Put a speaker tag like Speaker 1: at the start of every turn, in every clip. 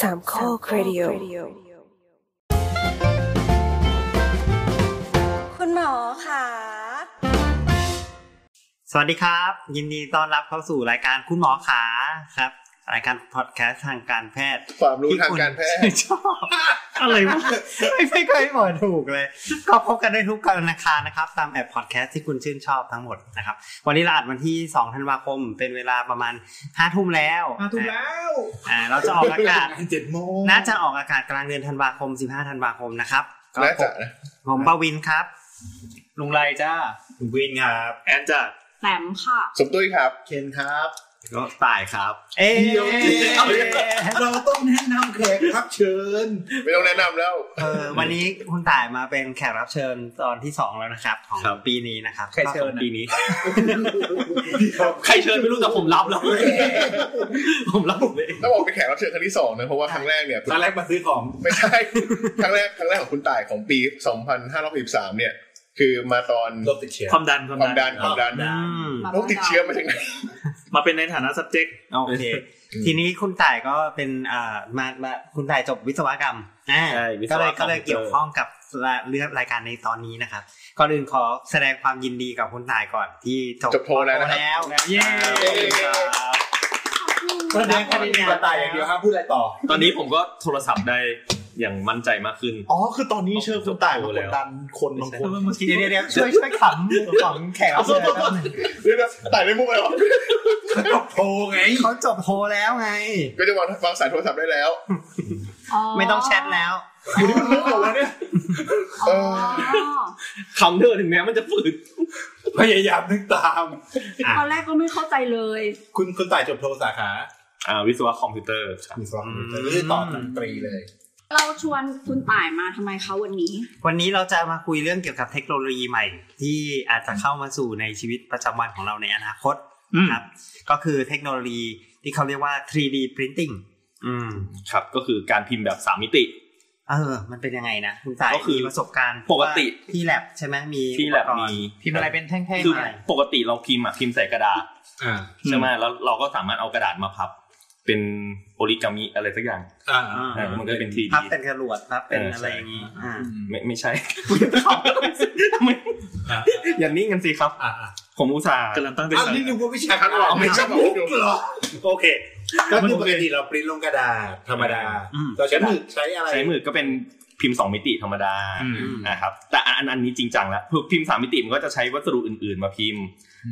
Speaker 1: สามข้อครดิโอ
Speaker 2: คุณหมอค่ะ
Speaker 3: สวัสดีครับ ยินดีต้อนรับเข้าสู่รายการคุณหมอขาครับ รายการพอดแคสต์ทางการแพทย์
Speaker 4: ความรู้ทางการแพทย์
Speaker 3: ชอบ อะไรวะไม่ไม่เคยบอกถูกเลย ก็พบกันได้ทุกกันนะคะนะครับ ตามแอปพอดแคสต์ที่คุณชื่นชอบทั้งหมดนะครับ วันนี้เราอัดวันที่2ธันวาคมเป็นเวลาประมาณ5ทุ่มแล้ว
Speaker 5: มาถูกแล้ว
Speaker 3: อ่าเราจะออกอา กาศ
Speaker 5: เจ็ดโมง
Speaker 3: น่าจะออกอากาศกลางเดือนธันวาคม 15ธันวาคมนะครับก็
Speaker 4: และ
Speaker 3: ผ
Speaker 4: จะ
Speaker 3: มผมปวินครับ
Speaker 5: ลุงไรจ้าลุงวินครับ แอนจ้า
Speaker 6: แหลมค่ะ
Speaker 4: สมตุ้ยครับ
Speaker 5: เคนครับ
Speaker 3: ก็ตายครับ เอ๊ะ
Speaker 5: เราต้องแนะนำแขกรับเชิญ
Speaker 4: ไม่ต้องแนะนำแล้ว
Speaker 3: เออวันนี้คุณต่ายมาเป็นแขกรับเชิญตอนที่สองแล้วนะครับ ของปีนี้นะครับ
Speaker 5: ใครเชิญ
Speaker 3: ก็ของ
Speaker 5: อะ
Speaker 3: ปีนี้
Speaker 7: ใครเชิญไม่รู้แต่ผมรับแล้ว ผมรับผมเอง
Speaker 4: ต้องบอกเป็นแขกรับเชิญครั้งที่สองนะเพราะว่าครั้งแรกเนี่ย
Speaker 7: ตอนแรกมาซื้อของ
Speaker 4: ไม่ใช่ ครั้งแรกครั้งแรกของคุณต่ายของปี 2563เนี่ย คือมาตอน
Speaker 5: โรคติดเชื้อ
Speaker 7: ความดัน
Speaker 4: ความดันความดัน
Speaker 3: อืม
Speaker 4: โรคติดเชื้อมาจากไหน
Speaker 7: มาเป็นในฐานะ subject
Speaker 3: โอเค ทีนี้คุณต่ายก็เป็นอ่ามามาคุณต่ายจบวิศวกรรมอ่า
Speaker 7: ใช่วิศ
Speaker 3: ก็
Speaker 7: วก
Speaker 3: เล
Speaker 7: รร
Speaker 3: ย
Speaker 7: ม
Speaker 3: ก็เลยเกี่ยวข้องกับละเรื่องรายการในตอนนี้นะครับก่อนอื่นขอแสดงความยินดีกับคุณต่ายก่อนที่จบ
Speaker 4: จบโทรแล้วนะครับ
Speaker 3: แล้ว
Speaker 7: เย้
Speaker 4: เย้
Speaker 5: แสดงความดีกับตายอย่างเดียวห้ามพูดอะไรต่อ
Speaker 7: ตอนนี้ผมก็โทรศัพท์ได้อย่างมั่นใจมากขึ้น
Speaker 5: อ๋อ คือตอนนี้เชิญคุณต่ายมากดดันคนบางคน
Speaker 3: เดี๋ ยวเดี๋ยวเดี๋ยวช่วยช่วยขำของแขกรับเชิญแป๊บหนึ่ง
Speaker 4: เดี๋ยวนะต่ายได้มุกอะไรวะ
Speaker 5: โทรไง
Speaker 3: เขาจบโทรแล้วไง
Speaker 4: ก็จะวางวางสายโทรศัพท์ได้แล้ว
Speaker 3: ไม่ต้องแชทแล้ว
Speaker 4: เออ
Speaker 7: คำเธอถึงแม้มันจะฝืน
Speaker 5: พยายามนึกตาม
Speaker 6: ตอนแรกก็ไม่เข้าใจเลย
Speaker 5: คุณคุณต่ายจบโทรสาขา
Speaker 7: อ่าวิศวะคอมพิวเตอร์ครับ
Speaker 5: มีสวะคอมพิวเตอร์หรือต่อดนตรีเลย
Speaker 6: เราชวนคุณต่ายมาทำไมคะวันนี้
Speaker 3: วันนี้เราจะมาคุยเรื่องเกี่ยวกับเทคโนโลยีใหม่ ที่อาจจะเข้ามาสู่ในชีวิตประจำวันของเราในอนาคต ครับก็คือเทคโนโลยีที่เขาเรียกว่า 3D printing อืม
Speaker 7: ครับก็คือการพิมพ์แบบสามมิติ
Speaker 3: เออ มันเป็นยังไงนะ คุณสาย
Speaker 7: ก็คือ
Speaker 3: มีประสบการณ์
Speaker 7: ปกติ
Speaker 3: ว่าที่แลบใช่ไหมมี
Speaker 7: ที่แบบ
Speaker 3: อุปกร
Speaker 7: มี
Speaker 3: ณ์
Speaker 5: พิมพ์อะไรเป็นแท่ง
Speaker 7: คือ
Speaker 3: อะไร
Speaker 7: ปกติเราพิมพ์อะพิมพ์ใส่กระดาษ
Speaker 5: ๆ อ่า
Speaker 7: ใช่ไหมแล้วเราก็สามารถเอากระดาษมาพับ เป็นโอริกามิอะไรสักอย่าง
Speaker 5: อ่า
Speaker 7: อ่ามันก็เป็นที
Speaker 3: พับเป็นกระหลวดพับเป็น
Speaker 7: เอออ
Speaker 3: อะไรอย่างงี้อ่า
Speaker 7: ไม่ไม่ใช่ ทำไมอย่านิ่งกันสิครับ
Speaker 5: อ่าอ่า
Speaker 7: ผมอุตส่าห์กำลังตั้งใจ
Speaker 5: อ้าวนี่นึกว่าวิชาการหลอกไม่ใช่หรอ
Speaker 7: โอเค
Speaker 5: ก็คือปกติเราปริ้นลงกระดาษธรรมดา เราใช้มือใช้อะไร
Speaker 7: ใช้มือก็เป็นพิมพ์ 2 มิติธรรมดา
Speaker 5: อืม
Speaker 7: นะครับแต่อันอันอันนี้จริงจังแล้วคือพิมพ์ 3 มิติมันก็จะใช้วัสดุอื่นๆ มาพิมพ์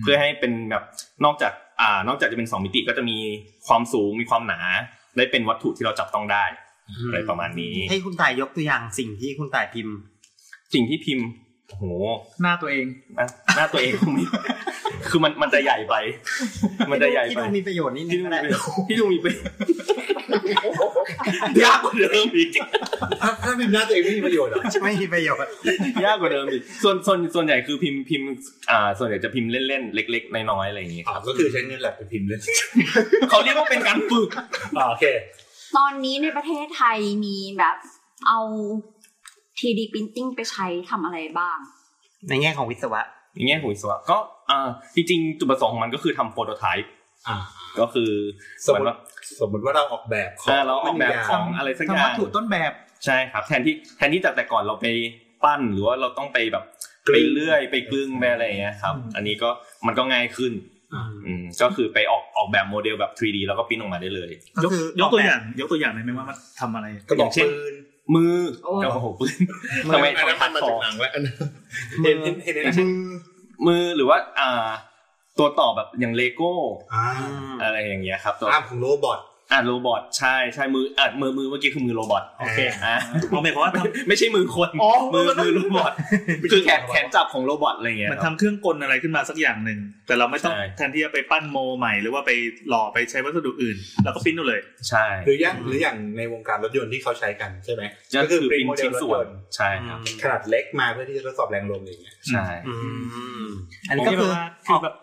Speaker 7: เพื่อให้เป็นแบบนอกจากอ่านอกจากจะเป็น 2 มิติก็จะมีความสูงมีความหนา ได้เป็นวัตถุที่เราจับต้องได้อะไรประมาณนี้
Speaker 3: ให้คุณตายยกตัวอย่างสิ่งที่คุณตายพิมพ์
Speaker 7: สิ่งที่พิมพ์โอ้โห
Speaker 5: หน้าตัวเอง
Speaker 7: หน้าหน้าตัวเองคงไม่ คือมันมันจะใหญ่ไป มันจะใหญ่
Speaker 3: ที่
Speaker 7: ไป
Speaker 3: ดูมีประโยชน์นิดนึ
Speaker 7: ที่
Speaker 3: ง
Speaker 7: ลุ
Speaker 3: ก็
Speaker 7: ง
Speaker 3: ได้
Speaker 7: มีที่ลุงมีไป ยากกว่าเดิมอีก
Speaker 5: ถ้าถ้าพิมพ์หน้าตัวเองไม่มีประโยชน์เหรอ
Speaker 3: ไม่มีประโยชน์
Speaker 7: ยากกว่าเดิมอีก ส่วนส่วนส่วนใหญ่คือพิมพ์พิมพ์อ่าส่วนใหญ่จะพิมพ์เล่นๆ เล็กๆ น้อยๆ อะไรอย่างงี้
Speaker 5: อ๋อก็คือใช้เงินแลบไปพิมพ์เลย
Speaker 7: เขาเรียกว่าเป็นการฝึก
Speaker 5: อ๋อโอเค
Speaker 6: ตอนนี้ในประเทศไทยมีแบบเอา 3D printing ไปใช้ทำอะไรบ้าง
Speaker 3: ในแง่ของวิศวะ
Speaker 7: อย่างเงี้ยของอิสระก็อ่าจริงๆ จุดประสงค์ของมันก็คือทำโปรโตไทป์
Speaker 5: อ่า
Speaker 7: ก็คือ
Speaker 5: สม
Speaker 7: เหมือ
Speaker 5: ม
Speaker 7: น
Speaker 5: ติ
Speaker 7: ว่า
Speaker 5: สมมติว่าเราออกแบบของ
Speaker 7: อ่าเราออกแบบของอะไรสักอย่าง ใช่ครับ แทนที่แทนที่จากแต่ก่อนเราไปปั้นหรือว่าเราต้องไปแบบไปเลื่อยไปกลึงไปอะไรอย่างเงี้ยครับ อันนี้ก็มันก็ง่ายขึ้น อืมก็คือไปออกออกแบบโมเดลแบบ 3D แล้วก็พิมพ์ออกมาได้เลย
Speaker 3: ก็คือย
Speaker 8: กตัวอย่างยกตัวอย่างได้ไหมว่ามันทำอะไร
Speaker 5: กระบอก
Speaker 7: อย่างเช่น
Speaker 5: ปืน
Speaker 7: มือ
Speaker 6: โอ้
Speaker 7: กระบอกปืนทำไม
Speaker 4: อันนั้น
Speaker 7: ทำไม
Speaker 4: มันมา
Speaker 7: ข
Speaker 4: จา
Speaker 7: อก
Speaker 4: หนังแล้วอันนั้น
Speaker 5: เห็นเห็นเห็นในหนัง
Speaker 3: มือ
Speaker 7: มือหรือว่าอ่า ตัวต่อแบบอย่างเลโก้
Speaker 5: อ่า
Speaker 7: อะไรอย่างเงี้ยครับตัว
Speaker 5: ภาพของโรบอท
Speaker 7: อ่าโรบอทใช่ใช่มืออ่ามือมือเมื่อกี้คือมือโรบอท
Speaker 5: โอเค
Speaker 7: อ่า
Speaker 8: เอาหมายความว่าท
Speaker 7: ไม่ใช่มือคน
Speaker 5: อ๋อ
Speaker 7: มือมือโรบอทคือแขนแขนจับของโรบอทอะไรอย่างเงี้
Speaker 8: ำ
Speaker 7: ย
Speaker 8: มัน
Speaker 7: ครับ
Speaker 8: ทำเครื่องกลอะไรขึ้นมาสักอย่างหนึ่ง แต่เราไม่ต้อง
Speaker 7: ใช่
Speaker 8: แทนที่จะไปปั้นโมใหม่หรือว่าไปหล่อไปใช้วัสดุอื่น เราก็ปริ้นเอาเลย
Speaker 7: ใช่
Speaker 5: หรืออย่างหรืออย่างในวงการรถยนต์ที่เขาใช้กันใช่ไหม
Speaker 7: ก็
Speaker 5: ก็
Speaker 7: คื
Speaker 5: คือ อ
Speaker 7: เป็
Speaker 5: เป็น นโมเด
Speaker 7: ชิ้
Speaker 5: ล
Speaker 7: น
Speaker 5: รถ
Speaker 7: ส่วย น
Speaker 5: นต์
Speaker 7: ใช่ครับ
Speaker 5: ขนาดเล็กมาเพื่อที่จะทดสอบแรงลมอะไรอย่างเงี้ย
Speaker 7: ใช่
Speaker 3: อืมอันนี้ก็คือ
Speaker 8: คือแบบ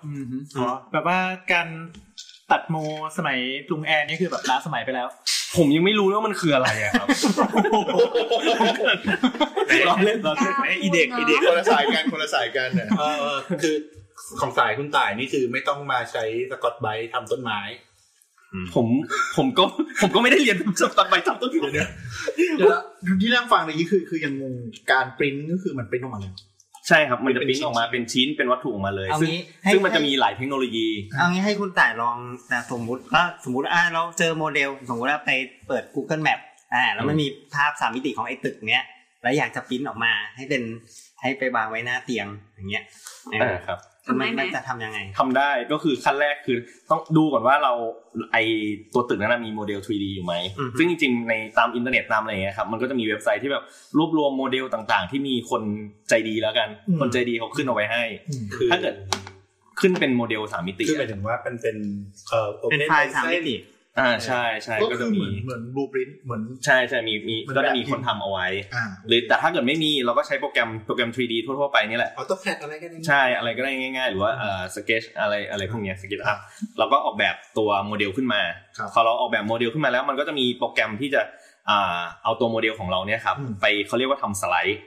Speaker 8: อ๋อแบบว่าการตัดโมสมัยลุงแอนนี่คือแบบล้าสมัยไปแล้ว
Speaker 7: ผมยังไม่รู้เลยว่ามันคืออะไรอะ ครับ ลองเล่นลองเล่น
Speaker 8: ไอ้อีเด็กอีเด็ก
Speaker 4: คนละสายกันคนละสายกันเนี่ย
Speaker 5: เออเออคือของสายคุณต่ายนี่คือไม่ต้องมาใช้สกอตไบรท์ทำต้นไม้
Speaker 7: ผมผมก็ผมก็ไม่ได้เรียนตัดใบตัดต้นอยู่เนี่ย
Speaker 1: เดี๋ยวนะที่นั่งฟังในนี้คือคือยังงงการปริ้นก็คือมันปริ้นออกมาเลย
Speaker 7: ใช่ครับมันจะปิ้นออกมาเป็นชิ้นเป็นวัตถุออกมาเลย
Speaker 3: เอา
Speaker 7: ซึ่ง
Speaker 3: งี้
Speaker 7: ซึ่งมันจะมีหลายเทคโนโลยี
Speaker 3: เอางี้ให้คุณต่ายลองแต่สมมุติว่าสมมุติอ่าเราเจอโมเดล สมมุติว่าไปเปิด Google Map อ่าแล้วมันมีภาพสามมิติของไอ้ตึกเนี้ยแล้วอยากจะปริ้นออกมาให้เป็นให้ไปวางไว้หน้าเตียงอย่างเงี้ยเอ
Speaker 7: อ่า
Speaker 3: อ
Speaker 7: ครับ
Speaker 6: ทำได้ไหม
Speaker 3: มันจะทำยังไง
Speaker 7: ทำได้ก็คือขั้นแรกคือต้องดูก่อนว่าเราไอตัวตึกนั้นนะมีโมเดล 3D อยู่ไหม
Speaker 3: อือฮึ
Speaker 7: ซึ่งจริงๆในตามอินเทอร์เน็ตตามอะไรอย่างเงี้ยครับมันก็จะมีเว็บไซต์ที่แบบรวบรวมโมเดลต่างๆ ที่มีคนใจดีแล้วกัน
Speaker 1: อืม
Speaker 7: คนใจดีเขาขึ้นเอาไว้ให้
Speaker 1: อืม
Speaker 5: คือ
Speaker 7: ถ้าเกิดขึ้นเป็นโมเดลสามมิติ
Speaker 5: คือหมายถึงว่าเป็นเป็นเอ่อ open
Speaker 3: เป็นไฟล์สามมิติ
Speaker 7: อ่าใช่ใช่
Speaker 1: ก็
Speaker 7: ก็
Speaker 1: คื
Speaker 7: จะ
Speaker 1: อเห
Speaker 7: มี
Speaker 1: มือนเหมือนบลูปริ้นเหมือน
Speaker 7: ใช่ใช่มีมี
Speaker 1: มันแบบ
Speaker 7: ก็จะมีคนทำเอาไว้
Speaker 1: อ่า
Speaker 7: หรือแต่ถ้าเกิดไม่มีเราก็ใช้โปรแกรมโปรแกรม 3D ทั่วๆไปนี่แหละ
Speaker 5: ออโต้แคดอะไรกันเนี่ย
Speaker 7: ใช่อะไรก็ได้ง่ายๆ หรือว่าเอ่อสเกจอะไรอะไรพวกเนี้ยสเกจอัพเราก็ออกแบบตัวโมเดลขึ้นมา
Speaker 1: ครับ
Speaker 7: พอเราออกแบบโมเดลขึ้นมาแล้ว มันก็จะมีโปรแกรมที่จะอ่าเอาตัวโมเดลของเราเนี่ยครับ
Speaker 1: อืม
Speaker 7: ไปเขาเรียกว่าทำสไลด์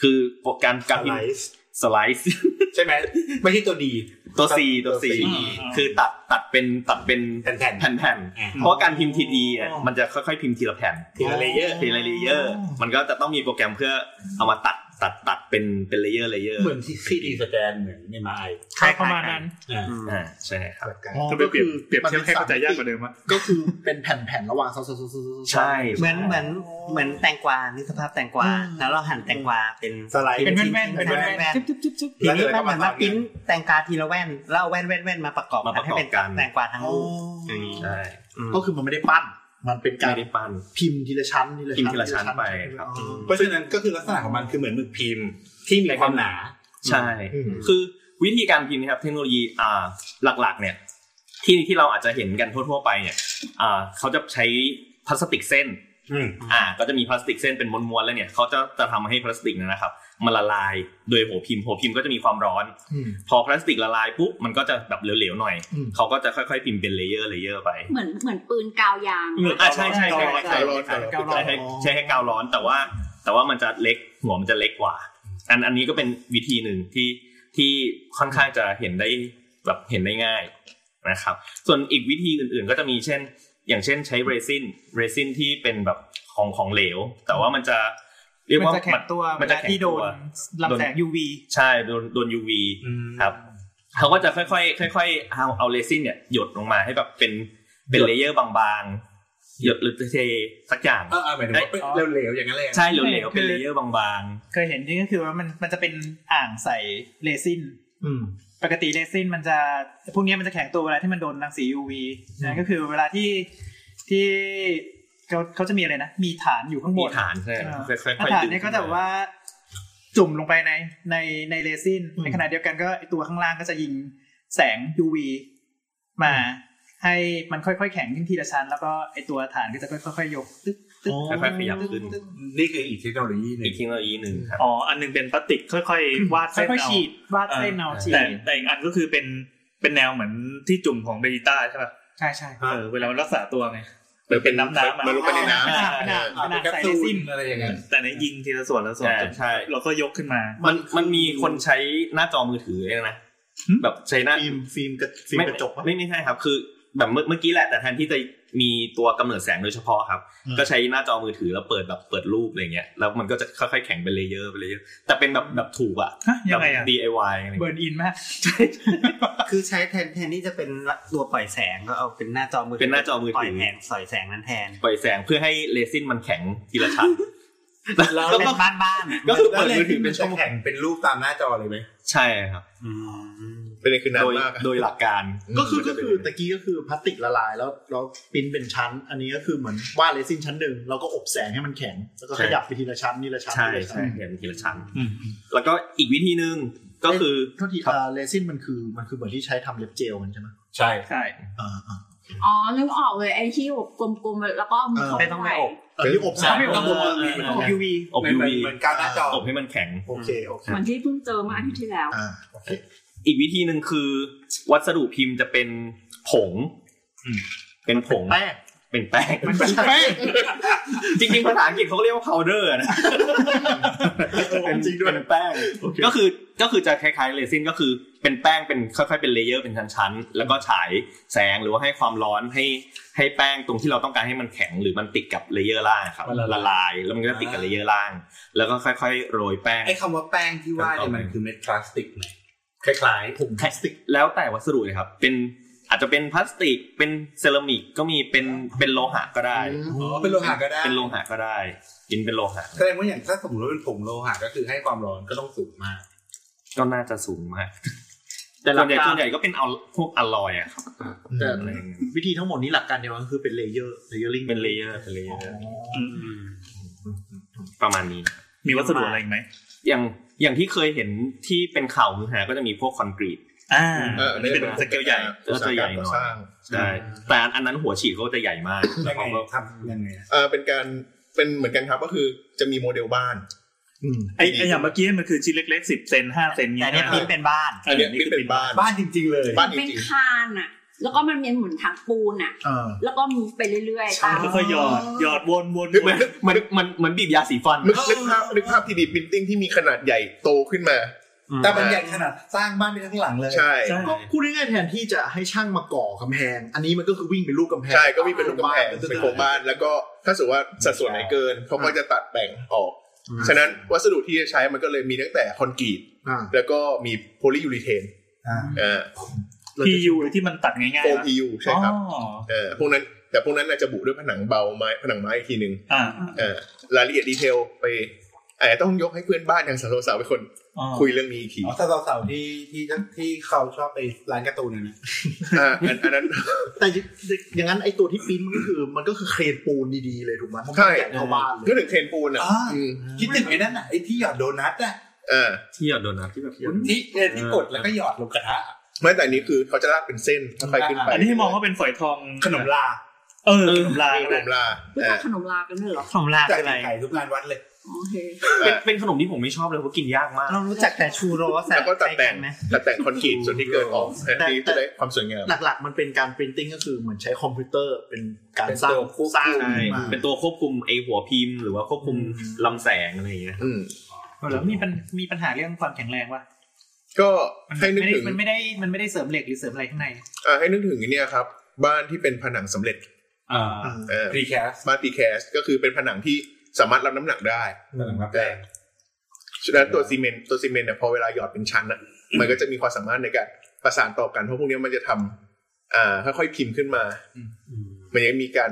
Speaker 7: คือโปรแกรมการ
Speaker 5: ส
Speaker 7: พิม
Speaker 5: ไล
Speaker 7: พ์
Speaker 5: ซ์
Speaker 7: สไลด์
Speaker 5: ใช่ไหมไม่ใช่ตัวดี
Speaker 7: ตัว C ตัว C
Speaker 5: ตัว C
Speaker 7: คือตัดตัดเป็นตัดเป็น
Speaker 5: แผ่นๆ
Speaker 7: แผ่น
Speaker 5: อ่า
Speaker 7: ๆเพราะการพิมพ์ 3D อ่ะมันจะค่อยๆพิมพ์ทีละแผ่น
Speaker 5: ทีละเลเยอร์
Speaker 7: ทีละเลเยอร์ มันก็จะต้องมีโปรแกรมเพื่อเอามาตัดตัดตัดเป็นเป็นเลเยอร์เลเยอร์
Speaker 5: เหมือนที่ซีดีสแกนเหมือนในมาไอ
Speaker 8: คล้ายๆประมาณนั้น
Speaker 5: อ่า
Speaker 3: อืม
Speaker 7: อ่าใช่ครับ
Speaker 1: อ๋อ
Speaker 2: ถ้าไปเปรียบเปรียบเทียบให้เข้าใจยากกว่า
Speaker 1: เดิม
Speaker 2: เดิมอะ
Speaker 1: ก็คือเป็นแผ่นๆระหว่างซ้อนๆๆๆๆ
Speaker 7: ใช่
Speaker 3: เหมือนเหมือนเหมือนแตงกวานี่สภาพแตงกวา
Speaker 1: อืม
Speaker 3: แล้วเราหั่นแตงกวาเป็น
Speaker 5: สไลด์
Speaker 8: เป็นแว่นๆเป็นแว่นๆจุ๊บจุ๊บจุ๊บ
Speaker 3: ทีนี้มันเหมือนว่าปริ้นแตงกวาทีละแว่น แล้วเอาแว่นแว่นแว่นมาประกอบ
Speaker 7: มาประกอบ
Speaker 3: ให้เป็น
Speaker 7: กัน
Speaker 3: แตงกวาทั้ง
Speaker 1: อ๋อ
Speaker 3: ลูกอย่างนี้
Speaker 7: ใช่
Speaker 3: ม
Speaker 1: ก็คือมันไม่ได้ปั้น มันเป็นกา
Speaker 7: ไม่
Speaker 1: ร
Speaker 7: ได้ปั้น
Speaker 1: พิมพ์ทีละชั้นทีละ
Speaker 7: พิมพ์ทีละชั้นไปครับ
Speaker 1: อ๋อ
Speaker 5: เพราะฉะนั้นก็คือลักษณะของมันคือเหมือนหมึกพิมพ์ที่มีความหนา
Speaker 7: ใช่ คือวิธีการพิมพ์นะครับเทคโนโลยีอ่าหลักๆ เนี่ย ที่ที่เราอาจจะเห็นกันทั่วๆไปเนี่ยอ่าเขาจะใช้พลาสติกเส้น
Speaker 5: อืม
Speaker 7: อ่า ก็จะมีพลาสติกเส้นเป็นม้วนๆแล้วเนี่ยเขาจะจะทำให้พลาสติกเนยนะครับมันละลายโดยหัวพิมพ์หัวพิมพ์ก็จะมีความร้อน
Speaker 1: อืม
Speaker 7: พอพลาสติกละลายปุ๊บมันก็จะแบบเหลวๆหน่อย
Speaker 1: อืม
Speaker 7: เขาก็จะค่อยๆพิมพ์เป็นเลเยอร์เลเยอร์ไป
Speaker 6: เหมือนเหมือนปืนกาวยาง
Speaker 7: อ่าใช่ใช่ใช่ใช่ใช่
Speaker 4: กาวร้อนกาวร้อน
Speaker 7: ใช่ใช่ใช่ใช่ให้กาวร้อนแต่ว่า แต่ว่ามันจะเล็กหัวมันจะเล็กกว่า อันอันนี้ก็เป็นวิธีหนึ่งที่ที่ค่อนข้างจะเห็นได้แบบเห็นได้ง่ายนะครับ ส่วนอีกวิธีอื่นๆก็จะมีเช่น อย่างเช่นใช้เรซินเรซินที่เป็นแบบของของเหลว แต่ว่ามันจะเรียก
Speaker 8: มัน
Speaker 7: ว่า
Speaker 8: จะแข็งตัว
Speaker 7: มันจะ
Speaker 8: เวลา
Speaker 7: แข็ง
Speaker 8: ที่โด
Speaker 7: ตั
Speaker 8: น
Speaker 7: ว
Speaker 8: ลำแสง UV
Speaker 7: ใช่โดนโดน UV ครับเขาก็จะค่อยๆค่อยๆเอาเอาเรซินเนี่ยหยดลงมาให้แบบเป็นเป็นเลเยอร์บางๆ หยดหรือเทสักอย่าง
Speaker 5: เออเออหมายถึงว่าเป็นเหลวๆอย่างนั้นเลยอะ
Speaker 7: ใช่เหลวๆเป็นเลเยอร์บาง
Speaker 8: เคยเห็นที่ก็คือว่ามันมันจะเป็นอ่างใส่เรซิน
Speaker 1: อืม
Speaker 8: ปกติเรซินมันจะพวกเนี้ยมันจะแข็งตัวเวลาที่มันโดนรังสี UV นะก็คือเวลาที่ที่เขาเขาจะมีอะไรนะ มีฐานอยู่ข้าง
Speaker 7: ๆ
Speaker 8: บ
Speaker 7: มี
Speaker 8: น
Speaker 7: ฐานใช่ไหม
Speaker 8: อ่า
Speaker 7: ค่อยๆค่อย
Speaker 8: ฐาน
Speaker 7: ๆดึง
Speaker 8: เนี่ยก็จะแบบว่าจุ่มลงไปในในในเรซิน
Speaker 1: อืม
Speaker 8: ในขณะเดียวกันก็ไอ้ตัวข้างล่างก็จะยิงแสง UV มาให้มันค่อยๆแข็งขึ้นทีละชั้น แล้วก็ไอตัวฐานก็จะค่อยๆยกตึ๊กตึ๊ก
Speaker 7: ค่อยๆขยับขึ้น
Speaker 5: นี่คืออีกเทคโนโลยีหนึ่
Speaker 7: อีก
Speaker 5: ง
Speaker 7: เทคโนโลยีหนึ่งครับ
Speaker 2: อ๋ออันหนึงเป็นพลาสติกค่อยๆวาดเส้น
Speaker 8: ค่อย
Speaker 2: เอา
Speaker 8: ๆฉีดวาดเส้นเอาฉีด
Speaker 2: แต่แต่อีกอันก็คือเป็นเป็นแนวเหมือนที่จุ่มของเบจิต้าใช่ป่ะ
Speaker 8: ใช่ใช่
Speaker 2: เออเวลามันรักษาตัวไงหรือเป็นน้ำน้ำอะ
Speaker 4: มันลงไปในน้ำ
Speaker 8: ขนาดขนาดข
Speaker 5: อ่าเป็
Speaker 8: นาด
Speaker 5: นแคป
Speaker 8: ใส่เร
Speaker 5: ซู
Speaker 8: ซิ
Speaker 5: ล
Speaker 8: น
Speaker 5: อะไรอย่างเงี้ย
Speaker 2: แต่ในยิงทีละส่วนละส่วน
Speaker 7: ใช่ใช่
Speaker 2: เราก็ยกขึ้นมา
Speaker 7: มันมันมีคนใช้หน้าจอมือถือเองนะ
Speaker 2: หึ
Speaker 7: แบบใช้หน้า
Speaker 1: ฟิล์มฟิล์มกระฟิล์ม
Speaker 7: ไม่
Speaker 1: กระจกปะ
Speaker 7: ไม่ไม่ใช่ครับ คือแบบเมื่อเมื่อกี้แหละแต่แทนที่จะมีตัวกำเนิดแสงโดยเฉพาะครับ
Speaker 1: อืม
Speaker 7: ก็ใช้หน้าจอมือถือแล้วเปิดแบบเปิดรูปอะไรเงี้ยแล้วมันก็จะค่อยๆแข็งเป็นเลเยอร์เป็นเลเยอร์แต่เป็นแบบแบบถูกอะ
Speaker 8: ฮะยั
Speaker 7: แบ
Speaker 8: ง
Speaker 7: บ
Speaker 8: ไงอะ
Speaker 7: DIY อะไร
Speaker 8: เบิ
Speaker 7: เงี้ย
Speaker 8: ร์นอินมาก
Speaker 3: คือใช้แทนแทนที่จะเป็นตัวปล่อยแสงก็เอาเป็นหน้าจอมือถื
Speaker 7: เป็นหน้าจอมือ
Speaker 3: ปล่อ
Speaker 7: ถื
Speaker 3: ย
Speaker 7: อ
Speaker 3: แสงสอยแสงนั้นแทน
Speaker 7: ปล่อยแสงเพื่อให้เลซินมันแข็งทีละชั้น
Speaker 5: แล้ว
Speaker 3: ก็เป็นบ้านบ้าน
Speaker 7: ก็คือ
Speaker 5: แล้
Speaker 7: เปิ
Speaker 5: ว
Speaker 7: ด
Speaker 5: เลย
Speaker 7: มือถื
Speaker 5: ที่
Speaker 7: อเป็น นช่อ
Speaker 5: มัจะ
Speaker 7: ง
Speaker 5: แข่งเป็นรูปตามหน้าจอเลยไหม
Speaker 7: ใช่ครับ
Speaker 4: เป็นคือ
Speaker 7: โดย
Speaker 4: น้ำมากอะ
Speaker 7: โดยหลักการ
Speaker 1: ก็คือก็คือตะกี้ก็คือพลาสติกละลายแล้วแล้วปริ้นเป็นชั้น อันนี้ก็คือเหมือนวาดเรซินชั้นหนึ่งแล้วก็อบแสงให้มันแข็ง แล้วก็ขยับไปทีละชั้นทีละชั้น
Speaker 7: ใช่
Speaker 1: ทีละชั้
Speaker 7: ใช่
Speaker 1: น
Speaker 7: แข็งทีละชั้นแล้วก็อีกวิธีหนึ่งก็คือ
Speaker 1: โทษที
Speaker 7: ครับ
Speaker 1: เอ่อเรซินมันคือมันคือเหมือนที่ใช้ทำเล็บเจลมันใช่ไหม
Speaker 5: ใช่
Speaker 8: ใช่
Speaker 1: อ่าอ่า
Speaker 6: อ๋อนึกออกเลยไอ้ที่อบกลมๆแล้วก็เอามือเข้า
Speaker 3: ไม่ต้องไปอบ
Speaker 1: เออที่อบแสง
Speaker 8: ไม่อบ
Speaker 1: อบ
Speaker 8: UV
Speaker 7: อบ UV
Speaker 5: เหมือนการหน้าจอ
Speaker 7: อบให้มันแข็ง
Speaker 1: โอเคโอเค
Speaker 6: เหมือนที่เพิ่งเจอเมื่ออาทิตย์ที่แล้ว
Speaker 1: อ่าโอเค
Speaker 7: อีกวิธีหนึ่งคือ วัสดุพิมพ์จะเป็นผง เป็นผง
Speaker 1: แป้ง
Speaker 7: เป็นแป้ง
Speaker 1: มันเป็นแป้ง
Speaker 7: จริงๆ ภาษาอังกฤษเขาเรียกว่า powder นะ
Speaker 1: เป็นจริงด้วย
Speaker 7: เป็นแป้ง ก็คือก็คือจะคล้ายๆเรซินก็คือเป็นแป้งเป็นค่อยๆเป็นเลเยอร์เป็นชั้นๆ แล้วก็ฉายแสงหรือว่าให้ความร้อนให้ให้แป้งตรงที่เราต้องการให้มันแข็งหรือมันติดกับเลเยอร์ล่างครับ
Speaker 5: มันละลาย
Speaker 7: ละลายแล้วมันก็จะติดกับเลเยอร์ล่าง แล้วก็ค่อยๆโรยแป้ง
Speaker 5: ไอ้คำว่าแป้งที่ว่าเนี่ยมันคือเม็ดพลาสติกไหมคล้ายๆผง
Speaker 7: พลาสติกแล้วแต่วัสดุเลยครับ เป็นอาจจะเป็นพลาสติก เป็นเซรามิกก็มีเป็นเป็นโลหะก็ได้
Speaker 5: อ๋อเป็นโลหะก็ได้
Speaker 7: เป็นโลหะก็ได้กินเป็นโลหะ
Speaker 5: แสดงว่าอย่างถ้าสมมติว่าเป็นผงโลหะก็คือให้ความร้อนก็ต้องสูงมาก
Speaker 7: ก็น่าจะสูงมาก
Speaker 1: แต่หลั
Speaker 7: ส่
Speaker 1: ก
Speaker 7: วนใหญ่
Speaker 1: การ
Speaker 7: ส่วนใหญ่ก็เป็นเอาพวกอลลอยอะครับ
Speaker 1: แต่
Speaker 7: อะไรอย่างเงี้ย
Speaker 1: วิธีทั้งหมดนี้หลักการเดียวกันคือเป็นเลเยอร์เลเยอร์ลิง
Speaker 7: เป็นเลเยอร์เป็นเลเยอร์
Speaker 1: อืม
Speaker 7: ประมาณนี้
Speaker 2: มีวัสดุอะไรอีกไหม
Speaker 7: อย่างอย่างที่เคยเห็นที่เป็นข่าวมือหาก็จะมีพวกคอนกรีต
Speaker 2: อ่า
Speaker 4: เออ
Speaker 2: อันนี้เป็นสเกลใหญ่
Speaker 4: อุตสาหกรรมก่อสร้าง
Speaker 7: ใช่แต่อันนั้นหัวฉีดก็จะใหญ่มาก
Speaker 5: ยังไง
Speaker 7: เขาก็
Speaker 5: ทำยังไงอะ
Speaker 4: เออเป็นการเป็นเหมือนกันครับก็คือจะมีโมเดลบ้าน
Speaker 1: อืม
Speaker 2: ไอ้ไอ้อย่างเมื่อกี้มันคือชิ้นเล็กๆสิบเซนห้าเซน
Speaker 3: แต่
Speaker 2: เงี้ย
Speaker 3: เนี่ยปิ้นเป็นบ้าน
Speaker 4: อันเนี้ยนี่เป็นบ้าน
Speaker 5: บ้านจริง ๆ เลย
Speaker 4: บ้านจ
Speaker 6: เป็น
Speaker 4: ริง
Speaker 6: คานอ่ะ แล้วก็มันเป็นเหมือนทางปูนอ่ะ
Speaker 1: อ่า
Speaker 6: แล้วก็มูฟไปเรื่อยๆตาม
Speaker 2: แล้วก็ค่อยหยอดหยอดวนวน
Speaker 4: ๆนึก
Speaker 2: ว
Speaker 4: ไหม
Speaker 2: น
Speaker 7: มันมันมันบีบยาสี ฟัน
Speaker 4: นึกนึกภาพนึกภาพทีดีพิมพ์ติ้งที่มีขนาดใหญ่โตขึ้นมา
Speaker 5: แต่มันใหญ่ขนาดสร้างบ้านไปทั้งหลังเลย
Speaker 4: ใช่
Speaker 1: ก็พูดง่ายๆแทนที่จะให้ช่างมาก่อกำแพง อันนี้มันก็คือวิ่งเป็นลูกกำแพง
Speaker 4: ใช่ก็มีเป็นลูกกำแพงเป็นโครงบ้าน แล้วก็ถ้าสมมติว่าสัดส่วนไหนเกินเขาก็จะตัดแบ่งออก ฉะนั้นวัสดุที่จะใช้มันก็เลยมีตั้งแต่คอนกรีต
Speaker 1: อ่า
Speaker 4: แล้วก็มีโพลียูรีเทน
Speaker 5: อ่า
Speaker 4: เอ่อ
Speaker 2: พียูที่มันตัดง่ายๆ
Speaker 4: โฟม
Speaker 2: นะ
Speaker 4: พียูใช่ครับ
Speaker 2: อ๋อ
Speaker 4: เอ่อพวกนั้นแต่พวกนั้นอาจจะบุด้วยผนังเบาไม้ผนังไม้อีกทีหนึ่ง
Speaker 2: อ่า
Speaker 4: เอ่อรายละเอียดดีเทลไปอาจจะต้องยกให้เพื่อนบ้านทางสาวสาวเป็นคน
Speaker 2: อ๋อ
Speaker 4: คุยเรื่องนี้อีกที
Speaker 5: อ๋อถ้าสาวๆที่ที่ที่เขาชอบไปร้านการ์ตูนเนี่ยนะ
Speaker 4: อ่าอันอันนั้น
Speaker 1: แต่อย่างนั้นไอ้ตัวที่ปิ้นมันก็คือมันก็คือเครนปูนดีๆเลยถูกไหมมัน
Speaker 4: ใช่
Speaker 1: แกะเข้าบ้านเล
Speaker 4: ก็
Speaker 1: ย
Speaker 4: ถึงเทรนปูนอ่ะ
Speaker 5: อ่า
Speaker 4: อืม
Speaker 5: คิดถึงไอ้นั่นอ่ะไอ้ที่หยอดโดนัทอ่ะ
Speaker 4: เอ่า
Speaker 7: ที่หยอดโดนนะที่แบบ
Speaker 5: ที่เออที่กดแล้วก็หยอดลงกระทะ
Speaker 4: ไม่แต่อันนี้คือเขาจะลากเป็นเส้นค่อยๆขึ้นไป
Speaker 2: อันนี้ให้มองว่าเป็นฝอยทอง
Speaker 5: ขนมลา
Speaker 2: เออขนมลา
Speaker 4: ขน
Speaker 2: นะ
Speaker 4: มลา
Speaker 6: ไม่ต้
Speaker 4: อ่า
Speaker 6: องขนมลากันด้วยเหรอ
Speaker 3: สมราก
Speaker 5: จาก
Speaker 3: คืออะไร
Speaker 5: ไข่ทุกงานวัดเลย
Speaker 6: โอเค
Speaker 7: เป็นเป็นขนมที่ผมไม่ชอบเลยเพราะกินยากมาก
Speaker 3: เรารู้จักแต่ชูโรสอะ
Speaker 4: แล้วก็ตัดแต่ง
Speaker 3: ไปนไหม
Speaker 4: ตัดแต่งคอนกรีตส่วนที่เกินออกแทนที่จะได้ความสวยงาม
Speaker 1: หลักๆ มันเป็นการปรินติ้งก็คือเหมือนใช้คอมพิวเตอร์เป็นการสร้าง
Speaker 5: เป็นตัวควบคุม
Speaker 1: สร้าง
Speaker 7: ใช่
Speaker 1: ขึ้นมา
Speaker 7: เป็นตัวควบคุมไอหัวพิมพ์หรือว่าควบคุมลำแสงอะไรอย่างเงี้ย
Speaker 4: อืม
Speaker 8: แล้วมีปัญมีปัญหาเรื่องความแข็งแรงว่ะ
Speaker 4: ก็
Speaker 8: มัน
Speaker 4: ให้นึ
Speaker 8: ไม่
Speaker 4: ก
Speaker 8: ได้
Speaker 4: ถึง
Speaker 8: มันไม่ได้มันไม่ได้เสริมเหล็กหรือเสริมอะไรข้างใน
Speaker 4: อ่าให้นึกถึงไอ้เนี่ยครับ บ้านที่เป็นผนังสำเร็จ
Speaker 5: อ่า
Speaker 1: อ่า
Speaker 4: เออ
Speaker 5: พรีแคส
Speaker 4: บ้านปีแคสก็คือเป็นผนังที่สามารถรับน้ำหนักได้
Speaker 5: กำลังรับแรง
Speaker 4: ฉะนั้นตัวซีเมนต์ตัวซีเมนต์เนี่ยพอเวลาหยอดเป็นชั้นอ่ะมันก็จะมีความสามารถในการประสานต่อกันเพราะพวกเนี้ยมันจะทำอ่าค่อยๆพิมพ์ขึ้นมา มันยังมีการ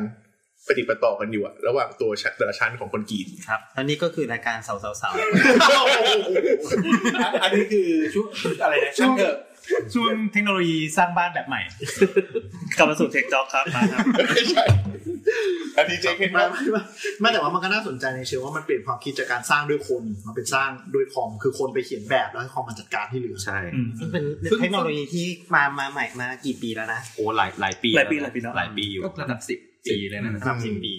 Speaker 4: ปฏิดประต่อกันอยู่อะระหว่างตัวชั้นแต่ละชั้นของคอนกรีต
Speaker 3: ครับแล้วนี่ก็คือรายการสาวสาว
Speaker 5: อันนี้คือชุดอะไรนะช่างเถอะ
Speaker 8: ช่วงเทคโนโลยีสร้างบ้านแบบใหม่
Speaker 2: กลับมาสู่เทคจ็อกครับมาครับ
Speaker 4: ไม่ใช่อันนี้เจ๊คิด
Speaker 1: ไม่
Speaker 4: ว่า
Speaker 1: ไม่ไม่ไม่แต่ว่ามันก็น่าสนใจในเชิงว่ามันเปลี่ยนความคิดจากการสร้างด้วยคนมาเป็นสร้างด้วยคอมคือคนไปเขียนแบบแล้วให้คอมมาจัดการที่เหลือ
Speaker 7: ใช่
Speaker 3: ๆซึ่งเป็นเทคโนโลยีที่มามาใหม่มากี่ปีแล้วนะ
Speaker 7: โอ้หลายหลายปี
Speaker 2: หลายปี
Speaker 7: แว
Speaker 2: หลายปีเนอะ
Speaker 7: หลายปีอยู่
Speaker 8: ก็ระดับสิบ
Speaker 7: ปีเลยนะ
Speaker 1: สามสิบปี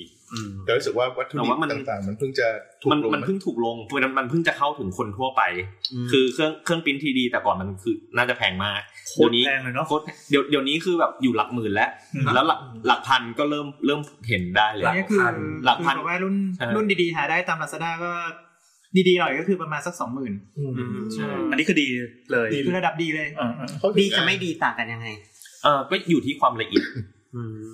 Speaker 4: แต่รู้สึกว่าวัตถุดิบต่างๆ มันเพิ่งจะถูก
Speaker 7: มัน
Speaker 4: ลง
Speaker 7: มันเพิ่งถูกลงมันมันเพิ่งจะเข้าถึงคนทั่วไป คือเครื่องเครื่องปริ้นทีดี แต่ก่อนมันคือน่าจะแพงมาก
Speaker 2: โค
Speaker 7: เดี๋ยว
Speaker 2: ตร
Speaker 7: นี้
Speaker 2: แพงเลยเนาะ
Speaker 7: โคตรเดี๋ยวเดี๋ยวนี้คือแบบอยู่หลักหมื่นแล้ว
Speaker 2: อืม
Speaker 7: แล้วหลักหลักพันก็เริ่มเริ่มเห็นได้เลย
Speaker 8: อันนี้คือ
Speaker 7: หลักพัน
Speaker 8: คือแบบว่ารุ่น
Speaker 7: ใช่
Speaker 8: รุ่นดีๆ หาได้ตามลาซาด้าก็ดีๆหน่อยก็คือประมาณสักสองหมื่น
Speaker 7: ใช่
Speaker 2: อันนี้คือดีเลย
Speaker 8: คือระดับดีเลย
Speaker 2: อ่าอ่า
Speaker 4: เขาถึ
Speaker 3: ดี
Speaker 4: ง
Speaker 3: จะ
Speaker 4: นะ
Speaker 3: ไม่ดีต่างกันยังไง
Speaker 7: เออก็อยู่ที่ความละเอียด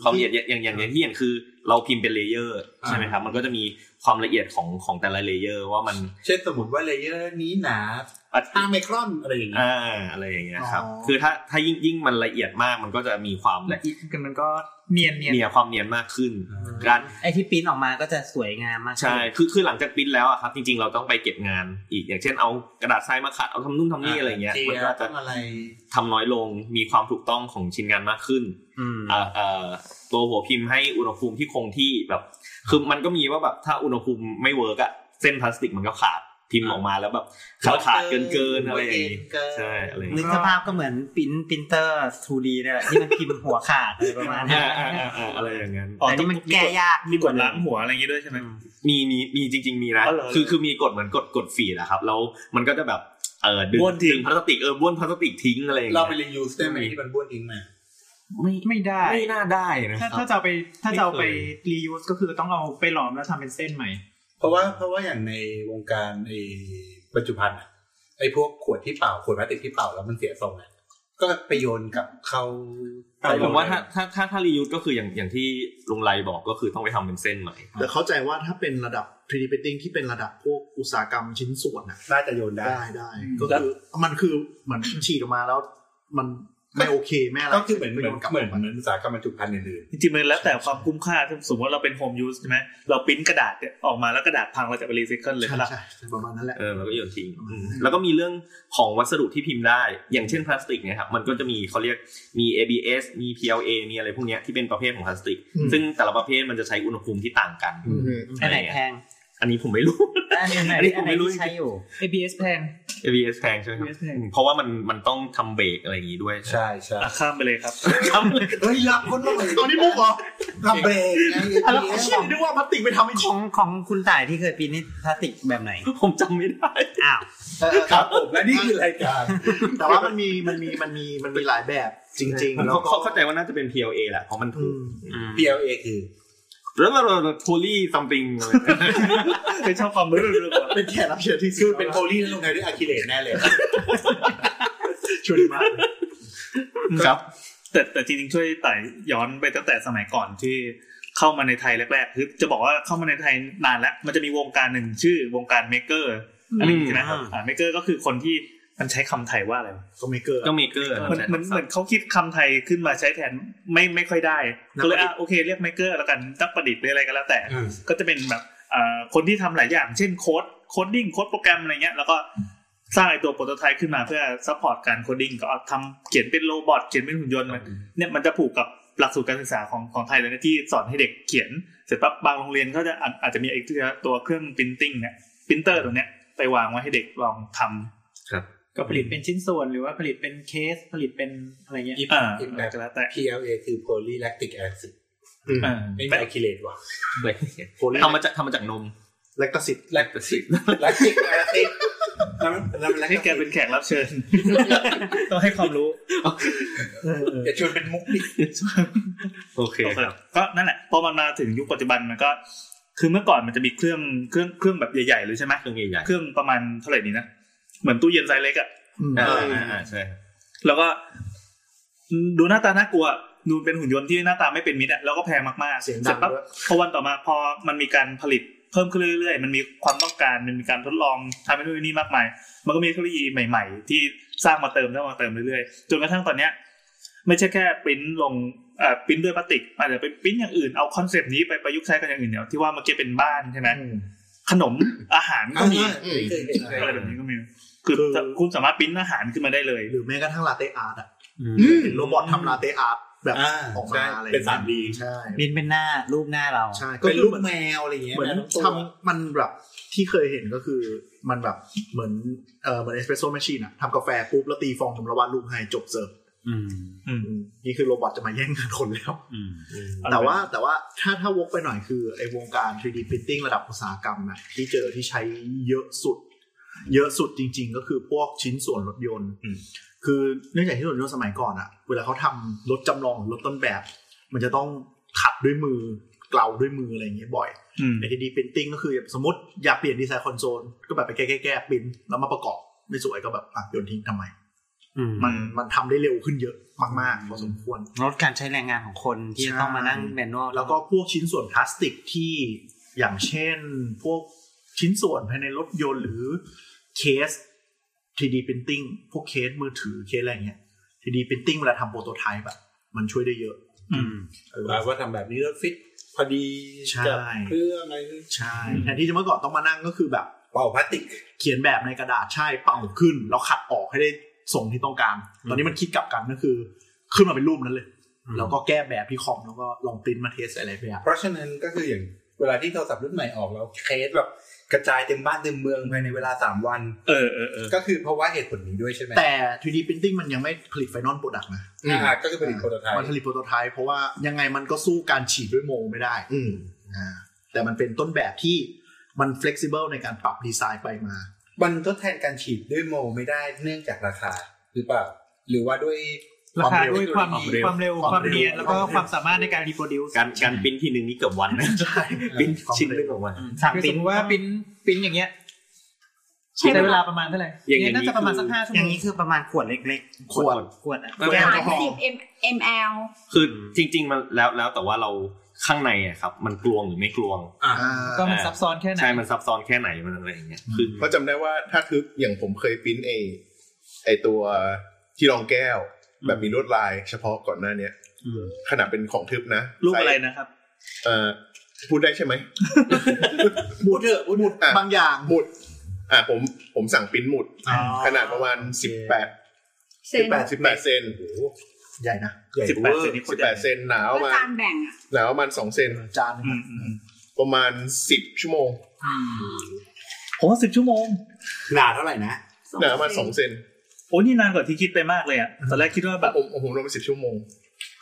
Speaker 7: ความละเอียดอย่างอย่างอย่างอย่างที่เห็นคือเราพิมพ์เป็นเลเยอร์ใช่ไหมครับ มันก็จะมีความละเอียดของของแต่ละเลเยอร์ว่ามัน
Speaker 5: เช่นสมมติว่าเลเยอร์นี้หนา
Speaker 7: อ่ะ
Speaker 5: ห้าไมครอนอะไรอย่างเงี้ย
Speaker 7: อ่าอะไรอย่างเงี้ยครับ
Speaker 1: อ๋อ
Speaker 7: คือถ้าถ้ายิ่งยิ่งมันละเอียดมากมันก็จะมีความ
Speaker 8: และอีกคือมันก็เนียนเนียน
Speaker 7: เนียความเนียนมากขึ้นการ
Speaker 3: ไอที่ปริ้นออกมาก็จะสวยงามมาก
Speaker 7: ใช่คือคือหลังจากปริ้นแล้วอะครับ จริงๆเราต้องไปเก็บงานอีกอย่างเช่นเอากระดาษทรายมาขัดเอาทำนู่นทำนี่อะไรอย่างเงี้ย
Speaker 5: จี
Speaker 7: มันก็จะ
Speaker 5: ต้องอะไร
Speaker 7: ทำน้อยลงมีความถูกต้องของชิ้นงานมากขึ้น
Speaker 3: อืม
Speaker 7: อ่าเอ่อตัวหัวพิมพ์ให้อุณหภูมิที่คงที่แบบ คือมันก็มีว่าแบบถ้าอุณหภูมิไม่เวิร์กอะเส้นพลาสติกมันก็ขาดพิมพ์ออกมาแล้วแบบขาดขาดเกินเกินๆอะไรอย่างงี้ใช่อะไรอย่าง
Speaker 3: นึ
Speaker 7: งี้
Speaker 3: กสภาพก็เหมือนปริ้นปรินเตอร์ 2D เนี่ยแหละที่มันพิมพ์หัวขาดอะไรประมาณนี้
Speaker 7: อ่าอ่าอ่าอ่าอะไรอย่างนั้น
Speaker 2: อ๋อ
Speaker 3: แต่นี่มันแก้ยาก
Speaker 2: มีกดล้างหัวอะไรอย่างงี้ด้วยใช่ไหม
Speaker 7: มีมีมีจริง ๆ มีนะ
Speaker 2: อ๋อเหรอ
Speaker 7: คือคือมีกฎเหมือนกฎกฎฝีนะครับแล้วมันก็จะแบบเออดึง
Speaker 2: บ้วนทิ้ง
Speaker 7: ดึงพลาสติกเออบ้วนพลาสติกทิ้งอะไรอย่าง
Speaker 5: เรา
Speaker 7: เงี้
Speaker 5: ไป
Speaker 7: ย
Speaker 5: รียูสได้ไหมที่มันบ้วนทิ้งมา
Speaker 7: ไม่
Speaker 8: ไม่ได้
Speaker 7: ไม่น่าได้นะ
Speaker 8: ถ้า
Speaker 7: ครั
Speaker 8: ถ้า
Speaker 7: บ
Speaker 8: จะเอาไปถ้าจะเอาไป
Speaker 7: ไม่เค
Speaker 8: รียูสก็คือต้องเอาไปหลอมแล้วทำเป็นเส้นใหม่
Speaker 5: เพราะว่าเพราะว่าอย่างในวงการไอ้ปัจจุบันอะไอ้พวกขวดที่เป่าขวดพลาสติกที่เป่าแล้วมันเสียทรงอะก็ไปโยนกับเขา
Speaker 7: แต่ผมว่าถ้าถ้าถ้าถ้ารียูสก็คืออย่างอย่างที่ลุงไรบอกก็คือต้องไปทำเป็นเส้นใหม่
Speaker 1: แต่เข้าใจว่าถ้าเป็นระดับ 3D printing ที่เป็นระดับพวกอุตสาหกรรมชิ้นส่วนน่ะ
Speaker 5: น่าจะโยนได้
Speaker 1: ได้ได้ก็คือมันคือเหมือนฉีดออกมาแล้ว มันไม่โอเคไม่อะไร
Speaker 5: ก็คือเหมือนเหมือน
Speaker 1: ไโดกลับ
Speaker 5: เหมือนอุตสาหกรรมบรรจุภัณฑ์อื่น
Speaker 2: จริงๆมันแล้วแต่ความคุ้มค่าสมมติว่าเราเป็นโฮมยูสใช่ไหมเราปริ้นกระดาษเนี่ยออกมาแล้วกระดาษพังเราจะไปรีไซเคิลเลย
Speaker 1: ใช่
Speaker 2: ครับ
Speaker 1: ใช่ใช่ประมาณนั้นแหละ
Speaker 7: เออแล้วก็โยนทิ้งอืมแล้วก็มีเรื่องของวัสดุที่พิมพ์ได้ อย่างเช่นพลาสติกเนี่ยครับ มันก็จะมีเขาเรียกมี ABS มี PLA มีอะไรพวกเนี้ยที่เป็นประเภทของพลาสติก
Speaker 1: อืม
Speaker 7: ซึ่งแต่ละประเภทมันจะใช้อุณหภูมิที่ต่างกัน
Speaker 3: อันไหนแพง
Speaker 7: อันนี้ผมไม่รู้
Speaker 3: อันไหน
Speaker 7: อันนี้ผ
Speaker 3: อัน
Speaker 7: ม
Speaker 3: ไหน
Speaker 7: ไม่รู้
Speaker 3: ที่ใช้อยู่
Speaker 8: ABS แพง
Speaker 7: ABS แพงใช่ไหมครับ
Speaker 8: ABS แพง
Speaker 7: เพราะว่ามันมันต้องทำเบรกอะไรอย่างงี้ด้วย
Speaker 5: ๆ ใช่ใช่
Speaker 2: อ่ะข้ามไปเลยครับ
Speaker 7: ครับ
Speaker 5: เฮ้ยรับคนละ
Speaker 1: ตอนนี้มุกเหรอ
Speaker 5: ทำเบรกไง
Speaker 1: อ่ะแล้วเชื่อนึกว่าพลาสติกไปทำอีก
Speaker 3: ข
Speaker 1: ชิ้
Speaker 3: อน งของคุณต่ายที่เคยปีนนี่พลาสติกแบบไหน
Speaker 7: ผมจำไม่ ได้
Speaker 3: อ้าว
Speaker 5: ครับผมและนี่คือรายการ
Speaker 1: แต่ว่ามันมีมันมีมันมีมันมีหลายแบบจริง ๆ แล้ว
Speaker 7: เขา
Speaker 1: ก็
Speaker 7: เขาเข้าใจว่าน่าจะเป็น PLA แหละเพราะมัน
Speaker 1: อื
Speaker 7: ถูก
Speaker 1: ม
Speaker 5: PLA คือ
Speaker 7: แล้วเราโพลีซัมติง
Speaker 2: ไปชอบความรู้เรื่องๆก่อน
Speaker 1: เป็นแขกรับเชิญที่
Speaker 5: คือเป็นโพลีแล้วลงไงด้วยอะคริเลตแน่เลย
Speaker 1: ชุนมากเลย
Speaker 7: ครับ
Speaker 2: แต่แต่จริงๆช่วยไต่ย้อนไปตั้งแต่สมัยก่อนที่เข้ามาในไทยแรกๆคือจะบอกว่าเข้ามาในไทยนานแล้ว มันจะมีวงการหนึ่งชื่อวงการเมกเกอร์อันนี้ใช่ไหมครับเมกเกอร์ก็คือคนที่มันใช้คำไทยว่าอะไรวะ
Speaker 1: ก็ไม่เกิน
Speaker 7: ก็เมเกอร์
Speaker 2: เหมือนเหมือนเหมือนเขาคิดคำไทยขึ้นมาใช้แทนไม่ไม่ค่อยได้
Speaker 1: นัก
Speaker 2: ก็
Speaker 1: ประดิษ
Speaker 2: เลย
Speaker 1: ฐ์
Speaker 2: อ่ะโอเคเรียกไมเกอร์แล้วกันนักประดิษฐ์หรืออะไรก็แล้วแต่
Speaker 5: อืม
Speaker 2: ก็จะเป็นแบบเอ่อคนที่ทำหลายอย่างเช่นโค้ดโคดดิ้งโค้ดโปรแกรมอะไรเงี้ยแล้วก็สร้างไอตัวโปรโตไทป์ขึ้นมาเพื่อซัพพอร์ตการโคดดิ้งก็เอาทำเขียนเป็นโรบอทเขียนเป็นหุ่นยนต์มันเนี่ยมันจะผูกกับหลักสูตรการศึกษาของของไทยเลยนะที่สอนให้เด็กเขียนเสร็จปั๊บบางโรงเรียนก็จะอาจอาจจะมีไอ้ตัวตัวเครื่องพิมพ์ติ้งเนี่ยพิมเตอร์ตัวเนี้ยไปวางไว้ให้เด็กลองทำ
Speaker 8: ก็ผลิตเป็นชิ้นส่วนหรือว่าผลิตเป็นเคสผลิตเป็นอะไรเงี้ย
Speaker 2: อ่า
Speaker 5: อีกแบบ
Speaker 2: ก็แล้วแต่
Speaker 5: PLA คือ polylactic acid
Speaker 2: อ่า
Speaker 5: ไม่
Speaker 2: ไม่
Speaker 5: ใช่อะคริเลตว่ะ
Speaker 7: ทำมาจากทำมาจากนม
Speaker 1: แลคตาซิต
Speaker 7: แลคตา ซิ
Speaker 5: lactic acid แล้วมันแล้วมัน
Speaker 2: ให้แก
Speaker 5: lactic
Speaker 2: เป็นแขกรับเชิญ ต้องให้ความรู้
Speaker 5: อย่าชวนเป็นมุกดิ
Speaker 7: โอเคครับ
Speaker 2: ก็นั่นแหละพอมันมาถึงยุคปัจจุบันมันก็ คือเมื่อก่อนมันจะมีเครื่องเครื่องเครื่องแบบใหญ่ๆเลยใช่ไหม
Speaker 7: เครื่องใหญ่
Speaker 2: เครื่องประมาณเท่าไหร่นี้นะ เหมือนตู้เย็นไซส์เล็กอะ
Speaker 7: ๆอ่าอ่าอ่าใช่
Speaker 2: แล้วก็ดูหน้าตาน่ากลัวดูเป็นหุ่นยนต์ที่หน้าตาไม่เป็นมิตรอะแล้วก็แพงมากๆ
Speaker 1: เสียง
Speaker 2: ส
Speaker 1: ดั
Speaker 2: ร็
Speaker 1: ง
Speaker 2: จปั๊บ
Speaker 1: ด้วย
Speaker 2: พอวันต่อมาพอมันมีการผลิตเพิ่มขึ้นเรื่อยๆ มันมีความต้องการมันมีการทดลองทำให้นู่นนี่มากมาย มันก็มีเทคโนโลยีใหม่ ๆ ที่สร้างมาเติมสร้างมาเติมเรื่อยๆ จนกระทั่งตอนเนี้ย ไม่ใช่แค่ปริ้นลงเอ่อปริ้นด้วยพลาสติกอาจจะเป็นปริ้นอย่างอื่นเอาคอนเซปต์นี้ไปประยุกต์ใช้กันอย่างอื่นเนี่ยที่ว่าเมื่อกี้เป็นบ้านใช่ไหมขนมอาหารก็มี
Speaker 5: เออเคยเห็น
Speaker 2: อะไรแบบนี้ก็มีคือ
Speaker 1: คือ
Speaker 2: คุณสามารถปริ้นอาหารขึ้นมาได้เลย
Speaker 1: หรือแม้กระทั่งลาเต้อาร์ตอ่ะเห็นโรบอททำลาเต้อาร์ตแบบ
Speaker 5: อ่า
Speaker 1: ออก
Speaker 5: ใช่
Speaker 1: มาอะไร
Speaker 5: เป็นสามดี
Speaker 1: ใช่
Speaker 3: บินเป็นหน้ารูปหน้าเรา
Speaker 1: ใช่ก็
Speaker 5: เป็น
Speaker 1: คือ
Speaker 5: รูป
Speaker 1: เหมือน
Speaker 5: แมวอะไรอย่างเงี้ย
Speaker 1: เหมือน
Speaker 5: แมวทั้งตัว
Speaker 1: ทำมันแบบที่เคยเห็นก็คือมันแบบเหมือนเออเหมือนเอสเปรสโซ่แมชชีนอ่ะทำกาแฟปุ๊บแล้วตีฟองนมระวานรูปให้จบเสิร์ฟ
Speaker 3: อืม
Speaker 1: อืมนี่คือโรบอทจะมาแย่งงานคนแล้ว
Speaker 3: อืม
Speaker 1: แต่ว่าแต่ว่าถ้าถ้าวกไปหน่อยคือไอ้วงการ 3D printing ระดับอุตสาหกรรมนะที่เจอที่ใช้เยอะสุด เยอะสุดจริง ๆ ก็คือพวกชิ้นส่วนรถยนต์ คือเนื่องจากที่รถยนต์สมัยก่อนอะเวลาเขาทำรถจำลองหรือรถต้นแบบ มันจะต้องขัดด้วยมือเกลาด้วยมืออะไรอย่างเงี้ยบ่อย
Speaker 2: อืม
Speaker 1: ไอ้ 3D printing ก็คือสมมติอยากเปลี่ยนดีไซน์คอนโซลก็แบบไปแก้แก้แก้ปริ้นแล้วมาประกอบไม่สวยก็แบบอ่ะโยนทิ้งทำไม
Speaker 3: อืม
Speaker 1: มันมันทำได้เร็วขึ้นเยอะมากๆพอสมควร
Speaker 3: ลดการใช้แรงงานของคนที่จะต้องมานั่งแมนนวล
Speaker 1: แล้วก็พวกชิ้นส่วนพลาสติกที่อย่างเช่น พวกชิ้นส่วนภายในรถยนต์หรือเคส 3D printing พวกเคสมือถือเคสอะไรเงี้ย 3D printing เวลาทำโปรโตไทป์แบบมันช่วยได้เยอะ
Speaker 2: อืม
Speaker 5: เออว่าทำแบบนี้แล้วฟิตพอดี
Speaker 1: ใช่
Speaker 5: กับเครื่องอะไร
Speaker 1: ใช่แทนที่จะเมื่อก่อนต้องมานั่งก็คือแบบ
Speaker 5: เป่าพลาสติก
Speaker 1: เขียนแบบในกระดาษใช่เป่าขึ้น แล้วขัดออกให้ได้ส่งที่ต้องการ ตอนนี้มันคิดกลับกันก็คือ ขึ้นมาเป็นรูปนั้นเลย
Speaker 3: อืม
Speaker 1: แล้วก็แก้แบบที่คอมแล้วก็ลองปริ้นมาเทสอะไรไปอ่ะ
Speaker 5: เพราะฉะนั้นก็คืออย่างเวลาที่โทรศัพท์รุ่นใหม่ออกแล้วเคสแบบกระจายเต็มบ้านเต็มเมืองภายในเวลาสามวัน
Speaker 2: เออเออเออ
Speaker 5: ก็คือเพราะว่าเหตุผลนี้ด้วยใช่ไหม
Speaker 1: แต่ 3D printing มันยังไม่ผลิตไฟนอลโปรดักต์นะ
Speaker 5: อ่าก็คือผลิตโปรโตไทป์
Speaker 1: มันผลิตโปรโตไทป์เพราะว่ายังไงมันก็สู้การฉีดด้วยโมไม่ได้อ่าแต่มันเป็นต้นแบบที่มัน flexible ในการปรับดีไซน์ไปมา
Speaker 5: มันทดแทนการฉีดด้วยโมไม่ได้เนื่องจากราคาหรือเปล่า หรือว่าด้วย
Speaker 8: ราคาด้วยความ
Speaker 4: ความเร็ว
Speaker 8: ความเร็วความเนียนแล้วก็ความสามารถในการรีโปรดิวซ์
Speaker 7: การการปริ้นทีหนึ่งนี่เกือบวันนะใช่ปริ้นชิ้นหนึงออกมา
Speaker 3: สั่ง
Speaker 8: คือส
Speaker 3: ปิ้
Speaker 8: ม
Speaker 3: น
Speaker 8: มติว่าปริ้นปริ้นอย่างเงี้ย
Speaker 6: ใช้
Speaker 8: ใช้
Speaker 6: เว
Speaker 8: เว
Speaker 6: ลา
Speaker 8: ลาประมาณเท่าไหร่
Speaker 7: อย่างนี้
Speaker 8: เนี่ยน่าจะประมาณสักห้าชั่ว
Speaker 3: อ
Speaker 8: โม
Speaker 3: ย่าง
Speaker 8: ง
Speaker 3: นี้คือประมาณขวดเล็ก
Speaker 1: ขวด
Speaker 3: ๆ ขวดอะ
Speaker 7: ไม่เป็น
Speaker 6: สา
Speaker 7: แอล
Speaker 6: ม
Speaker 7: กอฮอ
Speaker 6: สิบ
Speaker 7: ล์
Speaker 6: m l
Speaker 7: คือจริง ๆ มันแล้วแล้วแต่ว่าเราข้างในอะครับ มันกลวงหรือไม่กลวง
Speaker 8: ก็มันซับซ้อนแค่ไหน
Speaker 7: ใช่มันซับซ้อนแค่ไหนมันอะไรอย่างเงี้ยคือ
Speaker 4: เพราะจำได้ว่าถ้าทึบอย่างผมเคยปริ้นไอไอตัวที่รองแก้ว แบบมีลวดลายเฉพาะก่อนหน้าเนี้ยขนาดเป็นของทึบนะ
Speaker 2: รูปอะไรนะครับ
Speaker 4: เอ่อพูดได้ใช่ไหม
Speaker 1: หมุดเถอะหมุด
Speaker 4: อ่ะ
Speaker 1: บางอย่าง
Speaker 4: หมุด อ่าผมผมสั่งปริ้นหมุด ขนาดประมาณสิบแปด
Speaker 6: เซ
Speaker 4: สิบ
Speaker 6: น
Speaker 4: แปดสิบแปดเซน
Speaker 1: ใหญ่นะ
Speaker 2: สิบแปดเซนนี่โค
Speaker 4: สิ
Speaker 2: ต
Speaker 4: บ
Speaker 2: รให
Speaker 4: แป
Speaker 2: ญ่
Speaker 4: ดเซนหนา
Speaker 6: ก็
Speaker 4: ประมา
Speaker 6: จา
Speaker 4: ณ
Speaker 6: นแบ่งอ่ะ
Speaker 4: หนาประมาณสองเซน
Speaker 1: จานหนึ่ง
Speaker 2: อื
Speaker 1: อะ
Speaker 2: มอืมอืม
Speaker 4: ประมาณสิบชั่วโมง
Speaker 2: ผมว่าสิบชั่วโมง
Speaker 1: หนาเท่าไหร่นะ
Speaker 4: หนาประมาณสองเซน
Speaker 2: โอ้นี่นานกว่าที่คิดไปมากเลยอ่ะตอนแรกคิดว่าแบบ
Speaker 4: ผมผมรวมเป็นสิบชั่วโมง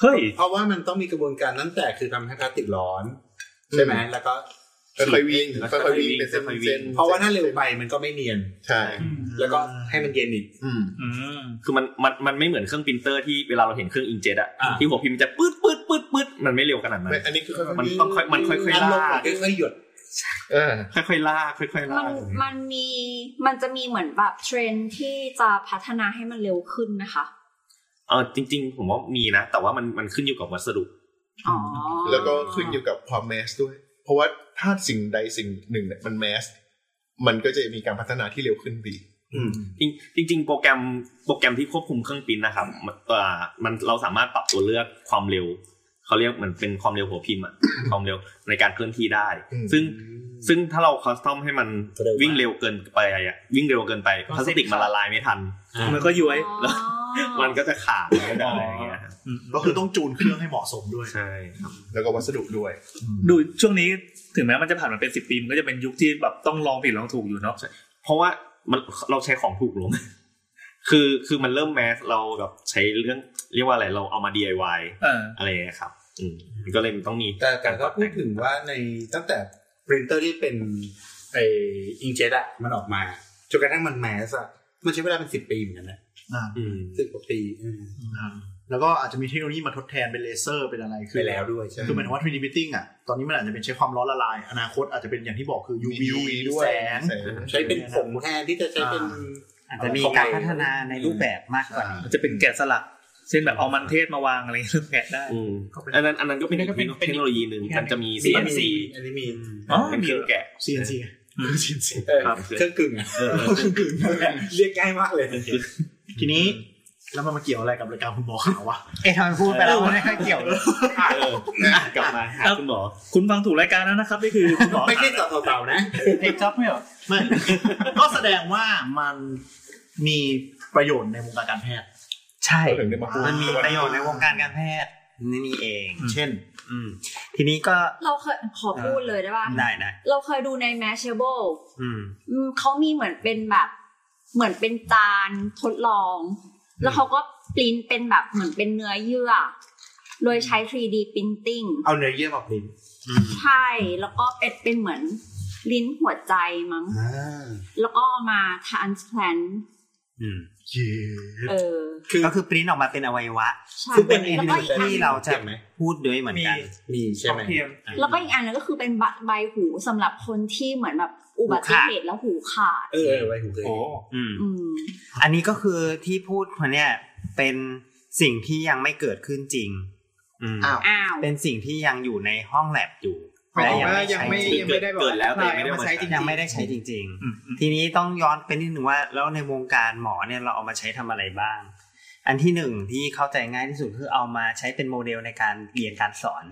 Speaker 2: เฮ้ย
Speaker 5: เพราะว่ามันต้องมีกระบวนการตั้งแต่คือทำให้พลาสติกร้อน ใช่ไหมแล้วก็
Speaker 4: ค่อยๆวิ่ง
Speaker 7: แล้วค่
Speaker 4: ค่
Speaker 7: อ
Speaker 4: อย
Speaker 7: ยๆ
Speaker 4: ๆวิ่ง
Speaker 7: วิ่ง
Speaker 4: เป็นเส้น
Speaker 7: ค่อยๆวิ่
Speaker 4: เส้น
Speaker 7: ง
Speaker 5: เพราะว่าถ้าเร็วไปมันก็ไม่เนียน
Speaker 4: ใช่
Speaker 5: แล้วก็ให้มันเย็นอีก
Speaker 1: อืม
Speaker 2: อืม
Speaker 7: คือมันมันมันไม่เหมือนเครื่องปรินเตอร์ที่เวลาเราเห็นเครื่องอิงเจ็ตอะ
Speaker 5: อ่า
Speaker 7: ที่หัวพิมพ์มันจะปื๊ดปื๊ดปื๊ดปื๊ดมันไม่เร็วขนาดนั้น
Speaker 4: ไม่อันนี้คือค่อยๆ
Speaker 7: มัน
Speaker 4: วิ่ง
Speaker 7: ต้องค่อยมันค่อยๆลาก
Speaker 5: ค่อยๆหยด
Speaker 4: อ่า
Speaker 7: ค่อยๆลากค่อยๆลา
Speaker 6: มัน
Speaker 7: ก
Speaker 6: มันมีมันจะมีเหมือนแบบเทรนด์ที่จะพัฒนาให้มันเร็วขึ้นนะคะ
Speaker 7: เออจริง ๆ ผมว่ามีนะ แต่ว่ามันมันขึ้นอยู่กับวัสดุ
Speaker 6: อ๋อ
Speaker 4: แล้วก็ขึ้นอยู่กับความแมสด้วย เพราะว่าถ้าสิ่งใดสิ่งหนึ่งเนี่ยมันแมส มันก็จะมีการพัฒนาที่เร็วขึ้นดี
Speaker 7: จริงจริง ๆ โปรแกรมโปรแกรมที่ควบคุมเครื่องปริ้นนะครับมันเอ่อมันเราสามารถปรับตัวเลือกความเร็วเขาเรียกเหมือนเป็นความเร็วหัวพิมพ์อะ ความเร็วในการเคลื่อนที่ได้
Speaker 4: อืม
Speaker 7: ซึ่งซึ่งถ้าเราคัสตอมให้มัน
Speaker 5: เร็วมาก
Speaker 7: วิ่งเร็วเกินไปอะวิ่งเร็วเกินไปพลาสติกมันละลายไม่ทัน
Speaker 2: มันก็ย้วย
Speaker 6: อ๋อ
Speaker 7: มันก็จะขาดมันก็จะอะไรอย่างเงี้ยครับ
Speaker 1: ก็คือต้องจูนเครื่องให้เหมาะสมด้วย
Speaker 7: ใช่ครับ
Speaker 4: แล้วก็วัสดุด้วย
Speaker 2: ดูช่วงนี้ถึงแม้มันจะผ่านมาเป็นสิบปีมันก็จะเป็นยุคที่แบบต้องลองผิดลองถูกอยู่เนาะ
Speaker 7: เพราะว่ามันเราใช้ของถูกลง คือคือมันเริ่มแมสเราแบบใช้เรื่องเรียกว่าอะไรเราเอามา DIY
Speaker 2: เออ
Speaker 7: อะไรอย่างเงี้ยครับ อืมมันก็เลยมันต้องมี
Speaker 5: แต่แต่
Speaker 7: กรป
Speaker 5: ถ้า
Speaker 7: รับ
Speaker 5: พูด
Speaker 7: แต่ง
Speaker 5: ถึงว่าในตั้งแต่ปรินเตอร์ที่เป็นไออิงเจตอะมันออกมาจนกระทั่งมันแมสอะมันใช้เวลาเป็นสิบปีเหมือนกันนะ
Speaker 1: อ่า
Speaker 5: สิบกว่าปีอืม
Speaker 1: แล้วก็อาจจะมีเทคโนโลยีมาทดแทนเป็นเลเซอร์เป็นอะไรคื
Speaker 5: ไป
Speaker 1: อ
Speaker 5: แล้วด้วยใช่ไหม
Speaker 1: คือหมายถึงว่า 3D printing อ่ะตอนนี้มันอาจจะเป็นใช้ความร้อนละลาย อนาคตอาจจะเป็นอย่างที่บอกคือ UV
Speaker 4: มี UV ด้วย
Speaker 1: แสง
Speaker 4: แสง
Speaker 5: ใช้เป็นผงแทนที่จะใช้เป็น
Speaker 1: อ่
Speaker 3: อาจจะมีการพัฒนาในรูปแบบมากกว่า
Speaker 2: จะเป็นแกะสลัก เช่นแบบเอามันเทศมาวางอะไรเงี้ยแกะได้
Speaker 7: อืมอันนั้นอันนั้นก็เป็นอีกเทคโนโลยีหนึ่งมันจะมี CNC
Speaker 5: อันนี้มี
Speaker 2: อ๋อ
Speaker 7: เป็น
Speaker 2: มี
Speaker 7: เครื่องแกะ
Speaker 1: CNC ไง CNC
Speaker 5: เออ
Speaker 7: ครับ
Speaker 5: เครื่องกึ่งอะเครื่องกึ่งเรียกง่ายมากเลย
Speaker 1: ทีนี้แล้วมันมาเกี่ยวอะไรกับรายการคุณหมอขาววะ
Speaker 3: เอ๊ะทำไมพูดไปแล้วไม่ค่อยเกี่ยวเลย
Speaker 7: เออกลับมาหาคุณหมอ
Speaker 2: คุณฟังถูกรายการแล้วนะครับนี่คือคุณหมอ
Speaker 5: ไม่ใช่ต่อเต่าๆนะ
Speaker 8: เทคจ็อบไม่เหรอ
Speaker 1: ไม่ ก็แสดงว่ามันมีประโยชน์ในวงการการแพทย์
Speaker 3: ใช่
Speaker 4: ถึงได้มาพูด
Speaker 3: มันมีประโยชน์ในวงการการแพทย์นี่นี่เอง
Speaker 1: เช่น
Speaker 3: อืมทีนี้ก็
Speaker 6: เราเคยขอพูดเลยได้ป่ะ
Speaker 3: ได้ได้
Speaker 6: เราเคยดูใน Mashable
Speaker 3: อืม
Speaker 6: อืมเขามีเหมือนเป็นแบบ เหมือนเป็นจานทดลอง แล้วเขาก็ปริ้นเป็นแบบเหมือนเป็นเนื้อเยื่อ โดยใช้ 3D printing
Speaker 5: เอาเนื้อเยื่อมาปริ้น
Speaker 6: ใช่ แล้วก็เป็นเป็นเหมือนลิ้นหัวใจมั้ง
Speaker 5: อ่า
Speaker 6: แล้วก็เอามา transplant
Speaker 3: อืม
Speaker 6: เออ
Speaker 3: ก็คือปริ้นออกมาเป็นอวัยวะ
Speaker 6: ใช่
Speaker 3: ซึ่งเป็นอีก
Speaker 6: แล้ว
Speaker 3: ห
Speaker 6: ก็อีกอั
Speaker 3: นึ่ง
Speaker 6: น
Speaker 3: ที่เราจะพูดด้วยเหมือน
Speaker 8: มี
Speaker 3: กัน
Speaker 5: มีใช่
Speaker 8: ของ
Speaker 5: ไหม
Speaker 8: เทียม
Speaker 6: แล้วก็อีกอันนึงก็คือเป็นใบใบหูสำหรับคนที่เหมือนแบบอุบัติเหตุแล้วหูขาด
Speaker 5: เออเออไว้หูเคย
Speaker 2: โอ้
Speaker 3: อืม
Speaker 6: อืม
Speaker 3: อันนี้ก็คือที่พูดมาเนี่ยเป็นสิ่งที่ยังไม่เกิดขึ้นจริง อืม
Speaker 1: อ้าว
Speaker 6: อ้าว
Speaker 3: เป็นสิ่งที่ยังอยู่ในห้องแลบอยู่
Speaker 8: หมาย
Speaker 3: และ
Speaker 8: ถึงว่ายังไม่
Speaker 3: ใช้จ
Speaker 8: ยั
Speaker 3: ริ
Speaker 8: ง งไม่ได้แบบ
Speaker 7: เกิดแล้วแต่
Speaker 8: แต่
Speaker 7: ยัง
Speaker 8: เอามา
Speaker 7: ไม่ได้เอามา
Speaker 8: ใช้
Speaker 7: ใช้
Speaker 8: จริง
Speaker 3: ยั
Speaker 8: ๆ
Speaker 3: งไม่ได้ใช้จริง
Speaker 2: อืมอืม
Speaker 3: ๆ ทีนี้ต้องย้อนไปนิดนึงว่า แล้วในวงการหมอเนี่ยเราเอามาใช้ทำอะไรบ้าง อันที่หนึ่งที่เข้าใจง่ายที่สุดคือเอามาใช้เป็นโมเดลในการเรียนการสอน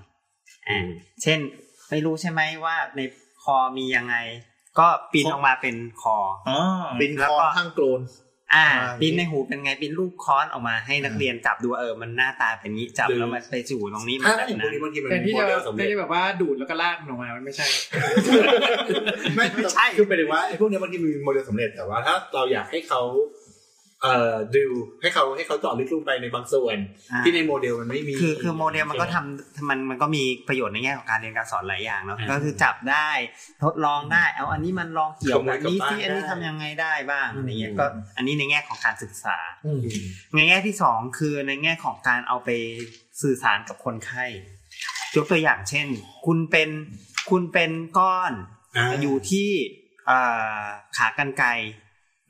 Speaker 7: อื
Speaker 3: อ่า
Speaker 7: ม
Speaker 3: เช่นไม่รู้ใช่ไหมว่าในคอมียังไง ก็ปริ้นออกมาเป็นคอ
Speaker 2: อ๋อ
Speaker 1: เป็น
Speaker 3: แล้ว
Speaker 1: คอ
Speaker 3: ก็
Speaker 1: ข้างโกลน
Speaker 3: อ่า
Speaker 1: อ่า
Speaker 3: ปริ้นในหูเป็นไงปริ้นรูปค้อนออกมาให้นักเรียนจับดูว่าเออมันหน้าตาเป็นงี้จับแล้วมันไปสู่ตรงนี้มั
Speaker 5: ถ้าน
Speaker 3: แบบ
Speaker 5: อย่างพวก
Speaker 3: นั้น
Speaker 5: นี้บางทีมัน
Speaker 8: แทนที่
Speaker 5: โม
Speaker 8: จะ
Speaker 5: เดลสำ
Speaker 8: ไม่
Speaker 5: เร็จ
Speaker 8: ได้แบบว่าดูดแล้วก็ลากมันออกมามันไม่ใช่
Speaker 5: ไม่ไม่ใช่คือหมายถึงว่าไอ้พวกเนี้ยบางทีมันมีโมเดลสำเร็จแต่ว่าถ้าเราอยากให้เขา เอ่อดิวให้เขาให้เขาเจาะลึกลงไปในบางส่วน
Speaker 3: อ่า
Speaker 5: ที่ในโมเดลมันไม่มี
Speaker 3: คือคือโมเดลมันก็ทำมันมันก็มีประโยชน์ในแง่ของการเรียนการสอนหลายอย่างเนาะก็คือจับได้ทดลองได้ เอาอันนี้มันลองเกี่ยวกับนี้สิอันนี้ทำยังไงได้บ้างอะไรเงี้ยก็อันนี้ในแง่ของการศึกษา
Speaker 5: อืม
Speaker 3: ในแง่ที่สองคือในแง่ของการเอาไปสื่อสารกับคนไข้ยกตัวอย่างเช่น คุณเป็นคุณเป็นก้อน
Speaker 5: อ่า
Speaker 3: อยู่ที่อ่าขากรรไกร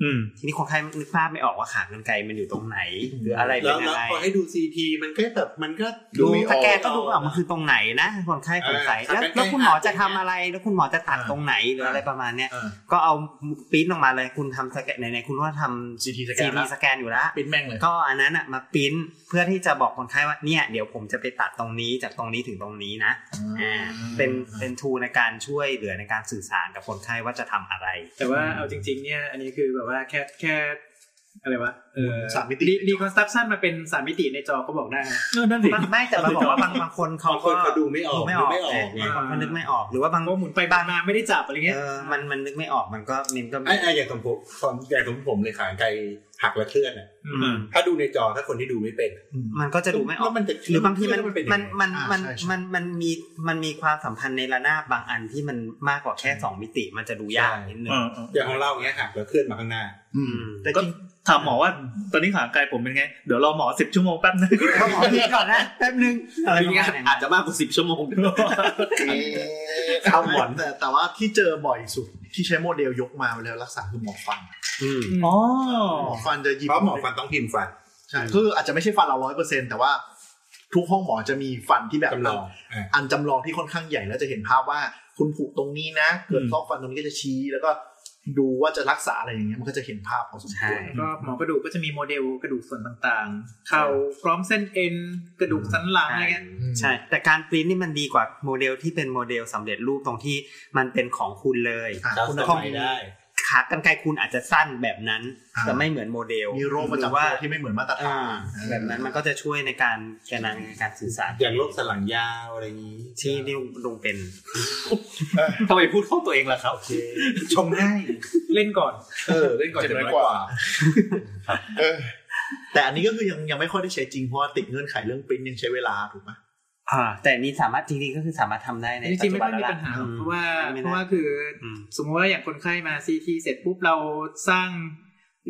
Speaker 2: อืม
Speaker 3: ทีนี้คนไข้นึกภาพไม่ออกว่าขากรรไกรมันอยู่ตรงไหน หรืออะไรเป็
Speaker 5: แล้
Speaker 3: น
Speaker 5: ว
Speaker 3: อะ
Speaker 5: แล้ว
Speaker 3: ไร
Speaker 5: พอให้ดูซีทีมันก็แบบมันก็
Speaker 3: ดู
Speaker 4: ไม่
Speaker 3: ส
Speaker 4: ออก
Speaker 3: แกนก็ดูไม่ออกมันคือตรงไหนนะคนไข้สงสัย
Speaker 5: เออ
Speaker 3: แล้ว
Speaker 5: ขากรรไกร
Speaker 3: แล้วคุณหมอจะทำ
Speaker 5: หา
Speaker 3: อะไร แล้วคุณหมอจะตัด
Speaker 5: อ่า
Speaker 3: ตรงไหนหรืออะไร
Speaker 5: อ่า
Speaker 3: ประมาณเนี้ย
Speaker 5: อ่า
Speaker 3: ก็เอาปริ้นออกมาเลยคุณทำสแกนไหนๆคุณว่าทำ
Speaker 1: ซีทีสแก
Speaker 3: CT
Speaker 1: นแล้ว
Speaker 3: สแกนอยู่แล้ว
Speaker 1: ปิ้นแม่งเลย
Speaker 3: ก็อันนั้นอ่ะมาปริ้นเพื่อที่จะบอกคนไข้ว่าเนี่ยเดี๋ยวผมจะไปตัดตรงนี้จากตรงนี้ถึงตรงนี้นะอ่าเป็นเป็นทูในการช่วยเหลือในการสื่อสารกับคนไข้ว่าจะทำอะไร
Speaker 8: แต่ว่าเอาจริง ๆ เนี่ย อันนี้คือแบบว่าแค่แค่อะไรวะเออ
Speaker 1: สามมิติ
Speaker 8: ดีคอนสตรักชั่นมาเป็นสามมิติในจอก็บอกได้นะ
Speaker 2: เออนั่นสิ
Speaker 3: ไม่แต่เราบอกว่าบางบางคนเขา
Speaker 5: บางค
Speaker 3: ก็
Speaker 5: นเขาดูไม่ออก
Speaker 3: ดูไม่ออกแต่เนี่ย
Speaker 8: อ่า
Speaker 3: เขานึกไม่ออกหรือว่าบาง
Speaker 8: ก็หมุนไปบางมาไม่ได้จับอะไรเงี้ย
Speaker 3: เออมันมันนึกไม่ออกมันก็มันก็
Speaker 5: ไอ้ไอ้อย่างของผมความอย่างของผมเลยขางไกลหักและเคลื่อนอ่ะ
Speaker 2: อืม
Speaker 5: ถ้าดูในจอถ้าคนที่ดูไม่เป็น
Speaker 3: มันก็จะดูไม่ออ
Speaker 5: แล้
Speaker 3: ก
Speaker 5: วมันจะ
Speaker 3: หรือบางทีมัน
Speaker 5: มันเป็น
Speaker 3: มันมัน
Speaker 1: อ่า
Speaker 3: มัน
Speaker 1: ใช่ใช่
Speaker 3: มันมันมีมันมีความสัมพันธ์ในระนาบบางอันที่มันมากกว่าแค่สองมิติ มันจะดูยากนิดนึง
Speaker 5: อย่างของเราเนี้ยหักแล้วเคลื่อนมาข้างหน้า
Speaker 1: อืม
Speaker 3: แต่
Speaker 2: ก็
Speaker 3: จริง
Speaker 2: ถามหมอว่าตอนนี้ขากายผมเป็นไง เดี๋ยวรอหมอสิบชั่วโมงแป๊บนึง
Speaker 3: ก็หมอพี่ก่อนนะแป๊บนึงอะไรประมาณนั้น
Speaker 7: อาจจะมากกว่าสิบชั่วโมงด้วย
Speaker 1: เอาหมอนแต่แต่ว่าที่เจอบ่อยสุดที่ใช้โมเดลยกมาเวลารักษาคือหมอฟัน
Speaker 2: อ๋อ
Speaker 1: หมอฟันจะหยิบ
Speaker 5: เพราะหมอฟันต้องพิมพ์ฟัน
Speaker 1: ใช่คืออาจจะไม่ใช่ฟันเราร้อยเปอร์เซ็นแต่ว่าทุกห้องหมอจะมีฟันที่แบบ
Speaker 5: จำลองอ่า
Speaker 1: อันจำลองที่ค่อนข้างใหญ่แล้วจะเห็นภาพว่าคุณผูกตรงนี้นะ เกิดซอกฟันตรงนี้ก็จะชี้ แล้วก็ดูว่าจะรักษาอะไรอย่างเงี้ยมันก็จะเห็นภาพพอสม
Speaker 3: ใช่
Speaker 1: ควร
Speaker 8: ก็หมอกระดูกก็จะมีโมเดลกระดูกส่วนต่างๆ เข่าพร้อมเส้นเอ็นกระดูกสันหลังอะไรเงี้ย
Speaker 3: ใช่ แต่การปริ้นนี่มันดีกว่าโมเดลที่เป็นโมเดลสำเร็จรูปตรงที่มันเป็นของคุณเลย
Speaker 1: อ่ะ
Speaker 5: เรา
Speaker 1: คุณ
Speaker 5: ส
Speaker 1: ข้อ
Speaker 5: มั
Speaker 1: มู
Speaker 5: ย
Speaker 1: ล
Speaker 5: ได้
Speaker 3: ขากรรไกรคุณอาจจะสั้นแบบนั้น
Speaker 1: อ่า
Speaker 3: แต่ไม่เหมือนโมเดล
Speaker 1: มีโรคประ
Speaker 3: ห
Speaker 1: จำ
Speaker 3: อ
Speaker 1: ตั
Speaker 3: ว่าว
Speaker 1: ที่ไม่เหมือนมาตรฐา
Speaker 3: อ่าน แบบนั้นมันก็จะช่วยในการแกนนในการสื่อสาร
Speaker 5: อย่างโรคสนหลังยาวอะไรอย่างนี้
Speaker 3: ที่ที่ลุงเป็น
Speaker 7: ทำไมพูดเข้าตัวเองล่ะครับ
Speaker 5: ชมให้
Speaker 8: เล่นก่อน
Speaker 5: เออเล่นก่อน
Speaker 4: เจ็บ
Speaker 5: เจ็
Speaker 4: บ น้อ
Speaker 5: น้อยย
Speaker 4: ก
Speaker 5: ก
Speaker 4: ว่า
Speaker 5: ว่า
Speaker 4: เออ
Speaker 1: แต่อันนี้ก็คือยังยังไม่ค่อยได้ใช้จริงเพราะว่าติดเงื่อนไขเรื่องปริ้นยังใช้เวลาถูกไหม
Speaker 3: อ่า แต่นี่สามารถจริงๆก็คือสามารถทำได้ใน
Speaker 8: จ
Speaker 3: ปัจ
Speaker 8: ริงๆ
Speaker 3: จุ
Speaker 8: ไม่
Speaker 3: บั
Speaker 8: ค่อน ย
Speaker 3: แล้
Speaker 8: มีปั
Speaker 3: วล่ะ
Speaker 8: ญหา
Speaker 3: อืม
Speaker 8: เพราะว่า
Speaker 3: ไม่
Speaker 8: เพ
Speaker 3: น่
Speaker 8: ราะว่าคือ
Speaker 3: อืม
Speaker 8: สมมติว่าอย่างคนไข้มาซีทีเสร็จปุ๊บเราสร้าง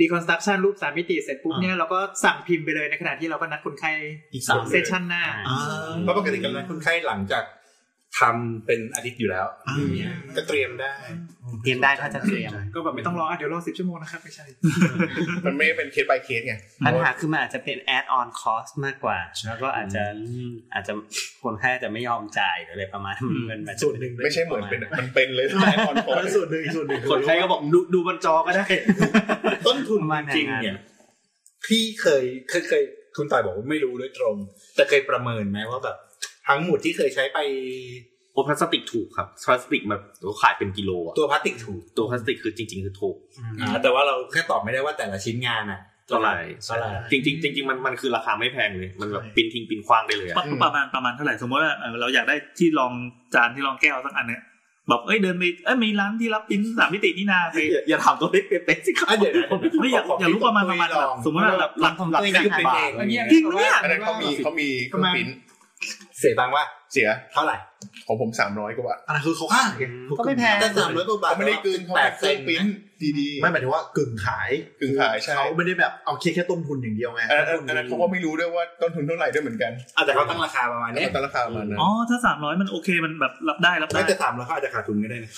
Speaker 8: รีคอนสตรักชันรูปสามมิติเสร็จปุ๊บ
Speaker 1: อ่า
Speaker 8: เนี่ยเราก็สั่งพิมพ์ไปเลยในขณะที่เราก็นัดคนไข้
Speaker 1: อีกสาม
Speaker 8: เซสชันหน้า
Speaker 3: อ่
Speaker 5: เพราะปกติกำลังคนไข้หลังจากทำเป็นอาทิตย์อยู่แล้วก็เตรียมได้
Speaker 3: เตรียมได้ถ้าจะเตรียม
Speaker 8: ก็แบบไม่ต้องรออ่ะเดี๋ยวรอสิบชั่วโมงนะครับไม่ใช่
Speaker 4: มันไม่ได้เป็นเคส by เคสไง
Speaker 3: ปัญหาคือมันอาจจะเป็น add on cost มากกว่า แล้วก็อาจจะอาจจะคนไข้อาจจะไม่ยอมจ่ายหรืออะไรประมาณนั้นมันมัน
Speaker 1: ส่วนหนึ่ง
Speaker 4: ไม่ใช่เหมือนเป็นมันเป็นเลยแต่ตอนก่อน
Speaker 1: ส่วนหนึ่งอีกส่วนหนึ่ง
Speaker 7: คนไข้ก็บอกดูดูบนจอก็ได้
Speaker 5: ต้นทุน
Speaker 3: ประมาณ
Speaker 5: จริงๆเนี่ยพี่เคยเคยเคยคุณต่อยบอกว่าไม่รู้โดยตรง แต่เคยประเมินไหมว่าแบบทั้งหมดที่เคยใช้ไป
Speaker 7: โอ้พลาสติกถูกครับ พลาสติกแบบโอ้ขายเป็นกิโลอะ
Speaker 5: ตัวพลาสติกถูก
Speaker 7: ตัวพลาสติกคือจริง ๆ คือถูก
Speaker 5: อ่าแต่ว่าเราแค่ตอบไม่ได้ว่าแต่ละชิ้นงานอ่ะ
Speaker 7: เท่าไหร่
Speaker 5: เท่าไหร่
Speaker 7: จริงๆจริงๆมันมันคือราคาไม่แพงเลย มันแบบปินทิ้งปินคว้างได้เลยอะ
Speaker 2: ประมาณประมาณเท่าไหร่ สมมติว่าเอ่อเราอยากได้ที่รองจานที่รองแก้วสักอันเนี่ยบอกเอ้ยเดินไปเอ้ยมีร้านที่รับปิ้นสามมิตินี่นาไป
Speaker 7: อย่าอย่าถามตัวเลขเป๊ะๆสิครับ
Speaker 5: อ่ะเดี๋ยวนะ
Speaker 2: ผมไม่อยากอยากรู้ประมาณประมาณแบบสมมติว่าหลักหลักหลัก
Speaker 5: นี่คือเป็นเอง
Speaker 8: อันนี้
Speaker 2: จริงปะเนี่ย
Speaker 4: อันนั้นเขามีเขามีเครื่องปิ้น
Speaker 5: เสียตังค์ว่า
Speaker 4: เสีย
Speaker 5: เท่าไหร่
Speaker 4: ของผมสามร้อยกว่าบาท
Speaker 1: อันนั้นคือเขาอ้างไง
Speaker 3: ก็ไม่แพง
Speaker 5: แต่สามร้อยกว่าบาท
Speaker 4: เขาไม่ได้กลืนเขา
Speaker 5: แป
Speaker 4: เป็นเค
Speaker 5: ดเซ
Speaker 4: รื่อง
Speaker 5: นต์
Speaker 4: ปิ้นดีๆ
Speaker 1: ไม่หมายถึงว่ากึ่งขาย
Speaker 4: กึ่งขายใช่
Speaker 1: เขาไม่ได้แบบเอาแค่แค่ต้นทุนอย่างเดียวไง
Speaker 4: อันนั้นอันนั้นเขาก็ไม่รู้ด้วยว่าต้นทุนเท่าไหร่ด้วยเหมือนกัน
Speaker 5: อาจจะเขาตั้งราคาประมาณ
Speaker 4: แล้ว
Speaker 5: เนี้ย
Speaker 4: มันตั้งราคาประมาณนั้น
Speaker 2: อ๋อถ้าสามร้อยมันโอเคมันแบบรับได้รับได้
Speaker 5: ไม่แต่สามร้อยเขาอาจจะขาดทุนก็ได้นะ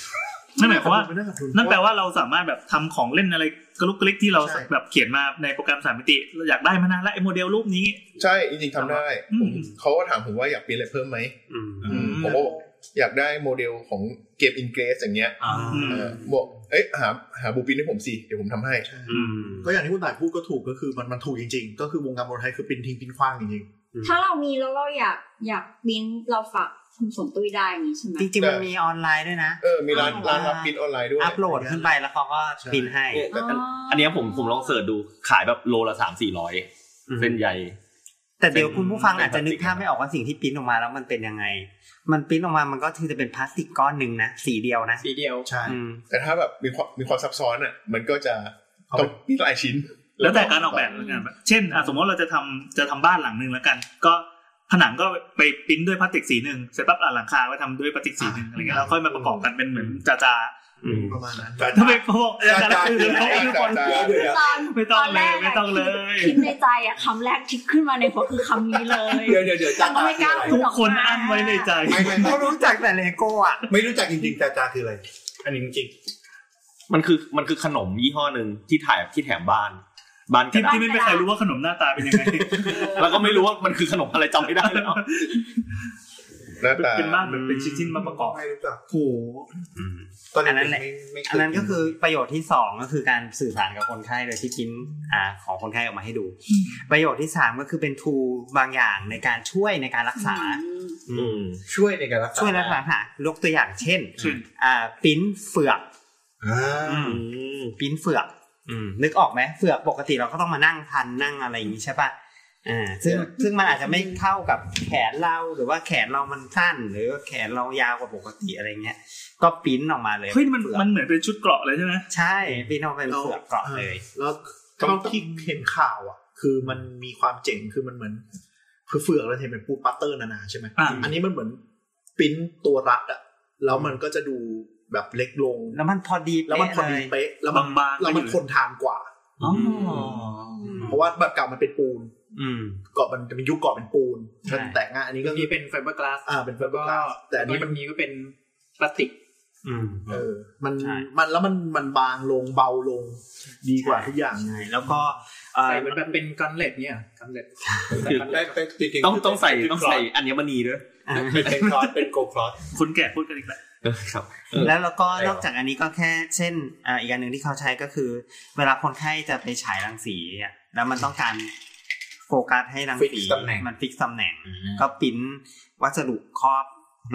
Speaker 2: นั่นหมายความว่า
Speaker 1: ไม่น่ขาดทุน
Speaker 2: นั่นแปลว่าเราสามารถแบบทำของเล่นอะไรกระลุกกระลิกที่เรา
Speaker 1: ใช่
Speaker 2: แบบเขียนมาในโปรแกรมสามมิติเราอยากได้มานานแล้วไอ้โมเดลรูปนี้
Speaker 4: ใช่จริงๆทำได้
Speaker 2: อืม
Speaker 4: ผมเขาก็ถามผมว่าอยากเปลี่ยนอะไรเพิ่มไหม
Speaker 3: อืม
Speaker 2: อืม
Speaker 4: ผมก็บอกอยากได้โมเดลของเกมอินเกรสอย่างเงี้ย
Speaker 5: อ่า
Speaker 2: อืม
Speaker 4: เออบอกเอ้ยหาหาบูปินให้ผมสิเดี๋ยวผมทำให้
Speaker 3: อืม
Speaker 1: ก็อย่างที่คุณต่ายพูดก็ถูกก็คือมันมันถูกจริงๆ ก็คือวงการบอลไทยคือปินทิ้งปินขว้างจริง
Speaker 6: ถ้าเรามีแล้วเราอยากอยากบินเราฝากคุณสมตุ้ยได้อย่างนี้ใช่ไหม
Speaker 3: จริงๆมันมีออนไลน์ด้วยนะ
Speaker 4: เออมีร้าน
Speaker 6: อ๋อ
Speaker 4: ร้านรับปินออนไลน์ด้วย
Speaker 3: อัพโหลดขึ้นไปแล้วเขาก็พิมพ์ให้
Speaker 7: แต่อันอันเนี้ยผมผมลองเสิร์ชดูขายแบบโลละสามสี่ร้อย
Speaker 3: อืม
Speaker 7: เส้นใหญ่
Speaker 3: แต่เดี๋ยวคุณผู้ฟังอาจจะนึกภาพไม่ออกว่าสิ่งที่พิมพ์ออกมาแล้วมันเป็นยังไง มันพิมพ์ออกมามันก็คือจะเป็นพลาสติกก้อนหนึ่งนะสีเดียวนะ
Speaker 8: สีเดียว
Speaker 1: ๆ ใช่
Speaker 3: อืม
Speaker 4: แต่ถ้าแบบมีความมีความซับซ้อนอ่ะมันก็จะต้องมีหลายชิ้น
Speaker 2: แล้วแต่การออกแบบแล้วกัน เช่นอ่ะสมมติเราจะทำจะทำบ้านหลังหนึ่งแล้วกัน ก็ผนังก็ไปปริ้นด้วยพลาสติกสีหนึ่งเสร็จปั๊บอ่ะหลังคาไว้ทำด้วยพลาสติกสีหนึ่งอะไรเงี้ยแล้วค่อยมาประกอบกันเป็นเหมือนจาจา
Speaker 7: อืม
Speaker 1: ประมาณนั้น
Speaker 2: ๆทำไมพวกอาจารย์คือเขา
Speaker 4: ได้
Speaker 2: ไอ้ทุกคน
Speaker 4: ได้ได้ได้
Speaker 6: ตอน
Speaker 2: ไม่ต้อ
Speaker 6: ะ
Speaker 2: งเลยไม่ต้องเลย
Speaker 6: คิดในใจอะคำแรกที่ขึ้นมาในหัวคือคำนี้เลย
Speaker 5: เดี๋ยวเดี๋ยวเดี๋ยว
Speaker 6: แต่
Speaker 5: จ้า
Speaker 6: ก็
Speaker 5: จ้า
Speaker 6: ไม่
Speaker 5: คื
Speaker 6: ก
Speaker 5: อ
Speaker 6: ล้าพูดออ
Speaker 5: อะไร
Speaker 2: ทุก
Speaker 6: มา
Speaker 2: คนอั้นไว้ในใจ
Speaker 5: ไม่ไม่ไม่
Speaker 3: เขารู้จักแต่เลโก้อะ
Speaker 5: ไม่รู้จักจริงๆจ้าจ้าคืออะไร
Speaker 1: อันนี้จริง
Speaker 7: มันคือมันคือขนมยี่ห้อหนึ่งที่ถ่ายที่แถมบ้าน บ้านก
Speaker 2: ที่
Speaker 7: ระดาษ
Speaker 2: ที่ไม่มีใครรู้ว่าขนมหน้าตาเป็นยังไง
Speaker 7: แล้วก็ไม่รู้ว่ามันคือขนมอะไรจำไม่ได้แล้ว
Speaker 4: หน้าตา
Speaker 2: เป็นบ้านแบบเป็นชิ้นๆมาประกอบ
Speaker 5: ไม่รู้จัก
Speaker 2: โอ้โห
Speaker 5: ตอนนั้นแหละไม่
Speaker 3: อันนั้นก็คือประโยชน์ที่สองก็คือการสื่อสารกับคนไข้โดยที่พิมพ์อ่าของคนไข้ออกมาให้ดู ประโยชน์ที่สามก็คือเป็นทูบางอย่างในการช่วยในการรักษา
Speaker 7: อืม
Speaker 5: ช่วยในการรักษา
Speaker 3: ช่วยรักษาหายกตัวอย่างเช่น
Speaker 2: เช่น
Speaker 3: อ่าปิ้นเฟือก
Speaker 5: อ่า
Speaker 3: อืม ปิ้นเฟือกนึกออกไหมเฟือกปกติเราก็ต้องมานั่งพันนั่งอะไรอย่างนี้ใช่ปะอ่าซึ่งซึ่งมันอาจจะไม่เท่ากับแขนเราหรือว่าแขนเรามันสั้น หรือว่าแขนเรายาวกว่าปกติอะไรเงี้ย ก็ปิ้นออกมาเลย
Speaker 2: เฮ้ยมัน
Speaker 3: ฟือก
Speaker 2: มันเหมือนเป็นชุดเกราะเลยใช่ไหม
Speaker 3: ใช่ปิ้นออกมาเป็นเฟือกเกาะเลย
Speaker 1: แล้วเท่าที่เห็นข่าวอ่ะ คือมันมีความเจ๋งคือมันเหมือน คือเฟือกเราเห็นเป็นปูปัตเตอร์นานาใช่ไหม
Speaker 2: อ่ะ
Speaker 1: อันนี้มันเหมือนปริ้นตัวรัดอ่ะแล้วมันก็จะดูแบบเล็กลง
Speaker 3: แล้วมันพอดี
Speaker 1: แล้วมันพอดี
Speaker 3: เป๊ะเลย
Speaker 1: เป๊ะแล้วมัน
Speaker 2: บางๆ
Speaker 1: แล้วมัน
Speaker 2: อยู่
Speaker 1: ทนทานกว่า
Speaker 3: อ๋อ
Speaker 1: เพราะว่าแบบเก่ามันเป็นปูน
Speaker 3: อืม
Speaker 1: เกาะมันจะเป็นยุคเกาะเป็นปูน
Speaker 3: ใช่
Speaker 1: มันแตกง่ายอันนี้ก็
Speaker 8: นี่เป็นไฟเบอร์กลาส
Speaker 1: อ่าเป็นเฟอร์เบอร์
Speaker 8: ก็
Speaker 1: แต่อันนี้มัน
Speaker 8: มีก็เป็นพลาสติก
Speaker 3: อืม
Speaker 1: เออ มัน
Speaker 3: ใช่
Speaker 1: มันแล้วมันมันบางลงเบาลงดีกว่าทุกอย่าง
Speaker 3: ใช่แล้วก็เอ่อ
Speaker 8: ใส่เหมือนแบบเป็นกอนเล็ตเนี่ยกอนเล็ต
Speaker 7: คือ
Speaker 5: ได้ไปจริงๆ
Speaker 7: ต้องต้องใส่ต้องใส่อัญมณีด้วย
Speaker 3: อ่า
Speaker 5: เป็นเป็นคลอสเป็นโกคลอส
Speaker 2: คนแก่พูดกันอีกแล้ว
Speaker 7: เออครับ
Speaker 3: แล้วแล้วก็
Speaker 5: ใช่หรอ
Speaker 3: นอกจากอันนี้ก็แค่เช่นอ่าอีกอันหนึ่งที่เขาใช้ก็คือ เวลาคนไข้จะไปฉายรังสีอ่ะแล้วมันต้องการโฟกัสให้รังสี
Speaker 5: Fix ตำแหน่ง
Speaker 3: มันฟิกตำแหน่ง ก็ปริ้นวัสดุครอบ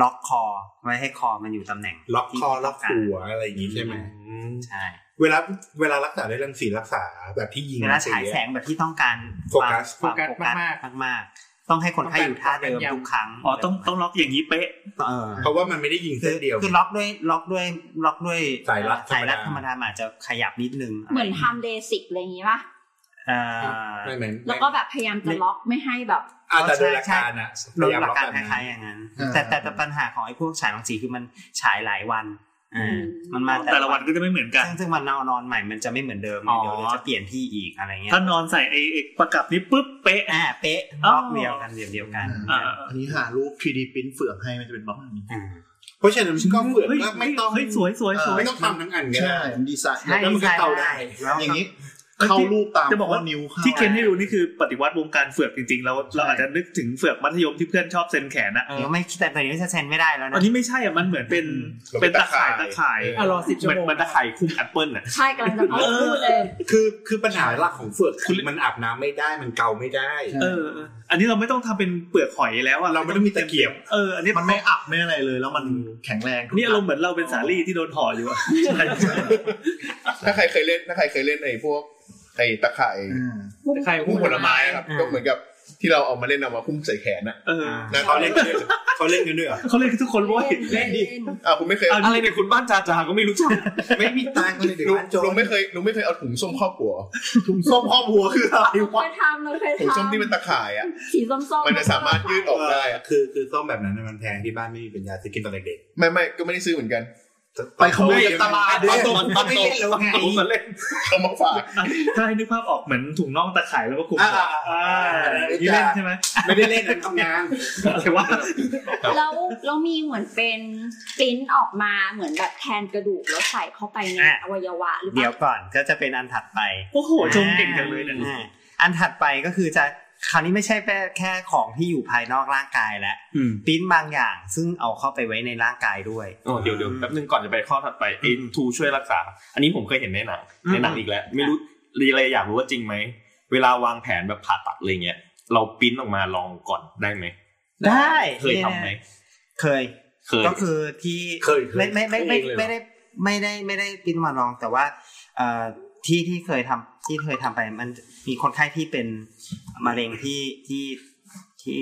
Speaker 3: ล็อกคอ ไว้ให้คอมันอยู่ตำแหน่ง
Speaker 5: ล็อกคอ
Speaker 3: ที่
Speaker 5: ล็อกหัวอะไรอย่างนี้ใช่ไหม
Speaker 3: ใช่
Speaker 5: เวลาเวลารักษาด้วยรังสีรักษาแบบที่ยิง
Speaker 3: เวลาฉายแสงแบบที่ต้องการ
Speaker 5: โฟกัส
Speaker 3: ความความ
Speaker 8: โฟ
Speaker 3: โฟ
Speaker 8: กั
Speaker 3: กั
Speaker 8: ส
Speaker 3: ส
Speaker 8: มาก
Speaker 3: มากๆต้องให้คนไข้อยู่ท่าเดิมทุกครั้ง
Speaker 2: อ๋อต้องต้องล็อกอย่างนี้เป๊ะ
Speaker 3: เออ
Speaker 5: เพราะว่ามันไม่ได้ยิง
Speaker 3: คื
Speaker 5: เส้
Speaker 3: อน
Speaker 5: เดียว
Speaker 3: คือล็อกด้วยล็อกด้วยล็อกด้วย
Speaker 5: สายรัด
Speaker 3: สายรัด
Speaker 5: ธ
Speaker 3: ธร
Speaker 5: รร
Speaker 3: ร
Speaker 5: ม
Speaker 3: ม
Speaker 5: ดา
Speaker 3: ดาอาจจะขยับนิดนึง
Speaker 6: เหมือนทำเดสิกอะไรอย่างงี้ป่ะ
Speaker 3: เอ่อ
Speaker 5: ไม่เหมือน
Speaker 6: แล้วก็แบบพยายามจะล็อกไม่ให้แบบ
Speaker 5: อ่าแต่โดย
Speaker 3: ใช่
Speaker 5: หลักการนะ
Speaker 3: โดย
Speaker 5: พยยม
Speaker 3: หลักการ
Speaker 5: แบบ
Speaker 3: ค
Speaker 5: นั้น
Speaker 3: ล้ายๆอย่างนั้น
Speaker 1: อ่า
Speaker 3: แต่แต่แต่ปัญหาของไอ้พวกฉายรังสีคือมันฉายหลายวันอ่า
Speaker 6: อืม
Speaker 3: มันมา
Speaker 2: แต่ละวันก็จะไม่เหมือนกัน
Speaker 3: ซึ่งซึ่งมันเอานอนใหม่มันจะไม่เหมือนเดิม
Speaker 2: อ๋อ
Speaker 3: เดี๋ยวจะเปลี่ยนที่อีกอะไรเงี้ย
Speaker 2: ถ้านอนใส่ไอ้ไอ้ประกับนี้ปุ๊บเป๊ะ
Speaker 3: อ่าเป๊ะ
Speaker 2: อ๋อ
Speaker 3: ล็อกเดียวกันเดียวเดียวกัน
Speaker 2: อ่า
Speaker 1: อันนี้หารูป 3D พิมพ์เฟือกให้มันจะเป็นประมาณนี้
Speaker 3: อ่า
Speaker 5: เพราะฉะนั้นก็เฟื่อง
Speaker 2: เฮ้ย
Speaker 5: ก็ไม่ต้อง
Speaker 2: เฮ้ยสวยสวย
Speaker 1: เออ
Speaker 2: สวย
Speaker 5: ไม่ต้องทำทั้งอันก็
Speaker 1: ใช่
Speaker 5: ได้
Speaker 1: มันดีไซน์
Speaker 3: ใช่
Speaker 1: แล้วมันก็
Speaker 3: ใช่
Speaker 1: เกาได้
Speaker 3: แล้ว
Speaker 1: อย่างนี้
Speaker 3: นี้
Speaker 1: เข้ารูปตาม
Speaker 2: จะบอกว่า
Speaker 1: ข้นิ้วข้า
Speaker 2: ที่เคนให้
Speaker 1: อะไร
Speaker 2: ดูนี่คือปฏิวัติวงการเฟือกจริงๆ แล้วเราอาจจะนึกถึงเฟือกมัธยมที่เพื่อนชอบเซ็นแขนอะ
Speaker 3: เออไม่แต่ตอนนี้จะเซ็นไม่ได้แล้ว
Speaker 2: อั
Speaker 3: นะ
Speaker 2: นนี้ไม่ใช่อะมันเหมือนเป็นเป็นตะข่ายตะข่าย
Speaker 8: อ่ะรอสิบชั่ว
Speaker 7: มัน
Speaker 8: โมง
Speaker 7: มันตะไคร่คุ้มแอปเปิลอ่ะ
Speaker 6: ใช่กำลังจะพูดเลย
Speaker 5: คือคือปัญหาหลักของเฟือกคือมันอาบน้ำไม่ได้มันเกาไม่ได้
Speaker 2: เออเออ อันนี้เราไม่ต้องทำเป็นเปลือกหอยแล้วอะ
Speaker 5: เราไม่ต้องมีตะเกียบ
Speaker 2: เอออันนี้
Speaker 1: มันไม่อับไม่อะไรเลย แล้วมันแข็งแรง
Speaker 2: นี่อารมณ์เหมือนเราเป็นสาลี่ที่โดนห่ออยู่อะ
Speaker 4: ถ้าใครเคยเล่นถ้าใครเคยเล่นไอ้พวกไอ้ตะข่าย
Speaker 1: อ่า
Speaker 8: ใคร
Speaker 4: พุ่มผลไม้ครับก็เหมือนกับที่เราเอามาเล่นเอามาพุ่มใส่แขนนะ
Speaker 2: เออ
Speaker 5: นะเขาเล่นกันด้วยเขาเล่นกันด้วยเหรอ
Speaker 2: เขาเรียกทุกคนว่า
Speaker 6: เล่นดิ
Speaker 4: อ้าวคุณไม่เคย
Speaker 7: อะไรเนี่ยคุณบ้านจาจาก็ไม่รู้จัก
Speaker 5: ไม่มีตังค์เลยเดี๋ยว
Speaker 4: ลุง
Speaker 5: บ้านโจ
Speaker 4: ลุ
Speaker 5: รง
Speaker 4: ไม่เคยลุงไม่เคยเอาถุงส้มครอบหัว
Speaker 1: ถุงส้มครอบหัวคืออะไร
Speaker 6: เราเค
Speaker 1: วะ
Speaker 6: ยทำเราเคย
Speaker 4: ถุงส้มที่เป็น
Speaker 6: ทำ
Speaker 4: ตะข่ายอ่ะ
Speaker 6: สีส้มๆ
Speaker 4: มันจะสามารถยืดออกได้อะ
Speaker 5: คือคือส้มแบบนั้นน่ะมันแพงที่บ้านไม่มีปัญญาซื้อกินตอนเด็ก
Speaker 4: ไม่ไม่ก็ไม่ได้ซื้อเหมือนกัน
Speaker 5: ๆ
Speaker 1: ไปขโมยจากตลาดดิ
Speaker 5: ตอนโตตอนโตแล้วไง
Speaker 7: ผมมาเล่น
Speaker 4: เอามาฝาก
Speaker 2: อ่ะถ้าให้นึกภาพออกเหมือนถุงน่องตะข่ายแล้วก็คลุม
Speaker 5: อ่า
Speaker 2: อ่าอย่างนี่เล่นใช่ไหม
Speaker 5: ไม่ได้เล่นนะทำงาน
Speaker 2: แต่ว่า
Speaker 6: แล้วเรามีเหมือนเป็นปริ้นออกมาเหมือนแบบแทนกระดูกแล้วใส่เข้าไปในอวัยวะหรือเป
Speaker 3: เดี๋ยว
Speaker 6: ล่า
Speaker 3: ก่อนก็จะเป็นอันถัดไป
Speaker 2: โอ้โหชมเก่งจังเลยเนี่ย
Speaker 3: อ่าอันถัดไปก็คือจะคราวนี้ไม่ใช่แค่แค่ของที่อยู่ภายนอกร่างกายแล้ว
Speaker 2: อืม
Speaker 3: ปริ้นบางอย่างซึ่งเอาเข้าไปไว้ในร่างกายด้วย
Speaker 7: อ๋อเดี๋ยวเดี๋ยวแป๊บนึงก่อนจะไปข้อถัดไปไอ้
Speaker 3: อืม
Speaker 7: ทูช่วยรักษา อันนี้ผมเคยเห็นในหนัง
Speaker 3: อืม
Speaker 7: ในหนังอีกแล้ว ไม่รู้รีเลยอยากรู้ว่าจริงไหม เวลาวางแผนแบบผ่าตัดอะไรเงี้ยเราปริ้นออกมาลองก่อนได้ไหม
Speaker 3: ได้
Speaker 7: เคยทำไหม
Speaker 3: เคย
Speaker 7: เคย
Speaker 3: ก็คือที่
Speaker 5: เคยเคย
Speaker 3: ไม่ไม่ไม่ไม่
Speaker 5: เคยเลยเหรอ
Speaker 3: ไม่ได้ไม่ได้ไม่ได้ปริ้นมาลองแต่ว่าเอ่อที่ที่เคยทำที่เคยทำไปมันมีคนไข้ที่เป็นมะเร็งที่ที่ที่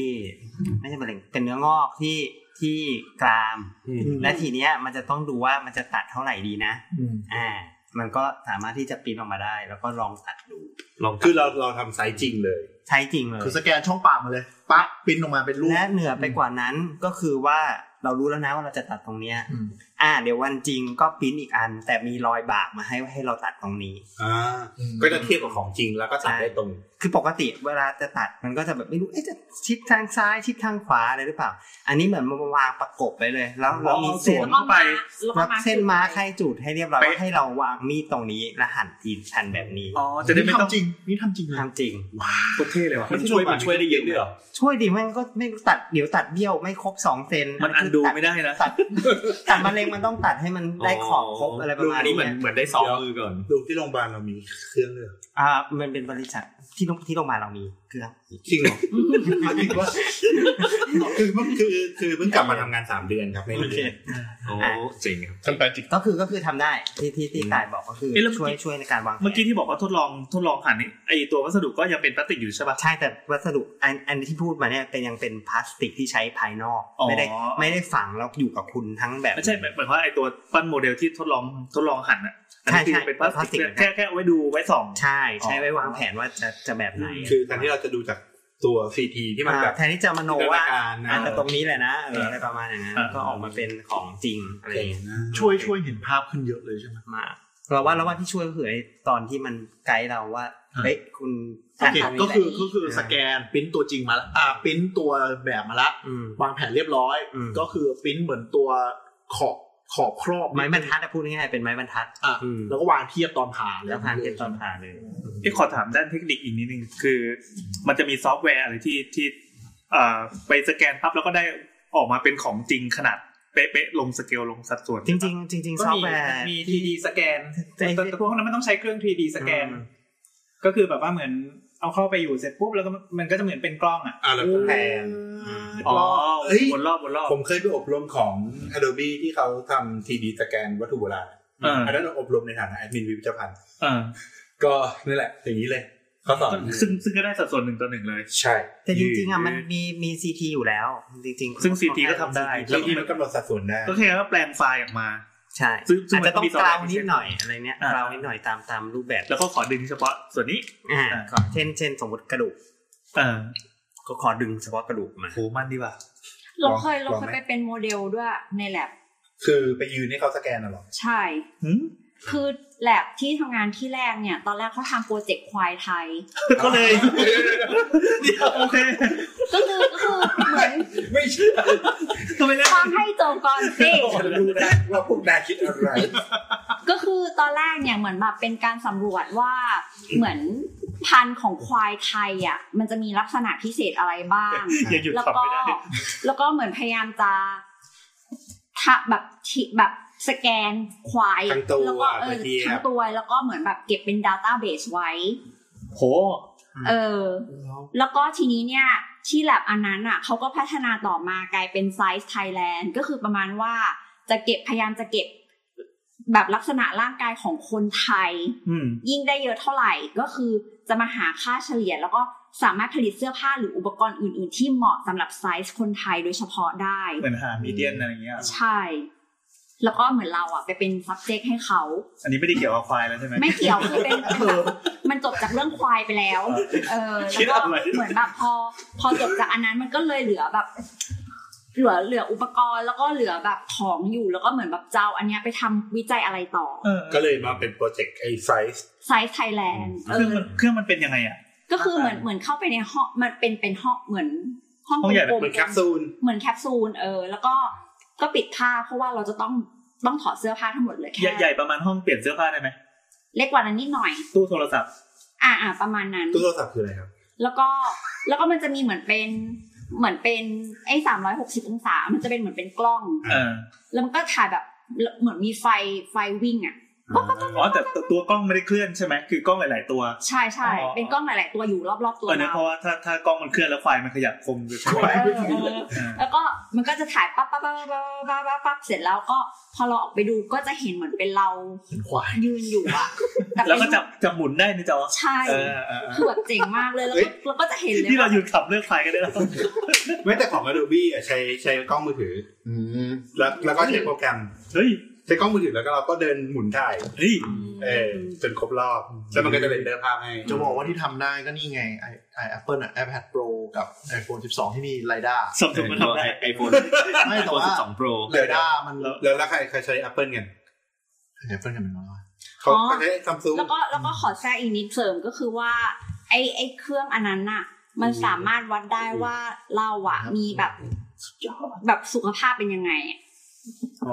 Speaker 3: ไม่ใช่มะเร็งเป็นเนื้องอกที่ที่กราม
Speaker 7: อืม
Speaker 3: และทีเนี้ยมันจะต้องดูว่ามันจะตัดเท่าไหร่ดีนะ
Speaker 1: อืม
Speaker 3: อ่า มันก็สามารถที่จะปริ้นออกมาได้ แล้วก็ลองตัดดู
Speaker 7: ลอง
Speaker 5: คือเราเราทำไซส์จริงเลย
Speaker 3: ใช้จริงเลย
Speaker 1: คือสแกนช่องปากมาเลยปั๊บปริ้นออกมาเป็นรูป
Speaker 3: และเหนือไปกว่านั้นก็คือว่าเรารู้แล้วนะว่าเราจะตัดตรงเนี้ย
Speaker 1: อืม
Speaker 3: อ่า เดี๋ยววันจริงก็ปริ้นอีกอัน แต่มีรอยบากมาให้ให้เราตัดตรงนี้
Speaker 5: อ่า ก็จะเทียบกับของจริงแล้วก็ตัดได้ตรง
Speaker 3: คือปกติเวลาจะตัดมันก็จะแบบไม่รู้เอ๊ะจะชิดทางซ้ายชิดทางขวาอะไรหรือเปล่า อันนี้เหมือนมาวางประกบไปเลย แล้วเรามี
Speaker 2: ส
Speaker 3: เส้
Speaker 2: วน มเข้าไป
Speaker 6: แล้วก็
Speaker 3: แล้ว
Speaker 6: มา
Speaker 3: เส้นมาร์คให้จุดให้เรียบร้อย
Speaker 2: เป๊ะ
Speaker 3: ว่าให้เราวางมีดตรงนี้และหั่นอีกหั่นแบบนี้
Speaker 2: อ๋อจะได้ไม่ต้อง
Speaker 1: ทำจริง นี่ทำจริงนะ
Speaker 3: ทำจริง
Speaker 2: โคตรเท่เลยว่ะ
Speaker 7: มันช่วยมันช่วยได้เยอะด้วยเหรอ
Speaker 3: ช่วยดิแม่งก็ไม่รู้ตัดเดี๋ยวตัดเบี้ยวไม่ครบสองเซน
Speaker 2: มันอันดูไม่ได้นะ
Speaker 3: ตัด ตัดมะเร็งมันต้องตัดให้มันได้ขอบครบอะไรประมาณ
Speaker 7: อันนี้เหมือนเหมือนได้ซ้อมมือก่อน
Speaker 5: ดูที่โรงพยาบาลเรามีเครื่องเลยเหรอ
Speaker 3: อ่ามันเป็นบริษัทที่โรงที่โรงพยาบาลเรามีเครื่อง
Speaker 5: จริงเหรอคือเพิ่งคือคือเพิ่งกลับมาทำงานสามเดือนครับไม่นาน
Speaker 7: โอ้เจ๋งครับ
Speaker 4: ทำแปจิก
Speaker 3: ก็คือก็คือทำได้ที่ที่ที่ตายบอกก็คือ
Speaker 2: เอ๊ะแล้ว
Speaker 3: ช่วย
Speaker 2: เมื่อกี้
Speaker 3: ช่วยในการวางแผน
Speaker 2: เมื่อกี้ที่บอกว่าทดลองทดลองหั่นนี่ไอตัววัสดุก็ยังเป็นพลาสติกอยู่ใช่ป่ะ
Speaker 3: ใช่แต่วัสดุอันอันที่พูดมาเนี่ยเป็นยังเป็นพลาสติกที่ใช้ภายนอก
Speaker 2: อ๋อ
Speaker 3: ไม่ได้ไม่ได้ฝังแล้วอยู่กับคุณทั้งแบบ
Speaker 2: ไม่ใช่หมายหมายความว่าไอตัวปั้นโมเดลที่ทดลองทดลองหั่นอ่ะอันนี้
Speaker 3: ใช่ใช่
Speaker 2: คือเป็นพลาสติก
Speaker 3: เป็นพลาสติก
Speaker 2: แค่แค่เอาไว้ดูไว้ส่อง
Speaker 3: ใช่ใช้
Speaker 2: อ๋อ
Speaker 3: ไว้วางแผนว่าจะจะแบบไหน
Speaker 5: คือการที่เราจะดูจากตัวซีทีที่มันแบบ
Speaker 3: อ่าแทนที่จะมโน
Speaker 5: จินต
Speaker 3: ว่า
Speaker 5: นาการนะ
Speaker 3: อาจจะตรงนี้แหละนะเอออะไรประมาณอย่างนั้นก็ออกมาเป็นของจริงอะไรอย่าง
Speaker 5: เก่ง
Speaker 3: เงี้ย
Speaker 5: นะ
Speaker 1: ช่วยช่วยเห็นภาพขึ้นเยอะเลยใช่ไหม
Speaker 3: มากเราว่าเราว่าที่ช่วยก็คือไอ้ตอนที่มันไกด์เราว่า
Speaker 1: อ่า
Speaker 3: เฮ้ยคุณ
Speaker 1: โอเคก็คือก็คือสแกนปริ้นตัวจริงมาละอ่าปริ้นตัวแบบมาละ
Speaker 3: อืม
Speaker 1: วางแผนเรียบร้อย
Speaker 3: อืม
Speaker 1: ก็คือปริ้นเหมือนตัวขอบขอบครอบ
Speaker 3: ไม้บรรทัดอะพูดง่ายๆเป็นไม้บรรทัด
Speaker 1: อ่ะ
Speaker 3: อืม
Speaker 1: แล้วก็วางเทียบตอนผ่า
Speaker 3: แล้วทางเก็บตอนผ่าเลย
Speaker 2: ที่ขอถามด้านเทคนิคอีกนิดนึงคือ มันจะมีซอฟต์แวร์อะไรที่ที่เอ่อไปสแกนปั๊บแล้วก็ได้ออกมาเป็นของจริงขนาดเป๊ะๆลงสเกลลงสัดส่วน
Speaker 3: จริง ๆ จริง ๆ ซอฟต์แวร์
Speaker 8: มี 3D สแกน
Speaker 3: ไอ้
Speaker 8: แต่แต่พวกนั้นมันต้องใช้เครื่อง 3D สแกน ก็คือแบบว่าเหมือนเอาเข้าไปอยู่เสร็จปุ๊บแล้วก็มันก็จะเหมือนเป็นกล้องอ่ะ
Speaker 5: อ่าแล้วก็แพง
Speaker 2: อ๋อ
Speaker 5: เอ้ย
Speaker 2: วนรอบวนรอบ
Speaker 5: ผมเคยไปอบรมของ Adobe ที่เขาทำ 3D สแกนวัตถุโบราณ
Speaker 2: เอออั
Speaker 5: อันนั้นเราอบรมในฐานะแอดมินวิพิธภัณฑ์
Speaker 2: เออ
Speaker 5: ก็นี่แหละ อย่างนี้เลยเขาสอน
Speaker 2: ซึ่งซึ่งก็ได้สัดส่วนหนึ่งต่อหนึ่งเลย
Speaker 5: ใช่
Speaker 3: แต่จริงๆอ่ะมันมีมีซีทีอยู่แล้ว จริงๆ
Speaker 2: ซึ่ง CT ก็ทำได้
Speaker 5: แล้วที่มันกำหนดสัดส่วนได้
Speaker 2: ก็แค่ว่าแปลงไฟล์ออกมา
Speaker 3: ใช่
Speaker 2: ซึ่งซึ่ง
Speaker 3: อาจจะต้อง
Speaker 2: มันมี
Speaker 3: กราว
Speaker 2: ซอฟต์แวร์
Speaker 3: นิดหน่อยอะไรเนี้ย
Speaker 2: อ่า
Speaker 3: กราวนิดหน่อยตามตามรูปแบบ
Speaker 2: แล้วก็ขอดึงเฉพาะส่วนนี้
Speaker 3: อ่า
Speaker 2: อ่า
Speaker 3: ก็เช่นเช่นสมมติกระดูก
Speaker 2: เออ
Speaker 3: ก็ขอดึงเฉพาะกระดูกมา
Speaker 2: โหมันดีว่ะ
Speaker 6: เราเคยเราเค
Speaker 5: ลอง
Speaker 6: ย
Speaker 5: ไหม
Speaker 6: ไปเป็นโมเดลด้วยในแลบ
Speaker 5: คือไปยืนให้เขาสแกนน่ะเหรอ
Speaker 6: ใช่
Speaker 2: หืม
Speaker 6: คือแลบที่ทำงานที่แรกเนี่ย ตอนแรกเขาทำโปรเจกต์ควายไทย
Speaker 2: ก็เลยโอเค
Speaker 6: ก็คือก็คือเหมือน
Speaker 5: ไม่เชื่อ
Speaker 2: ก็ไม่ได้
Speaker 6: ฟังให้จบก่อนสิ
Speaker 5: ฉันรู้นะว่าพวกนายคิดอะไร
Speaker 6: ก็คือตอนแรกเนี่ยเหมือนแบบเป็นการสำรวจว่าเหมือนพันธุ์ของควายไทยอ่ะมันจะมีลักษณะพิเศษอะไรบ้าง
Speaker 2: ยังหยุด
Speaker 6: แล้ว
Speaker 2: ทำ
Speaker 6: ก็
Speaker 2: ไม่ได้
Speaker 6: แล้วก็เหมือนพยายามจะทะแบบทิแบบสแกนควาย
Speaker 5: ทั้งตัว
Speaker 6: แล้วก็เอ
Speaker 5: ไป
Speaker 6: อ
Speaker 5: เทียบ
Speaker 6: ทั้งตัวแล้วก็เหมือนแบบเก็บเป็นด a ต้าเบสไว้
Speaker 2: โห
Speaker 6: เออ แล้วก็ทีนี้เนี่ย ที่แลบอันนั้นอ่ะเขาก็พัฒนาต่อมากลายเป็นไซส์ไทยแลนด์ก็คือประมาณว่าจะเก็บพยายามจะเก็บแบบลักษณะร่างกายของคนไทย
Speaker 2: อืม
Speaker 6: ยิ่งได้เยอะเท่าไหร่ก็คือจะมาหาค่าเฉลี่ย แล้วก็สามารถผลิตเสื้อผ้าหรืออุปกรณ์อื่น ๆ ที่เหมาะสำหรับไซส์คนไทยโดยเฉพาะได้
Speaker 2: เหมือนหามีเดียนอะไรอย่างเงี้ย
Speaker 6: ใช่ แล้วก็เหมือนเราอ่ะไปเป็น subject ให้เขา
Speaker 2: อันนี้ไม่ได้เกี่ยวกับควายแล้วใช่ไหม
Speaker 6: ไม่เกี่ยวคือเป็นเป็น แบบมันจบจากเรื่องควายไปแล้ว เออ
Speaker 2: คิ
Speaker 6: แล้
Speaker 2: ด
Speaker 6: วก็
Speaker 2: อะไร
Speaker 6: เหมือนแบบพอ พอจบจากอันนั้นมันก็เลยเหลือแบบ เหลือเหลืออุปกรณ์แล้วก็เหลือแบบของอยู่แล้วก็เหมือนแบบเจ้าอันเนี้ยไปทำวิจัยอะไรต่อ
Speaker 2: เออ
Speaker 5: ก็เลยมาเป็นโปรเจกต์ไอ้ไซส์
Speaker 6: ไซส์ไทยแลนด์เอ
Speaker 2: เค
Speaker 6: อ
Speaker 2: รื่องมันเครื่องมันเป็นยังไงอ่ะ
Speaker 6: ก็คือเหมือนเหมือนเข้าไปในห้องมันเป็นเป็นห้องเหมือนห้อง
Speaker 2: ห้องใหญ่
Speaker 6: กล
Speaker 5: เหมือน
Speaker 6: ๆ
Speaker 5: แคปซูล
Speaker 6: เหมือนแคปซูลเออ แล้วก็ก็ปิดผ้าเพราะว่าเราจะต้องต้องถอดเสื้อผ้าทั้งหมดเลย
Speaker 2: ใหญ่
Speaker 6: แค่
Speaker 2: ใหญ่ประมาณห้องเปลี่ยนเสื้อผ้าได้ไหม
Speaker 6: เล็กกว่านั้นนิดหน่อย
Speaker 2: ตู้โทรศัพท์
Speaker 6: อ่าอ่าประมาณนั้น
Speaker 5: ตู้โทรศัพท์คืออะไรครับ
Speaker 6: แล้วก็แล้วก็มันจะมีเหมือนเป็นเหมือนเป็นไอ้สามร้อยหกสิบองศา มันจะเป็นเหมือนเป็นกล้อง
Speaker 2: เออ
Speaker 6: แล้วมันก็ถ่ายแบบเหมือนมีไฟไฟวิ่งอ่ะ
Speaker 2: อ๋อแต่แต่ตัวกล้องไม่ได้เคลื่อนใช่ไหมคือกล้องหลาย ๆ ตัว
Speaker 6: ใช่ใช่
Speaker 2: อ๋อ
Speaker 6: เป็นกล้องหลาย ๆ ตัวอยู่รอบ ๆ ตัว
Speaker 2: เออเนอะเพ
Speaker 6: เรา
Speaker 2: ราะว่าถ้าถ้ากล้องมันเคลื่อนแล้วควายมันขยับคมจะใช่ไหม
Speaker 6: เออเออ แล้วก็มันก็จะถ่ายปั๊บปั๊บปั๊บปั๊บปั๊บปั๊บปั๊บเสร็จแล้วก็พอเราออกไปดูก็จะเห็นเหมือนเป็นเรา
Speaker 1: ควาย
Speaker 6: ยืนอยู่อะต่เป็น
Speaker 2: แล้วก็จับจับหมุนได้ในจอ
Speaker 6: ใช่
Speaker 2: เออเออเอ
Speaker 6: คือแบบเจ๋งมากเลยแล้วก็แล้วก็จะเห็น
Speaker 2: อ
Speaker 6: เลย
Speaker 2: นี่เรา
Speaker 6: ว่า
Speaker 2: หยุดขับเลือกควายกันได้แล้ว
Speaker 5: ไม่แต่ของ Adobe อ่ะใช้ใช้กล้องมือถือ
Speaker 1: อืม
Speaker 5: แล้วแล้วก็ใช้โปรแกรม
Speaker 2: เฮ้ย
Speaker 5: ใช้กล้องมือถือแล้วก็เราก็เดินหมุนถ่าย
Speaker 2: เฮ้ย
Speaker 5: เออจนครบรอบแล้วมันก็จะเรนเดอร์ภาพให้
Speaker 1: จะบอกว่าที่ทำได้ก็นี่ไงไอไอ Apple น่ะ iPad Pro กับ iPhone 12 ที่มีไรด้า
Speaker 2: สมสมมันทำได้
Speaker 7: ไอโฟน
Speaker 1: ไม่
Speaker 7: ไอ
Speaker 1: แต่
Speaker 7: โฟน
Speaker 1: ว่า
Speaker 7: 12 Pro
Speaker 1: ไรด้ามัน
Speaker 5: แล้วแล้วใครใครใช้ Apple กัน
Speaker 1: Apple กันเป็นร้อย
Speaker 5: เขา
Speaker 6: อ๋อ
Speaker 5: เขาใช้ซัมซุง
Speaker 6: แล้วก็แล้วก็ขอแทรกอีกนิดเสริมก็คือว่า ไอ้ไอ้เครื่องอันนั้นน่ะ มันสามารถวัดได้ว่าเราอะมีแบบแบบสุขภาพเป็นยังไงอะ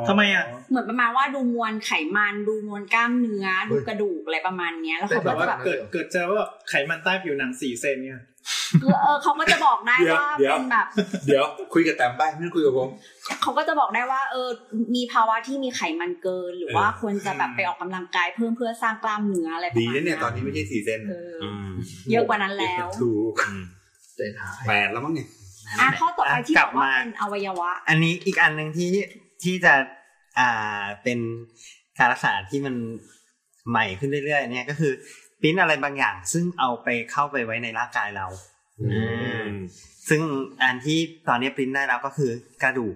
Speaker 2: ทำไมอ่ะ
Speaker 6: เหมือนประมาณว่าดูมวลไขมันดูมวลกล้ามเนื้อดูกระดูกอะไรประมาณเนี้ยแล้วเขา
Speaker 8: แบ
Speaker 6: ก็
Speaker 8: บ
Speaker 6: จะ
Speaker 8: ว่า
Speaker 6: แบบ
Speaker 8: เกิดเกิดเจอว่าแบบไขมันใต้ผิวหนังสี่เซนเนี่ย
Speaker 6: เออเขาก็จะบอกได้ว่าเป็นแบบ
Speaker 5: เดี๋ยวคุยกับแตมบ้างไม่ได้คุยกับผม
Speaker 6: เขาก็จะบอกได้ว่า เออ มีภาวะที่มีไขมันเกิน หรือว่าควรจะแบบไปออกกำลังกายเพิ่มเพื่อสร้างกล้ามเนื้ออะไรประ
Speaker 5: ดี
Speaker 6: มาณ
Speaker 5: นะเนี่ยตอนนี้ไม่ใช่สี่เซน
Speaker 6: เออ
Speaker 7: อืม
Speaker 6: เยอะกว่านั้นแล้ว
Speaker 5: ถูก
Speaker 1: เจ็ดหาย
Speaker 5: แปดแล้วมั้งเนี่ย
Speaker 6: อ่ะข้อต่อไปที่บ
Speaker 3: กลั
Speaker 6: อบ กว่า
Speaker 3: มา
Speaker 6: เป็นอวัยวะ
Speaker 3: อันนี้อีกอันหนึ่งที่ที่จะอ่าเป็นการรักษาที่มันใหม่ขึ้นเรื่อยๆ เนี่ยก็คือปริ้นอะไรบางอย่าง ซึ่งเอาไปเข้าไปไว้ในร่างกายเราอ่าซึ่งอันที่ตอนนี้ปริ้นได้แล้วก็คือกระดูก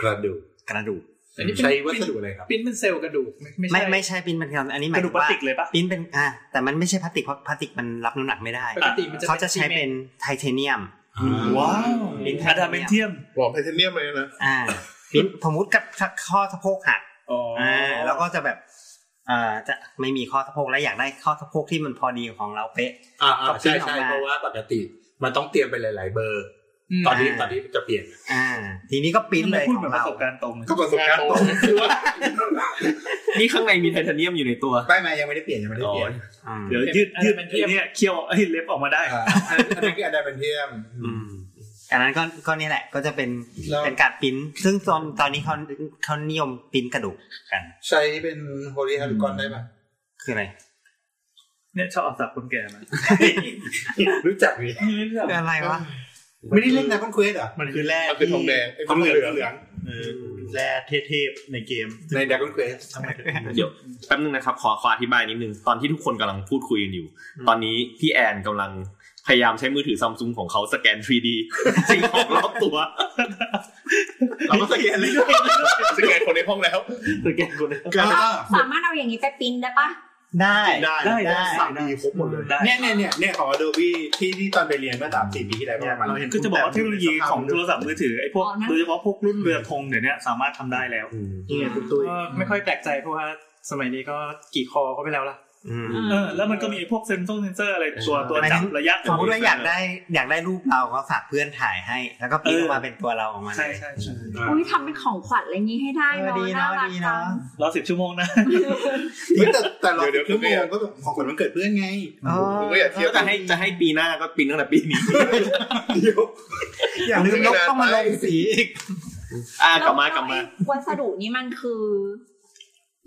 Speaker 5: กระดูก
Speaker 3: กระดูก
Speaker 8: แต่นี่เป็น
Speaker 5: ใช้วัสดุอะไรครับ
Speaker 8: ปิ้นเป็นเซลล์กระดูกไม่ใช่
Speaker 3: ไม่ไม่ใช่ปริ้นเป็นกระดูกอันนี้ห
Speaker 2: ก
Speaker 3: มาย
Speaker 2: ระดู
Speaker 3: ถึง
Speaker 2: กพลา
Speaker 3: ว่า
Speaker 2: สติกเลยปะ
Speaker 3: ปริ้นเป็นอ่าแต่มันไม่ใช่พลาสติกเพราะพลาสติกมันรับน้ำหนักไม่ได้
Speaker 8: ปกติมันจะ
Speaker 3: เขาจะใช้เป็นไทเทเนียม
Speaker 2: ว้าว
Speaker 3: ลิ้นไท
Speaker 2: อะ
Speaker 3: เทเนียม
Speaker 2: ดามเทียม
Speaker 4: บอกไทเทเนียมเลยนะ
Speaker 3: อ่าปริ้นสมมติกับข้อสะโพกหัก
Speaker 8: อ๋อ
Speaker 3: อ่าแล้วก็จะแบบอ่าจะไม่มีข้อสะโพกและอยากได้ข้อสะโพกที่มันพอดีของเราเป๊ะ
Speaker 5: อ่าอ่าใช่
Speaker 3: ก็ปิ้นออก
Speaker 5: ใช่
Speaker 3: มา
Speaker 5: เพราะว่าปกติมันต้องเตรียมไปหลาย ๆ เบอร์ ตอนนี้ตอนนี้จะเปลี่ยน
Speaker 3: อ่า ทีนี้ก็ปริ้น
Speaker 2: ทำไม
Speaker 3: เลย
Speaker 2: พูด
Speaker 3: ข
Speaker 2: เหมื
Speaker 3: อ
Speaker 2: อน
Speaker 3: ง
Speaker 2: ป
Speaker 3: เรา
Speaker 2: ระสบการณ์ตรงเลย
Speaker 5: ก็ประสบการณ์ตรงคือว่า
Speaker 7: นี่ข้างในมีไทเทเนียมอยู่ในตัว
Speaker 5: ไม่ไม่ยังไม่ได้เปลี่ยนยังไม่ได้เปลี่ยน
Speaker 3: อืม
Speaker 2: เดี๋ยวยืดยืดไอ้เนี่ยเคี้ยวไอ้เล็บออกมาได้
Speaker 5: อ่าอันอันนี้คืออันใดเป็นเทียม
Speaker 3: อืมอันนั้นก็ก็เนี่ยแหละ ก็จะเป็น
Speaker 5: แล้ว
Speaker 3: เป็นการปริ้น ซึ่งตอนตอนนี้เขาเขานิยมปริ้นกระดูกกัน
Speaker 5: ใช้เป็นโฮลีฮาริกอนได้ปะ
Speaker 3: คืออะไร
Speaker 2: เนี่ยชอบเอาสับคนแก่มา
Speaker 5: รู้จักดิ
Speaker 3: คืออะไรวะ
Speaker 5: ไม่ได้เล่นนะพันเควสเหรอ
Speaker 1: มันคือแร่
Speaker 4: มันคือทองแดงไอ้
Speaker 5: ทองเหลือง
Speaker 1: เออแร่เทพๆในเกม
Speaker 5: ในดักเควส
Speaker 1: ทำไมถึง
Speaker 7: เดี๋ยวแป๊บนึงนะครับ ขอขออธิบายนิดนึง ตอนที่ทุกคนกำลังพูดคุยกันอยู่ ตอนนี้พี่แอนกำลังพยายามใช้มือถือซัมซุงของเขาสแกน 3D สิ่งของรอบตัว
Speaker 5: เราก็สแกนเลย
Speaker 4: สแกนคนในห้องแล้ว
Speaker 2: ตัวแก่คนเลย
Speaker 5: อ่า
Speaker 6: สามารถเอาอย่างนี้ไปปริ้นได้ปะ
Speaker 3: ได้
Speaker 1: ได้
Speaker 2: ได้
Speaker 1: ได้
Speaker 2: ได้
Speaker 1: สามดีครบหมดเลย
Speaker 2: ได้
Speaker 5: เนี่ยเนี่ยเนี่ยเนี่ยของ Adobe ที่ที่ตอนไปเรียนเมื่อสามสี่ปีที่แล้วป
Speaker 1: เนี่ย
Speaker 5: ระมาณ
Speaker 1: เราเห็น
Speaker 2: คือจะบอกว่าเทคโนโลยีของโทรศัพท์มือถือไอ้พวกโดยเฉพาะพวกรุ่นเรือธงเดี๋ยวนี้สามารถทำได้แล้ว
Speaker 1: นี่ไงคุณตุ้ย
Speaker 8: ก็ไม่ค่อยแปลกใจเพราะว่าสมัยนี้ก็กี่คอเข้าไปแล้วล่ะ
Speaker 3: อืม
Speaker 2: เออแล้วมันก็มีไอ้พวกเซนเซอร์เซนเซอร์อะไรตัวตัวจับระยะ
Speaker 3: สมมติว่าอยากได้อยากได้รูปเราก็ฝากเพื่อนถ่ายให้ แล้วก็ปริ้นออกมาเป็นตัวเราออกมาเล
Speaker 2: ใช่
Speaker 3: ย
Speaker 2: ใช่ใช่
Speaker 6: อุ้ยทำเป็นของขวัญอะไรอย่างนี้ให้ได้
Speaker 3: เออ
Speaker 6: เนาะ
Speaker 3: ดี
Speaker 6: น่ารักจั
Speaker 3: เนาะดีเนาะ
Speaker 6: ง
Speaker 2: รอสิบชั่วโมงนะ
Speaker 5: เฮ้ยแต่แต่เรา
Speaker 4: เดี๋ยวเดี๋
Speaker 5: ชั่
Speaker 4: ยว
Speaker 5: ว
Speaker 4: เดี๋ย
Speaker 5: โม
Speaker 4: ว
Speaker 5: งก็ของขวัญวันเกิดเพื่อนไง
Speaker 3: อ๋อ
Speaker 4: ผมก็อยากเที่ยว
Speaker 7: จะให้จะให้ปีหน้าก็ปีนตั้งแต่ปีนี้
Speaker 5: เดี๋ยว
Speaker 3: อย่าลืมลบต้องมาลงสีอีก
Speaker 7: อ่ากลับมา
Speaker 6: แว
Speaker 7: กลับมา
Speaker 6: ไอ้วัสดุนี้มันคือ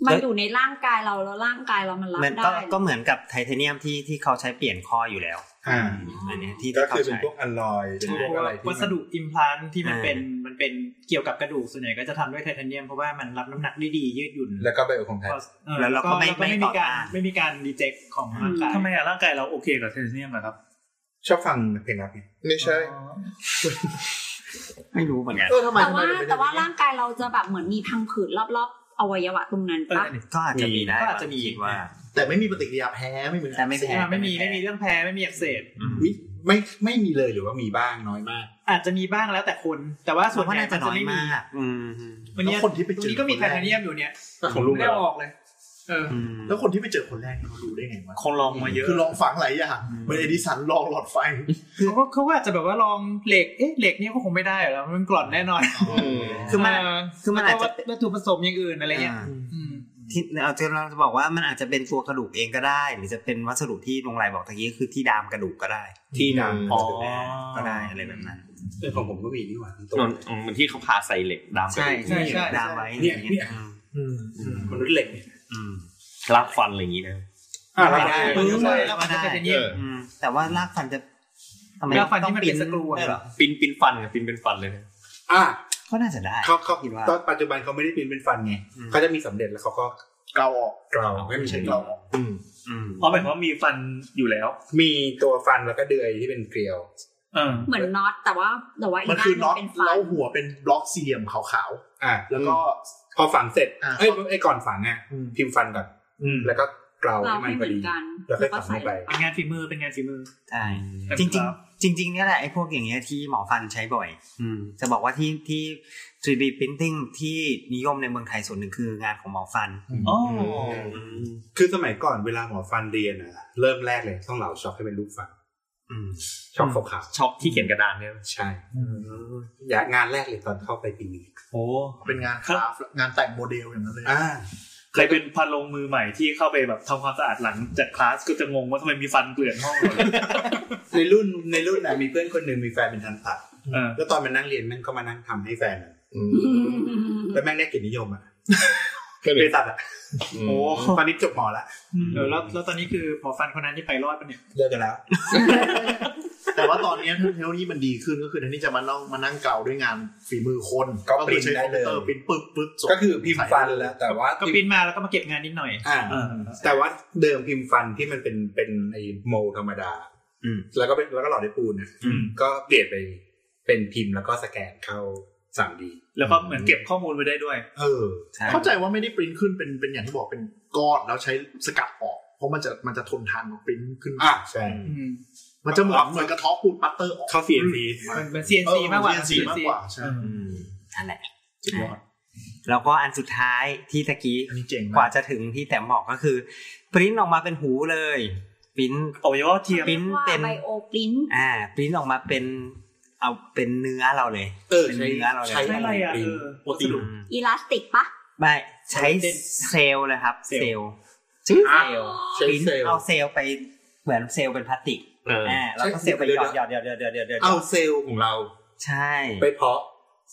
Speaker 6: มันอยู่ในร่างกายเราแล้วร่างกายเรามันรับ
Speaker 3: มันก็
Speaker 6: ได้
Speaker 3: ก็เหมือนกับไทเทเนียมที่ที่เขาใช้เปลี่ยนข้ออยู่แล้ว
Speaker 5: อ่า
Speaker 3: อันเนี้ยที่
Speaker 5: ก็
Speaker 3: ที่เขา
Speaker 5: คือเป็น
Speaker 3: ใช้
Speaker 5: พวกอลลอยเป็นพวกอะไรที่มัน
Speaker 8: วัสดุอิมพลานที่มัน
Speaker 3: อ่า
Speaker 8: เป็นมันเป็นเกี่ยวกับกระดูกส่วนใหญ่ก็จะทำด้วยไทเทเนียมเพราะว่ามันรับน้ำหนักได้ดียืดหยุ่น
Speaker 5: แล้วก็ไบโอคอมแพค
Speaker 8: เออ
Speaker 3: แล้วเราก็ไม่
Speaker 8: แล้วก็ไม่
Speaker 3: ไม่ต่
Speaker 8: มี
Speaker 3: อ
Speaker 8: การ
Speaker 3: ต้าน
Speaker 8: ไม่มีการดีเจคของร่างกาย
Speaker 2: ทำไมอะร่างกายเราโอเคกับไทเทเนียมนะครับ
Speaker 5: ชอบฟังเพลงรักไง
Speaker 4: ไม่ใช่
Speaker 3: ไม่รู้เหมือนกัน
Speaker 1: เออทำไม
Speaker 6: แต่
Speaker 1: ทำไม
Speaker 6: ว่า
Speaker 1: มันไม่ได้
Speaker 6: แต่ว่าร่างกายเราจะแบบเหมือนมีพังผืดรอบๆอวัยวะตรงนั้นปะ
Speaker 3: ก็อาจจะมีได้
Speaker 8: ก็อาจจะมี
Speaker 3: คิดว่า
Speaker 1: แต่ไม่มีปฏิกิริยาแพ้ไม่มี
Speaker 3: แต่ไม่แพ้
Speaker 8: ไม่มีไม่มีเรื่องแพ้ไม่มีอักเสบ
Speaker 5: อุ๊ยไม่ไม่มีเลยหรือว่ามีบ้างน้อยมาก
Speaker 8: อาจจะมีบ้างแล้วแต่คน แต่ว่า
Speaker 3: ส่
Speaker 8: ส่ว
Speaker 3: ว
Speaker 8: น น
Speaker 3: ว่า
Speaker 8: ใหญ่
Speaker 3: น่าจะน้อยมากอืม
Speaker 8: วัน
Speaker 1: แล้ว
Speaker 8: เนี้ย
Speaker 1: คนที่ไป
Speaker 8: ตร
Speaker 1: เจ
Speaker 8: ง
Speaker 1: อ
Speaker 8: นี้ก็มี
Speaker 1: ค
Speaker 8: ไท
Speaker 1: แร
Speaker 8: เทเนียมอยู่เนี่ย
Speaker 5: ของลุง
Speaker 8: ไม่
Speaker 5: เหร
Speaker 8: เอา
Speaker 5: อ
Speaker 8: ออกเลย เออ
Speaker 3: อืม
Speaker 1: แล้วคนที่ไปเจอคนแรกเนี่ยเขารู้ได้ไงวะ
Speaker 2: คงลองมาเยอะ
Speaker 1: คือลองฝังหลายอย่างเหมือนเอดิสันลองหลอดไฟ
Speaker 8: เขาก็เขาก็อาจจะแบบว่าลองเหล็กเอ๊ะเหล็กเนี่ยก็คงไม่ได้หรอกมันกร่อนแน่นอน
Speaker 3: คือมัน
Speaker 8: เ
Speaker 3: คือมันอาจจะ
Speaker 8: แล้วก็วัตถุผสมอย่างอื่นอะไรเงี้ย
Speaker 3: อ่า
Speaker 8: อืม
Speaker 3: ที่เอาที่เราจะบอกว่ามันอาจจะเป็นตัวกระดูกเองก็ได้ หรือจะเป็นวัสดุที่ลงลายบอกตะกี้คือที่ดามกระดูกก็ได้
Speaker 5: ที่ดัง
Speaker 7: อ๋อ
Speaker 3: ก็ได้อะไรแบบนั้น
Speaker 5: เออของผมก็มีนี่หว่า
Speaker 7: เหมือนเหมือนที่เขาผ่าใส่เหล็กดามกระดูก
Speaker 3: ดามไว้
Speaker 5: เนี่ย
Speaker 3: อย่าง
Speaker 5: เนี่
Speaker 3: เงี้
Speaker 5: ย
Speaker 3: ย
Speaker 5: มนุษย์เหล็กเนี่ย
Speaker 3: อืม
Speaker 7: ลากฟันอะไรอย่างนี้นะ
Speaker 5: อ่ะ
Speaker 3: ไม่ได้
Speaker 5: เออ
Speaker 3: ไม่ได้
Speaker 8: แล้วมันก็ไทเทเนียม
Speaker 4: เออ
Speaker 3: อืมแต่ว่ารากฟันจะทำไม
Speaker 8: รากฟันที่มันเป็น
Speaker 3: ต้อง
Speaker 8: สกรูอะ
Speaker 3: ได้เหรอ
Speaker 7: ปินปินฟันอะปินเป็นฟันเลยนะ
Speaker 5: อ่ะ
Speaker 3: ก็น่าจะได้
Speaker 5: เขาเขา
Speaker 3: คิดว่า
Speaker 5: ตอนปัจจุบันเขาไม่ได้พิมพ์เป็นฟันไงเขาจะมีสำเร็จแล้วเขาก็
Speaker 1: เกาออก
Speaker 5: เกลาไม่ใช่เกลาออก
Speaker 3: อืม
Speaker 2: เพราะหมายความว่ามีฟันอยู่แล้ว
Speaker 5: มีตัวฟันแล้วก็เดือยที่เป็นเกลียว
Speaker 2: เออ
Speaker 6: เหมือนน็อตแต่ว่าแต่ว่า
Speaker 1: มัน
Speaker 6: ด้า
Speaker 1: คือน็อต
Speaker 6: เป็นฟั
Speaker 1: แล้
Speaker 6: น
Speaker 1: วหัวเป็นบล็อกสี่เหลี่ยมขาว
Speaker 5: อ่ะ
Speaker 1: ๆ แล้วก็
Speaker 5: พอฝังเสร็จ
Speaker 1: อ่ะ
Speaker 5: เอ้ยไอ้ก่อนฝังอ่ะ
Speaker 1: อืม
Speaker 5: พิมพ์ฟันก่อน
Speaker 1: อืม
Speaker 5: แล้วก็เกลา
Speaker 6: เรา
Speaker 5: ให้มั
Speaker 6: ให้เห
Speaker 5: นพอ
Speaker 6: มือน
Speaker 5: ดี
Speaker 6: กัน
Speaker 5: แล้วค่อยฝังลงไป
Speaker 2: เป็นงานฝีมือเป็นงานฝีมือ
Speaker 3: ใช่
Speaker 2: ครับ
Speaker 3: จริงๆ จริงๆเนี่ยแหละไอ้พวกอย่างเงี้ยที่หมอฟันใช้บ่อย อืมจะบอกว่าที่ที่ 3D printing ที่นิยมในเมืองไทยส่วนหนึ่งคืองานของหมอฟัน
Speaker 2: อ๋อ
Speaker 5: คือสมัยก่อนเวลาหมอฟันเรียนอ่ะเริ่มแรกเลยต้องเหลาช็อกให้เป็นรูปฟัน
Speaker 3: อืม
Speaker 5: ช็อกขาว
Speaker 7: ช็อกที่เขียนกระดานเนี่ย
Speaker 5: ๆใช่อยากงานแรกเลยตอนเข้าไปปีนี้
Speaker 2: โอ้
Speaker 1: เป็นงานคราฟต์งานแต่งโมเดลอย่างนั้นเลย
Speaker 5: อ่า
Speaker 2: ใครเป็นพันลงมือใหม่ที่เข้าไปแบบทำความสะอาดหลังจากคลาสก็จะงงว่าทำไมมีฟันเกลื่อนห้องหมดเลย
Speaker 5: ในรุ่นในรุ่นอ่ะมีเพื่อนคนหนึ่งมีแฟนเป็นทันตะ
Speaker 2: เออ
Speaker 5: แล้วตอนมันนั่งเรียนแม่งก็มานั่งทำให้แฟนอะแล้วแม่งได้เกียรตินิยมอ่ะ
Speaker 4: ก็เล
Speaker 5: ไป
Speaker 4: ย
Speaker 5: ตัดอ่ะ
Speaker 4: โอ้
Speaker 2: โอ้
Speaker 5: ตอนนี้จบหมอละ
Speaker 8: เออแล้วแล้วตอนนี้คือหมอฟันคนนั้นที่ไปรอดปะเนี่ย
Speaker 5: เลิกกันแล้ว
Speaker 1: แต่ว่าตอนเนี้ยเทคโนโลยีมันดีขึ้นก็คือแทนที่จะมานั่งมานั่งเกาด้วยงานฝีมือคน
Speaker 5: ก็ปริ้น
Speaker 1: ใช้
Speaker 5: ได้
Speaker 1: คอม
Speaker 5: เล
Speaker 1: พิ
Speaker 5: ย
Speaker 1: วเตอร์ปริ้นปึ๊กปึ๊กส่ง
Speaker 5: ก็คือพิมพ์ฟันแล้ว แต่ว่า
Speaker 8: ก็ปริ้นมาแล้วก็มาเก็บงานนิดหน่อย
Speaker 5: อ่า
Speaker 2: เออ
Speaker 5: แต่ว่าเดิมพิมพ์ฟันที่มันเป็นเป็นไอ้โมธรรมดา
Speaker 3: อืม
Speaker 5: แล้วก็เป็นแล้วก็หลอดด้วยปูนนะก็เปลี่ยนไปเป็นพิมพ์แล้วก็สแกนเข้าสั่งดี
Speaker 2: แล้วก็เหมือนเก็บข้อมูลไว้ได้ด้วย
Speaker 5: เออ
Speaker 3: ใช่
Speaker 1: เข้าใจว่าไม่ได้ปริ้นขึ้นเป็นเป็นอย่างที่บอกเป็นก้อนแล้วใช้สกัดออก เพราะมันจะมันจะทนทานกว่าปริ้นขึ้นมา
Speaker 5: อ่ะใช่
Speaker 1: มันจะเหมือ
Speaker 5: ครั
Speaker 1: น
Speaker 5: บ
Speaker 1: เหมือนกระเท้อปูนปัตเตอร์ออก
Speaker 5: เข้า CNC
Speaker 8: มันเป็น CNC มากกว่า
Speaker 1: ซีมากกว่าใช่
Speaker 3: อืมนั่นแหละ
Speaker 1: สุดยอด
Speaker 3: แล้วก็อันสุดท้ายที่ตะกี้
Speaker 1: อันนี้เจ๋ง
Speaker 3: กว่าม
Speaker 1: าก
Speaker 3: จะถึงที่แต้มบอกก็คือปริ้นออกมาเป็นหูเลยปริ้น
Speaker 2: อวัยวะเทียม
Speaker 3: ปริ้นเป็น
Speaker 6: ไบโอปริ้น
Speaker 3: อ่าปริ้นออกมาเป็นเอาเป็นเนื้อเราเลย
Speaker 5: เออ
Speaker 3: เป็น
Speaker 5: ใช้
Speaker 3: เนื้อเราเลย
Speaker 5: ใช้
Speaker 2: ใช้อะไรอ่ะ
Speaker 5: ปริ้น
Speaker 2: เออ
Speaker 5: โปรตีน
Speaker 6: อีลาสติกปะ
Speaker 3: ไม่ใช้เซลล์เลยครับ เซลล์ชื่อเซลล์
Speaker 5: ใช้
Speaker 3: ปริ้น
Speaker 5: เซล
Speaker 3: เอา
Speaker 5: ล์
Speaker 3: เซลล์ไปเหมือนเซลล์เป็นพลาสติก
Speaker 7: เออ
Speaker 3: อ่าแล้วก็เซลล์ไปหยอดหยอดหยอดหยอดหยอดหยอดหยอด
Speaker 5: เอาเซลล์ของเรา
Speaker 3: ใช่
Speaker 5: ไปเพาะ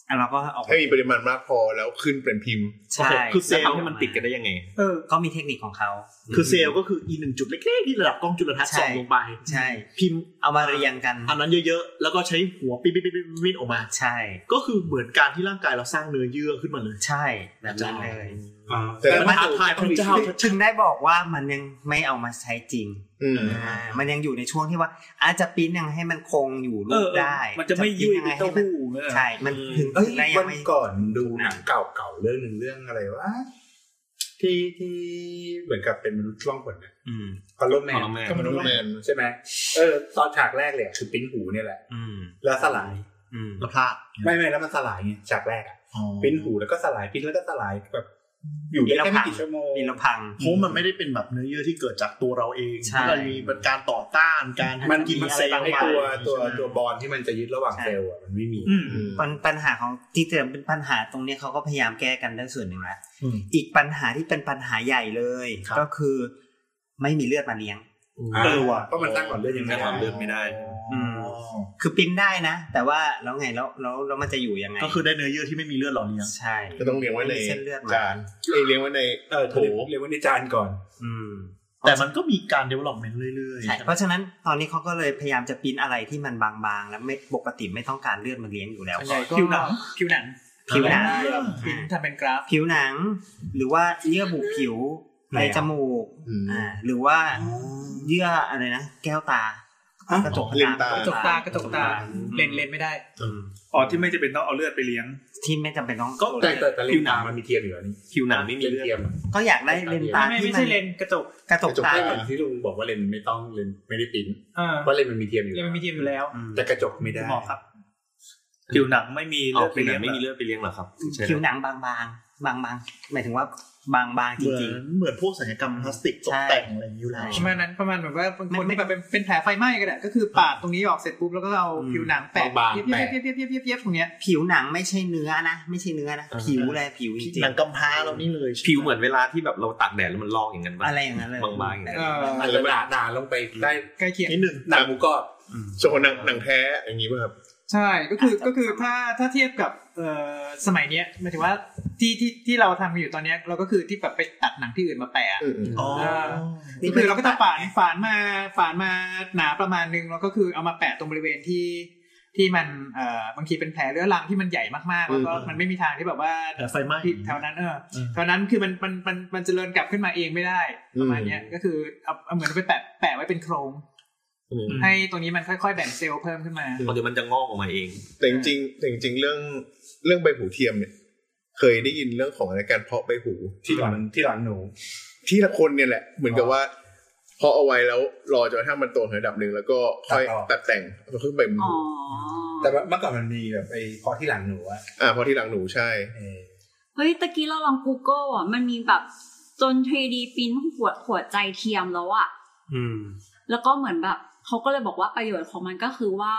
Speaker 3: อ่ะเราก็ออก
Speaker 4: ให้มีปริมาณมากพอแล้วขึ้นเป็นพิมพ์
Speaker 3: ใช่
Speaker 7: คือเซลล์ทำให้มันติดกันได้ยังไง
Speaker 2: เออ
Speaker 3: ก็มีเทคนิคของเขา
Speaker 1: คือเซลล์ก็คืออีหนึ่งจุดเล็กๆที่ระดับกล้องจุลทรรศน์
Speaker 3: ใช่
Speaker 1: ส่องลงไป
Speaker 3: ใช่
Speaker 1: พิมพ์
Speaker 3: เอามาเรียงกัน
Speaker 1: อันนั้นเยอะๆ แล้วก็ใช้หัวปิ้นปิ้นปิ้นปิ้นปิ้นออกมา
Speaker 3: ใช่
Speaker 1: ก็คือเหมือนการที่ร่างกายเราสร้างเนื้อเยื่อขึ้นมาเลย
Speaker 3: ใช่แบบนั้นเลย
Speaker 5: อ่า
Speaker 4: แต่
Speaker 1: แต่มันท้าทายพระเจ้า
Speaker 3: ถึงได้บอกว่ามันยังไม่เอามาใช้จริง
Speaker 4: อืม
Speaker 3: อ่ามันยังอยู่ในช่วงที่ว่า อาจจะปริ้นยังให้มันคงอยู่
Speaker 2: เอ
Speaker 3: รู
Speaker 2: อ
Speaker 3: ปได้
Speaker 2: มันจะไม่
Speaker 3: ปริ้
Speaker 2: ยุ่ย
Speaker 3: ยัง
Speaker 2: เป็
Speaker 3: ไง
Speaker 2: น
Speaker 3: ให้
Speaker 2: เต้า
Speaker 3: มัน
Speaker 2: หู้เออ
Speaker 3: ใช่ มันถึง
Speaker 5: เอ้ย
Speaker 3: ถึงได้ยั
Speaker 5: วั
Speaker 3: ง
Speaker 5: น
Speaker 3: ไม่
Speaker 5: ก่อนดูหนังเก่าๆเรื่องหนึ่งเรื่องอะไรวะที่ที่เหมือนกับเป็นมนุษย์ล่องหนนะ
Speaker 3: อืม
Speaker 5: คอนโลแมน
Speaker 7: Iron Man
Speaker 5: ก็มันโลแมนใช่ไหมเออ ตอนฉากแรกเลยอะคือปิ้นหูเนี่ยแหละ
Speaker 3: อืม
Speaker 5: แล้วสลาย
Speaker 3: อืม
Speaker 1: แล้วพลาด
Speaker 5: ไม่ไม่แล้วมันสลายไงฉากแรกอะ
Speaker 1: อ๋อ
Speaker 5: ปิ้นหูแล้วก็สลายปิ้นแล้วก็สลายแบบอยู่ได้
Speaker 3: แล้ว
Speaker 5: แค่
Speaker 3: พั
Speaker 5: ไม่
Speaker 3: ง
Speaker 5: กี่ชั่วโมง
Speaker 3: ปีละพัง
Speaker 1: เพราะมันไม่ได้เป็นแบบเนื้อเยื่อที่เกิดจากตัวเราเอง
Speaker 3: ใช่
Speaker 1: มันมีเป็นการต่อต้านการ
Speaker 5: มันกินเซลล์ไอตัวตัว
Speaker 1: ใช่ไหม
Speaker 5: ตัวบอลที่มันจะยึดระหว่างเซลล์อะมันไม่มี
Speaker 2: อืม
Speaker 3: ปัญปัญหาของที่เติมเป็นปัญหาตรงเนี้ยเขาก็พยายามแก้กันได้ส่วนหนึ่งแล้ว
Speaker 1: อืม
Speaker 3: อีกปัญหาที่เป็นปัญหาใหญ่เลย
Speaker 1: ครับ
Speaker 3: ก็คือ ไม่มีเลือดมาเลี้ยง
Speaker 5: อ่า
Speaker 1: เออว่ะ
Speaker 5: เพราะมันตั้งก่อนเลือดยังไง
Speaker 7: ตั้งก่อนเลือด ไม่ได้
Speaker 3: อืม คือปริ้นได้นะ แต่ว่าแล้วไงแล้วแล้วแล้วมันจะอยู่ยังไง
Speaker 1: ก็คือได้เนื้อเยื่อที่ไม่มีเลือดหล่อเลี้ยง
Speaker 3: ใช่
Speaker 4: ก็ต้องเลี้ยงไว้ใน
Speaker 3: ม่มีเส้นเลือดมา
Speaker 4: จานเอ้ยเลี้ยงไว้ใน
Speaker 5: เออโถเรียกว่าในจานก่อน
Speaker 3: อืม
Speaker 1: แต่มันก็มีการ development เรื่อยๆ
Speaker 3: ใช่เพราะฉะนั้นตอนนี้เขาก็เลยพยายามจะปริ้นอะไรที่มันบางๆ แล้วไม่ปกติไม่ต้องการเลือดมาเลี้ยงอยู่แล้ว
Speaker 8: ผิวหนังผิวหนัง
Speaker 3: ผิวหนัง
Speaker 8: ปริ้นทำเป็นกราฟ
Speaker 3: ผิวหนัง หรือว่าเยื่อบุผิว
Speaker 5: ไหน
Speaker 3: ใน
Speaker 5: อะ
Speaker 3: จมูก
Speaker 4: อืม
Speaker 3: อ่าหรือว่าเยื่ออะไรนะแก้วตา
Speaker 5: อ่ะ
Speaker 3: กระจก
Speaker 4: เลนส์ตา
Speaker 8: กระจกตากระจกตาเลนเลนไม่ได้
Speaker 3: อืม
Speaker 2: อ๋อที่ไม่จะเป็นต้องเอาเลือดไปเลี้ยง
Speaker 3: ที่ไม่จำเป็นต้อง
Speaker 2: ก็
Speaker 5: แต่แต่แต่เลนส์ตามันมีเทียมอยู่แล้วนี่
Speaker 7: คิวหนาไม่มีเลือด
Speaker 5: เทียมอะ
Speaker 3: ก็อยากได้เลนส์ตา
Speaker 8: ไม่
Speaker 3: ที่
Speaker 8: ไม่
Speaker 3: มั
Speaker 8: ใช่เลนกระจก
Speaker 3: กระจ
Speaker 5: ก
Speaker 3: ก
Speaker 5: ระจก
Speaker 3: ตา
Speaker 5: ตาเหมือนที่ลุงบอกว่าเลนส์ไม่ต้องเลนส์ไม่ได้ปิ้น
Speaker 8: เออ
Speaker 5: เพราะเลนส์มันมีเทียมอยู่
Speaker 8: เล
Speaker 5: แล้ว
Speaker 8: นมีเทียมอยู่แล้ว
Speaker 3: อืม
Speaker 5: แต่กระจกไม่ได้
Speaker 2: หมอครับผิวหนังไม่มี
Speaker 7: เอา
Speaker 2: เลือดไป
Speaker 7: คิวหนาย
Speaker 2: เลี้ง
Speaker 7: ไม่มีเลือดไปเลี้ยงเหรอครับใช่
Speaker 3: ผิว
Speaker 7: ไหม
Speaker 3: หนังบางๆ บางๆหมายถึงว่าบางๆจ
Speaker 1: เหมือ
Speaker 3: ริง
Speaker 1: นเหมือนพวกศัลยกรรมพลาสติกต
Speaker 3: ใช่
Speaker 1: กแต่งอะไรอย่างนี้อยู่แล้ว
Speaker 8: ประมาณนั้นประมาณแบบว่าบางคนที่แบบเป็นเป็นแผลไฟไหม้ก็ได้ก็คือปาดตรงนี้ออกเสร็จปุ๊บแล้วก็เอาผิวหนังแปะ
Speaker 5: บางๆ
Speaker 8: เย็บ
Speaker 5: แปะ
Speaker 8: เย็บเย็บเย็บเย็บเย็บตรงเนี้ย
Speaker 3: ๆ ผิวหนังไม่ใช่เนื้อนะไม่ใช่เนื้อนะผิวเลยผิวจริง
Speaker 1: หนังกำพร้าเรานี่เลย
Speaker 7: ผิวเหมือนเวลาที่แบบเราตากแดดแล้วมันลอกอย่างนั้น
Speaker 3: ๆ
Speaker 7: ป่ะ
Speaker 3: อะไรอย่างนั้นเลย
Speaker 7: บางๆอย่างนั้น
Speaker 8: เออ
Speaker 5: อาจจะหนาหนาลงไปใต้
Speaker 8: ใกล้เคียง
Speaker 1: นิดหนึ่ง
Speaker 5: หนังหมูกรอบ
Speaker 4: ส่วนของหนังหนังแท้อย่างนี้ป่ะครับ
Speaker 8: ใช่ก็คือก็คือถ้าถ้าเทียบกับเออสมัยเนี้ยหมายถึงว่าที่ที่ที่เราทำกันอยู่ตอนเนี้ยเราก็คือที่แบบไปตัดหนังที่อื่นมาแปะ
Speaker 1: อ๋อ
Speaker 8: นี่คือเราก็จะฝานฝานมาฝานมาหนาประมาณนึงแล้วก็คือเอามาแปะตรงบริเวณที่ที่มันเอ่อบางทีเป็นแผลเรื้อรังที่มันใหญ่มากๆแล้วก็มันไม่มีทางที่แบบว่า
Speaker 1: แต่ไฟไหม้
Speaker 8: ที่แถวนั้นเออ
Speaker 1: อืม
Speaker 8: แถวนั้นคือมันมันมันมันเจริญกลับขึ้นมาเองไม่ได้ประมาณเนี้ยก็คือเอาเอาเหมือนไปแปะแปะไว้เป็นโครง
Speaker 2: ให้ตรงนี้มันค่อยๆ แบ่งเซลล์เพิ่มขึ้นมา
Speaker 7: เพราะเดี๋ยวมันจะงอกออกมาเอง
Speaker 4: แต่จริงๆแต่จริงๆเรื่องเรื่องใบหูเทียมเนี่ย เคยได้ยินเรื่องของอะไรการเพาะใบหู
Speaker 5: ที่หลังที่หลังหนู
Speaker 4: ที่ละคนเนี่ยแหละ เหมือนกับว่าเพาะเอาไว้แล้วรอจนถ้ามันโตถึงระดับหนึ่งแล้วก็ค่อย
Speaker 5: ตัดออก
Speaker 4: ตัดแต่งแล้วขึ้นไป
Speaker 6: อ๋อ
Speaker 5: แต่ว่าเมื่อก่อนมันมีแบบไอ้เพาะที่หลังหนูอะ
Speaker 4: อ่าเพราะที่หลังหนูใช่
Speaker 5: เออ
Speaker 6: เฮ้ยตะกี้เราลอง Google อ่ะมันมีแบบจน 3D พิมพ์หัวหัวใจเทียมแล้วอ่ะ
Speaker 3: อืม
Speaker 6: แล้วก็เหมือนแบบเขาก็เลยบอกว่าประโยชน์ของมันก็คือว่า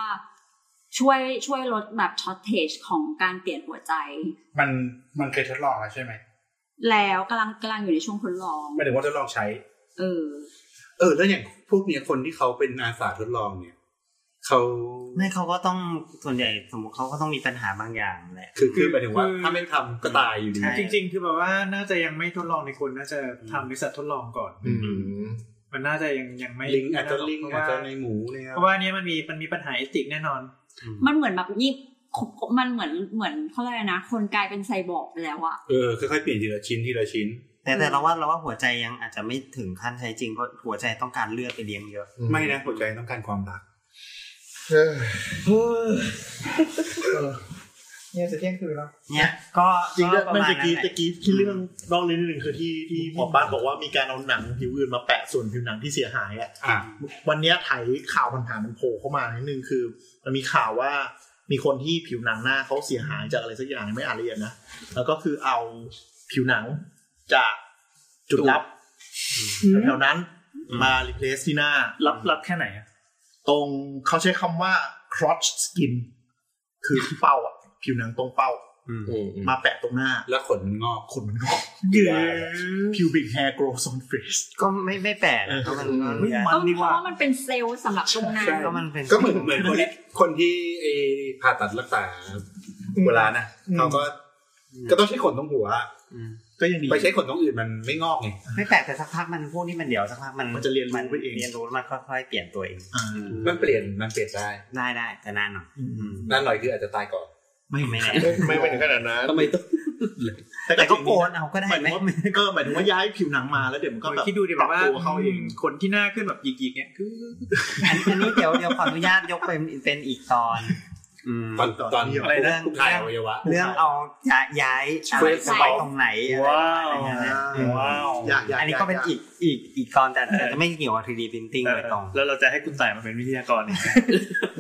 Speaker 6: ช่วยช่วยลดแบบช็อตเทจของการเปลี่ยนหัวใจ
Speaker 5: มันมันเคยทดลองแล้วใช่ไหม
Speaker 6: แล้วกำลังกำลังอยู่ในช่วงทดลอง
Speaker 5: หมายถึงว่าทดลองใช้
Speaker 6: เออ
Speaker 5: เออ แล้วอย่างพวกเนี้ยคนที่เขาเป็นอาสาทดลองเนี่ยเขา
Speaker 3: ไม่เขาก็ต้องส่วนใหญ่สมมติเขาก็ต้องมีปัญหาบางอย่างแหละ
Speaker 5: คือคือหมายถึงว่า
Speaker 2: คือ
Speaker 5: ถ้าไม่ทำก็ตายอยู่ดี
Speaker 3: ใช่
Speaker 2: จริง ๆ คือแบบว่าน่าจะยังไม่ทดลองในคนน่าจะทำบริษัททดลองก่อน
Speaker 4: อืม
Speaker 2: มันน่าจะยังยังไม่
Speaker 5: ลิงก์อาจจะลิงก์
Speaker 2: เพราะ
Speaker 5: อาจ
Speaker 2: ว่า
Speaker 5: จะในหมูเนี่ย
Speaker 2: เพราะว่าอันเนี้ยมันมีมันมีปัญหาเอติกแน่นอน
Speaker 6: มันเหมือนแบบยิบมันเหมือนเหมือนเขาเรียกอะไรนะ คนกลายเป็นไซบอร์กไปแล้วอะ
Speaker 5: เออค่อยๆเปลี่ยนทีละชิ้นทีละชิ้น
Speaker 3: แต่แต่เราว่าเราว่าหัวใจยังอาจจะไม่ถึงขั้นใช้จริงเพราะหัวใจต้องการเลือดไปเลี้ยงเยอะ
Speaker 4: อืม
Speaker 5: ไม่นะหัวใจต้องการความรัก
Speaker 4: เอ้ย
Speaker 2: เนี่ยจะเที่ยงคืนแล้ว
Speaker 3: เนี่ยก็
Speaker 1: จริงๆ
Speaker 3: ก็
Speaker 1: เรื่อง
Speaker 3: ประ
Speaker 1: มัน
Speaker 3: มาณ
Speaker 1: จะ
Speaker 3: นั้น
Speaker 1: กี้
Speaker 3: แห
Speaker 1: ตะ
Speaker 3: ละ
Speaker 1: กี้ที่เรื่องนอกเรื่องนิดนึงคือที่ที่หมอป้านบอกว่ามีการเอาหนังผิวอื่นมาแปะส่วนผิวหนังที่เสียหายอ่ะ
Speaker 5: อ่ะ
Speaker 1: วันเนี้ยไถข่าวผ่านๆมันโผล่เข้ามานิดนึงคือ มันมีข่าวว่ามีคนที่ผิวหนังหน้าเขาเสียหายจากอะไรสักอย่างไม่อ่านละเอียดนะแล้วก็คือเอาผิวหนังจากจุดรับแถวๆนั้นมารีเพลซที่หน้า
Speaker 9: รับรับแค่ไหนอะ
Speaker 1: ตรงเขาใช้คำว่า crotch skin คือที่เป้าอะผิวหนังตรงเป้า
Speaker 7: อืมอืม
Speaker 1: มาแปะตรงหน้า
Speaker 5: แล้วขนมันงอก
Speaker 1: ขนมันงอก
Speaker 9: เยือ
Speaker 1: pubic hair grows on face
Speaker 3: ก็ไม่ไม่แปลกนะเพราะมันก็
Speaker 9: ไม่มั
Speaker 6: ก็
Speaker 9: น
Speaker 6: เพ
Speaker 9: ดีกว่า
Speaker 6: ราะว่ามันเป็นเซลล์สำหรับตรงนั้น
Speaker 3: ก็มันเป็น
Speaker 5: ก็เหมือนเหมือนคนที่คนที่ไอ้ผ่าตัดรักษาโบราณนะเขาก็ก็ต้องใช้ขนตรงหัว
Speaker 3: อืม
Speaker 1: ก็ยังดี
Speaker 5: ไปใช้ขนตรงอื่นมันไม่งอกไง
Speaker 3: ไม่แปลกแต่สักพักมันพวกนี้มันเดี๋ยวสักพักมัน
Speaker 1: มันจะเรียนรู้ไปเอง
Speaker 3: เรียนรู้แล้วมันค่อยๆเปลี่ยนตัวเอง
Speaker 1: อ่า
Speaker 5: มันเปลี่ยนมันเปลี่ยนได้
Speaker 3: ได้ได้แต่นานหน่อยอืม
Speaker 5: นั่นหน่อยคืออาจจะตายก่อน
Speaker 3: ไม่ไม่แน่
Speaker 4: ไม่ไปถึงขนาดนั้น
Speaker 5: ทำไมต้อง
Speaker 3: แต่ก็
Speaker 1: ถึง
Speaker 3: โกนเอาก็ได้
Speaker 1: หมาย
Speaker 3: ไหม
Speaker 1: ถึงว่าก็หมายถึงว่าย้ายผิวหนังมาแล้วเดี๋ยวมันก็แบบ
Speaker 2: คิดดูดิแบบว่า
Speaker 1: ปรับตัวเขาเอง
Speaker 2: ขนที่หน้าขึ้นแบบหยิกๆเนี่ยคือ
Speaker 3: อันอันนี้เดี๋ยวเดี๋ยวขออนุญาตยกเป็นเป็นอีกตอนอืม
Speaker 5: ตอนตอน
Speaker 3: อะไรนะ
Speaker 5: ผู้ชายอวัยวะ
Speaker 3: เรื่องเอาย้ายย้ายอะไรไปตรงไหนอะไร
Speaker 9: ว้า
Speaker 3: อะไร
Speaker 9: ว
Speaker 3: อย่างเงี้ยนะ
Speaker 9: ว้าว
Speaker 1: อยากอยาก
Speaker 3: อันนี้ก็เป็นอีกอีกอีกตอนแต่แต่จะไม่เกี่ยวกับ 3D printing โดยตรง
Speaker 9: แล้วเราจะให้คุณต่ายมาเป็นวิทยากรอีก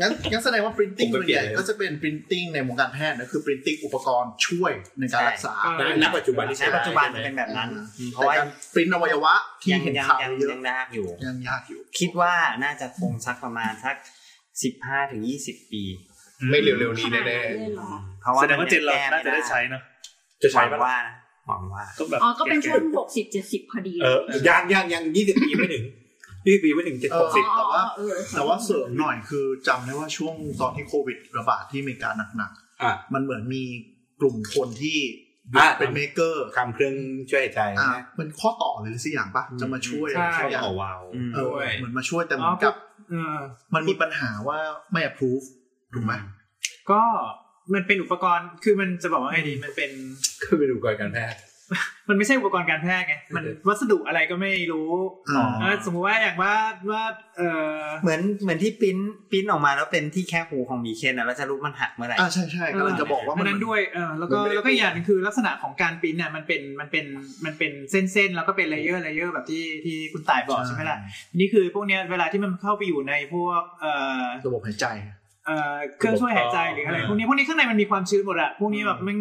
Speaker 1: งั้นงั้นแสดงว่า printing
Speaker 5: ผม
Speaker 1: ส่
Speaker 5: ไป
Speaker 1: วน
Speaker 5: เปลี่
Speaker 1: ให
Speaker 5: ยน
Speaker 1: ญ่
Speaker 5: เลย
Speaker 1: ก็จะเป็น printing ในวงการแพทย์นะคือ printing อุปกรณ์ช่วยในกา
Speaker 3: ใช่
Speaker 1: รรักษา
Speaker 2: อ่า
Speaker 5: ณปัจจุบันที่
Speaker 3: ใช้
Speaker 5: ใช้
Speaker 3: ปัจจุบันมันเป็นแบบนั้น เพ
Speaker 1: แต่
Speaker 3: ราะว่า
Speaker 1: การ print อวัยวะที่
Speaker 3: ยัง
Speaker 1: เห็น
Speaker 3: ยัง
Speaker 1: ข่าว
Speaker 3: ยัง
Speaker 1: เยอะ
Speaker 3: ยังยากอยู่
Speaker 1: ยังยากอยู่
Speaker 3: คิดว่าน่าจะคงสักประมาณสักสิบห้าถึงยี่สิบปี
Speaker 4: ไม่เร็วๆนี้
Speaker 6: ขนาด
Speaker 4: แน่
Speaker 6: นั้นเลยเหรอ
Speaker 3: เพราะว่า
Speaker 9: แสดงว่าเจนเรา
Speaker 3: มัยัง
Speaker 9: น่า
Speaker 3: แก้
Speaker 9: จะ
Speaker 3: ม่
Speaker 9: ได้ใช้เนอะ
Speaker 5: จะใช้
Speaker 3: หวั
Speaker 5: ปะ
Speaker 3: งว่านะหวังว่า
Speaker 9: ก็แบบ
Speaker 6: อ๋อก็เป็นช่วงหกสิบเจ็ดสิบพอดี
Speaker 5: เออยังยังยังยี่สิบปีไม่ถึงยี่สิบปีไม่ถึงเจ็ดหกสิบ
Speaker 1: แต่ว่า
Speaker 6: เออเออ
Speaker 1: แต่ว่าเสริมหน่อยคือจำได้ว่าช่วงตอนที่โควิดระบาดที่อเมริกาหนัก
Speaker 5: อ่ะ
Speaker 1: ๆ มันเหมือนมีกลุ่มคนที่
Speaker 5: อ่ะเป็
Speaker 1: เป็น นเมเกอร์
Speaker 5: คำเครื่องช่วยหายใจ
Speaker 1: อ่า
Speaker 5: นะ
Speaker 1: เป็นข้อต่อหรือสักอย่างปะจะมาช่วย
Speaker 2: ใช่
Speaker 1: สักอย่าง
Speaker 7: ว้าว
Speaker 3: อืม
Speaker 1: เออ
Speaker 2: ด้วย
Speaker 1: เหมือนมาช่วยแต่เหมือนกับ
Speaker 2: เออ
Speaker 1: มันมีปัญหาว่าไม่ approve ถูกไหม
Speaker 2: ก็มันเป็นอุปกรณ์คือมันจะบอกว่าไงดีมันเป็น
Speaker 5: คือไปดูก่อนการแพทย์
Speaker 2: มันไม่ใช่อุปกรณ์การแพทย์ไง มันวัสดุอะไรก็ไม่รู้
Speaker 1: อ่า
Speaker 2: เออสมมุติว่าอย่างว่าว่าเออ
Speaker 3: เหมือนเหมือนที่ปริ้นปริ้นออกมาแล้วเป็นที่แค่หูของหมีเคนนะแล้วจะรู้มันหักเมื่อไหร่
Speaker 1: อ่าใช่ใช่กำลังจะบอกว่า
Speaker 2: อั
Speaker 1: มัน น
Speaker 2: นั้นด้วยเออแล้วก็
Speaker 5: มันไม่ได้
Speaker 2: แล้วก็อีกอย่างหนึงคือลักษณะของการปริ้นเนี่ยมันเป็นมันเป็นมันเป็นเส้นๆ แล้วก็เป็นเลเยอร์เลเยอร์แบบที่ที่คุณต่ายบอกใช่ไหมล่ะนี่คือพวกเนี้ยเวลาที่มันเข้าไปอยู่ในพวกเอ่อ
Speaker 1: ระบบหายใจ
Speaker 2: เอ่อเครื่องช่วยหายใจหรืออะไร
Speaker 1: อ่า
Speaker 2: พวกนี้พวกนี้ข้างในมันมีความชื้นหมดอะพวกนี้แบบมัน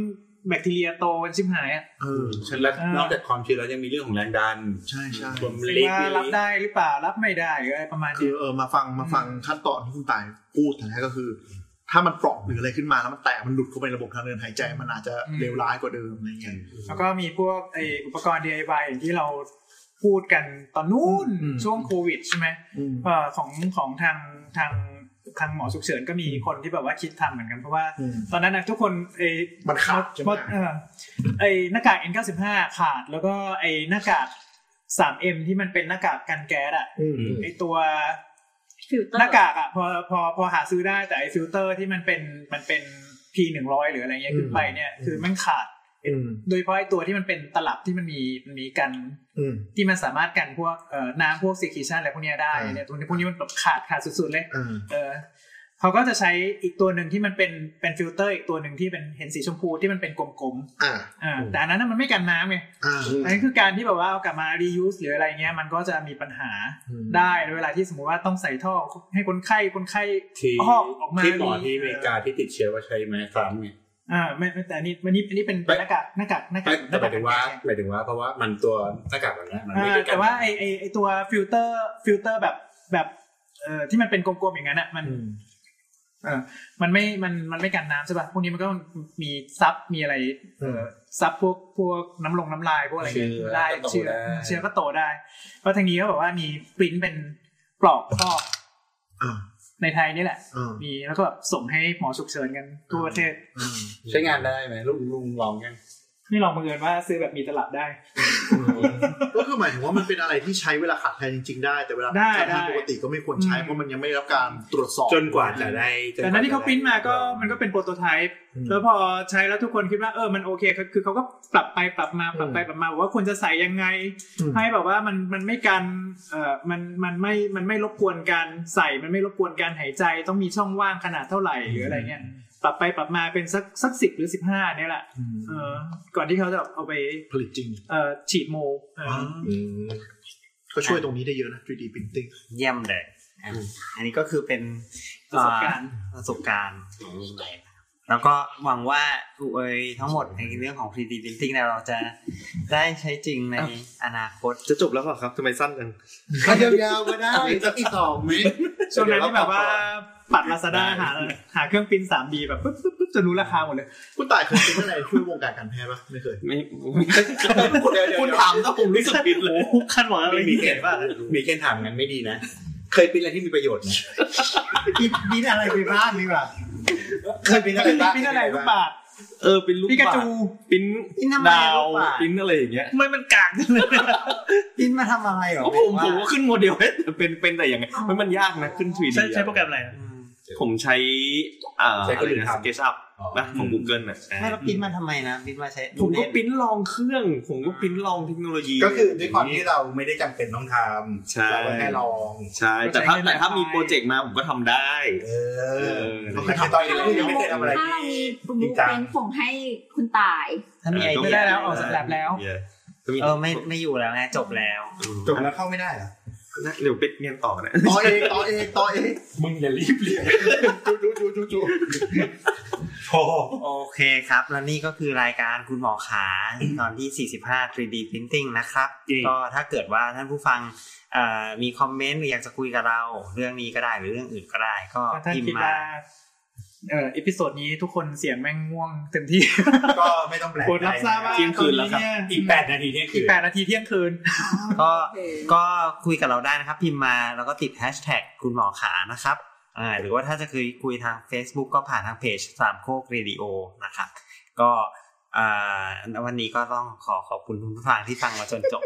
Speaker 2: แบคทีเรียโตกันชิบหายอะ
Speaker 1: เออ
Speaker 5: ฉันแล้วนอกจากความชื้นแล้วยังมีเรื่องของแรงดัน
Speaker 1: ใช่ใช่
Speaker 5: ความ
Speaker 2: หรือ
Speaker 5: เล็ก
Speaker 2: ว่ารับได้หรือเปล่ารับไม่ได้หรืออะไรประมาณ
Speaker 1: คื
Speaker 2: นี้
Speaker 1: อเออมาฟังมาฟังขั้นตอนที่คุณตายพูดถึงนะก็คือ ถ้ามันเปราะหรืออะไรขึ้นมาแล้วมันแตกมันหลุดเข้าไประบบทางเดินหายใจ มันอาจจะ
Speaker 2: อืม
Speaker 1: เลวร้ายกว่าเดิมอะไรเงี้ย
Speaker 2: แล้วก็มีพวกไออุปกรณ์ DIY อย่างที่เราพูดกันตอนนู้น
Speaker 1: อืม
Speaker 2: ช่วงโควิดใช่ไหม
Speaker 1: อืม
Speaker 2: เอ่อของของทางทางทางหมอฉุกเฉินก็มีคนที่แบบว่าคิดทำเหมือนกันเพราะว่า
Speaker 1: อืม
Speaker 2: ตอนนั้นนะทุกคนไอ
Speaker 1: มันขาดใช่ไหม
Speaker 2: เออไอหน้ากาก N95 ขาดแล้วก็ไอหน้ากาก 3M ที่มันเป็นหน้ากากกันแก๊สอะ
Speaker 1: อืม
Speaker 2: ไอตัว
Speaker 6: ฟิลเตอร์
Speaker 2: หน้ากากอ่ะพอพอพอหาซื้อได้แต่ไอฟิลเตอร์ที่มันเป็นมันเป็น P หนึ่งร้อยหรืออะไรเงี้ยขึ้นไปเนี่ย คือมันขาด
Speaker 4: อืม
Speaker 2: โดยเฉพาะไอตัวที่มันเป็นตลับที่มันมีมันมีกัน
Speaker 4: อืม
Speaker 2: ที่มันสามารถกันพวกเอ่อน้ำพวกซีคิชันอะไรพวกเนี้ยได้
Speaker 4: อ่า
Speaker 2: เนี่ยตัวนี้พวกนี้มันแบบขาดขาดสุดๆเลย
Speaker 4: อ่า
Speaker 2: เออเขาก็จะใช้อีกตัวหนึ่งที่มันเป็นเป็นฟิลเตอร์อีกตัวหนึ่งที่เป็นเห็นสีชมพูที่มันเป็นกลม
Speaker 4: อ่า
Speaker 2: ๆอ่าแต่อันนั้นนะมันไม่กันน้ำไง
Speaker 4: อ่า
Speaker 2: อันนี้คือการที่แบบว่าเอากลับมา reuse หรืออะไรเงี้ยมันก็จะมีปัญหา
Speaker 4: อืม
Speaker 2: ได้เวลาที่สมมติว่าต้องใส่ท่อให้คนไข้คนไข้
Speaker 5: ที่
Speaker 2: ออกออกมา
Speaker 5: ที่หมอที่อเมริกาที่ติดเชื้อว่าใช้ไม้ซ้ำไง
Speaker 2: อ่าไม่ไม่แต่อันนี้อันนี้อันนี้เป็นหน้ากากหน้ากากหน้ากากห
Speaker 5: แต่
Speaker 2: น้า
Speaker 5: หาย
Speaker 2: กามก
Speaker 5: ถึงว่าหมายถึงว่าเพราะว่ามันตัวหน้ากากแบบเนี้ยมันไม่
Speaker 2: อ่า
Speaker 5: ได้กัน
Speaker 2: แต่ว่าไอไอไอตัวฟิลเตอร์ฟิลเตอร์แบบแบบเอ่อที่มันเป็นกลมๆอย่างนั้นอ่ะมัน
Speaker 4: อืม
Speaker 2: เออมันไม่ มัน มันไม่กันน้ำใช่ป่ะ พวกนี้มันก็มีซับ มีอะไร เออซับพวก พวกน้ำลงน้ำลายพวกอะไรเงี้ยได้เชื้อเชื้อก็โตได้ เพราะทางนี้ก็บอกว่ามีปริ้นเป็นปลอกครอบ
Speaker 4: อ่า
Speaker 2: ในไทยนี่แหละ
Speaker 4: อ่า
Speaker 2: มีแล้วก็แบบส่งให้หมอฉุกเฉินกันทั่วประเทศ
Speaker 4: อ่า
Speaker 5: ใช้งานได้ไหมลุงลุงลองยัง
Speaker 2: นี่ลองบังเอิญว่าซื้อแบบมีตลับได้
Speaker 4: ก็คือหมายถึงว่ามันเป็นอะไรที่ใช้เวลาขาดแคลนจริง ๆ ได้แต่เวลา
Speaker 2: ได้
Speaker 4: ขาดแคลน
Speaker 2: ได้
Speaker 4: ปกติก็ไม่ควรใช้
Speaker 2: อืม
Speaker 4: เพราะมันยังไม่ได้รับการตรวจสอบ
Speaker 5: จนกว่าจะได้จ
Speaker 2: แต่นั้นที่เขาปริ้นมาก็มันก็เป็นโปรโตไทป์
Speaker 4: อืม
Speaker 2: แล้วพอใช้แล้วทุกคนคิดว่าเออมันโอเคคือคือเขาก็ปรับไปปรับมาปรับไปปรับมาบอกว่าควรจะใส่ยังไง
Speaker 4: อืม
Speaker 2: ให้แบบว่ามันมันไม่กันเออมันมันไม่มันไม่รบกวนการใส่มันไม่รบกวนการหายใจ ต้องมีช่องว่างขนาดเท่าไหร่หรืออะไรเงี้ยปรับไปปรับมาเป็นสักสักสิบหรือสิบห้าเนี่ยแหละ
Speaker 4: อืม
Speaker 2: เออก่อนที่เขาจะเอาไป
Speaker 4: ผลิตจริง
Speaker 2: เอ่อฉีดโมเอออ
Speaker 4: ก็ช่วยตรงนี้ได้เยอะนะ 3D printing
Speaker 3: เยี่ยมเลยอ่ะอันนี้ก็คือเป็น
Speaker 2: ประสบการณ์
Speaker 3: ประสบการณ์ของลุงแดงแล้วก็หวังว่าอุเอยทั้งหมดในเรื่องของ 3D printing เนี่ยเราจะได้ใช้จริงในอนาคต
Speaker 7: จะจบแล้วเหรอครับทำไมสั้นจัง
Speaker 5: ก็ยาวๆก็ ได้สักอีกสองไหม
Speaker 2: ช่วงนั้นที่แบบว่าปัดลาซาด้าหาหาเครื่องปริ้น 3D แบบปุ๊บปุ๊บปุ๊บจะรู้ราคาหมดเลย
Speaker 4: คุณต่ายเคยเป็นอะไรช่วยวงการการแพทย์ปะไม่เคย
Speaker 7: ไม่
Speaker 5: คุณถามก็ผมรู้สึกผิดเลย
Speaker 10: ขั้นหวังอะไร
Speaker 5: ไม่มี
Speaker 10: ที่
Speaker 5: เก
Speaker 10: เห็
Speaker 5: ณ
Speaker 10: น
Speaker 5: ฑ์ว่า
Speaker 10: ว่า
Speaker 5: มีเกณฑ์ถามงั้นไม่ดีนะ เคยเป็นอะไรที่มีประโยชน์ไหม
Speaker 3: บินอะไรไปบ้างดีกว่า
Speaker 5: เคยเป็นอะไรบ้าง
Speaker 2: พี่อะไรลูกบาท
Speaker 7: เออเป็นลูก
Speaker 2: พี่กระ
Speaker 7: บา
Speaker 2: จู
Speaker 7: ศก์ปิ้น
Speaker 3: บินทำอะไร
Speaker 7: ดาว
Speaker 3: ลูกบาศก์
Speaker 7: ปิ้นอะไรอย่างเงี้ย
Speaker 10: ไม่มันกากจังเลย
Speaker 3: บินมาทำอะไรเหรอ
Speaker 7: เพราะผมผมก็ขึ้นโมเดลให้แต่เป็นเป็นแต่อย่างไงมันมันยากนะขึ้นทวี
Speaker 10: ใช้ใช้โปรแกรมอะไรอะ
Speaker 3: อืม
Speaker 7: ผมใช้อ่าอะไรนะสเกชัพนะของ Google น่ะ
Speaker 3: ไม่แล้วบินมาทำไมนะบินมาใช้
Speaker 7: ผมก็
Speaker 3: เล่น
Speaker 7: ปิ้นลองเครื่อง ผมก็ปิ้นลองเทคโนโลยี
Speaker 5: ก็คือด้วยความที่เราไม่ได้จำเป็นต้องทำ
Speaker 7: ใช่
Speaker 5: เราก็แค่ลอง
Speaker 7: ใช่แต่ถ้าแต่ถ้ามีโปรเจกต์มาผมก็ทำได้
Speaker 5: เอ
Speaker 7: เอ
Speaker 5: อ
Speaker 7: อ
Speaker 5: ก็คือตอนนี้เรายังไม่เคยทำอะไร
Speaker 6: ถ้าเรามีบุ๊กเป็นส่งให้คุณตาย
Speaker 3: ถ้ามีไอ
Speaker 7: เอ
Speaker 3: เดี
Speaker 7: อ
Speaker 2: ไม่
Speaker 3: ย
Speaker 2: ได้แล้วออกจากแลบแล้ว
Speaker 7: เนี่ย
Speaker 3: เออไม่ไม่อยู่แล้วไงจบแล้ว
Speaker 5: จบแล้วเข้าไม่ได้เหรอ
Speaker 7: เดี๋ยวเป็ดเรียนต่อนะ
Speaker 4: ต่อเองต่อเองต่อเอง
Speaker 5: มึงอย่ารีบเรียนจูจูจูจูจูพอ
Speaker 3: โอเคครับ แล้วนี่ก็คือรายการคุณหมอขา ตอนที่ 45 3D Printing นะครับ ก็ถ้าเกิดว่าท่านผู้ฟังเอ่อมีคอมเมนต์หรืออยากจะคุยกับเรา เรื่องนี้ก็ได้หรือเรื่องอื่นก็ได้ ก็
Speaker 2: ถ้าท่าน
Speaker 3: พิม
Speaker 2: คิด
Speaker 3: พ์มา
Speaker 2: ว่าเอ่ออีพิโซดนี้ทุกคนเสียงแม่งง่วงเต็มที่
Speaker 5: ก็ไม่ต้องแปลก
Speaker 2: โปรดรับทราบว่า
Speaker 7: เที่ยงคืนแล้วครับ
Speaker 5: อีกแปดนาทีเนี่ย
Speaker 2: อี
Speaker 5: คื
Speaker 2: ก
Speaker 5: อ
Speaker 2: แปดนาทีเที่ยงคืน
Speaker 3: ก็ก็คุยกับเราได้นะครับ พิมพ์มาแล้วก็ติด hashtag คุณหมอขานะครับอ่าหรือว่าถ้าจะคุยคุยทาง Facebook ก็ผ่านทางเพจสามโคกเรดิโอนะครับ ก็อ่าวันนี้ก็ต้องขอขอบคุณคุณผู้ฟังที่ฟังมาจนจบ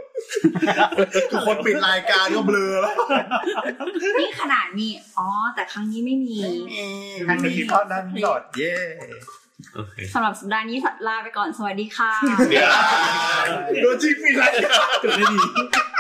Speaker 4: ทุกคนปิดรายการก็เบลอแล้ว
Speaker 6: นี่ขนาดนี้ อ๋อ แต่ครั้งนี้ไม่มี
Speaker 3: ครั้งนี้เขาดันโดดเย่
Speaker 6: สำหรับสัปดาห์นี้ลาไปก่อน สวัสดีค่ะ
Speaker 4: โดนจิ้มปิดรายการ
Speaker 5: เ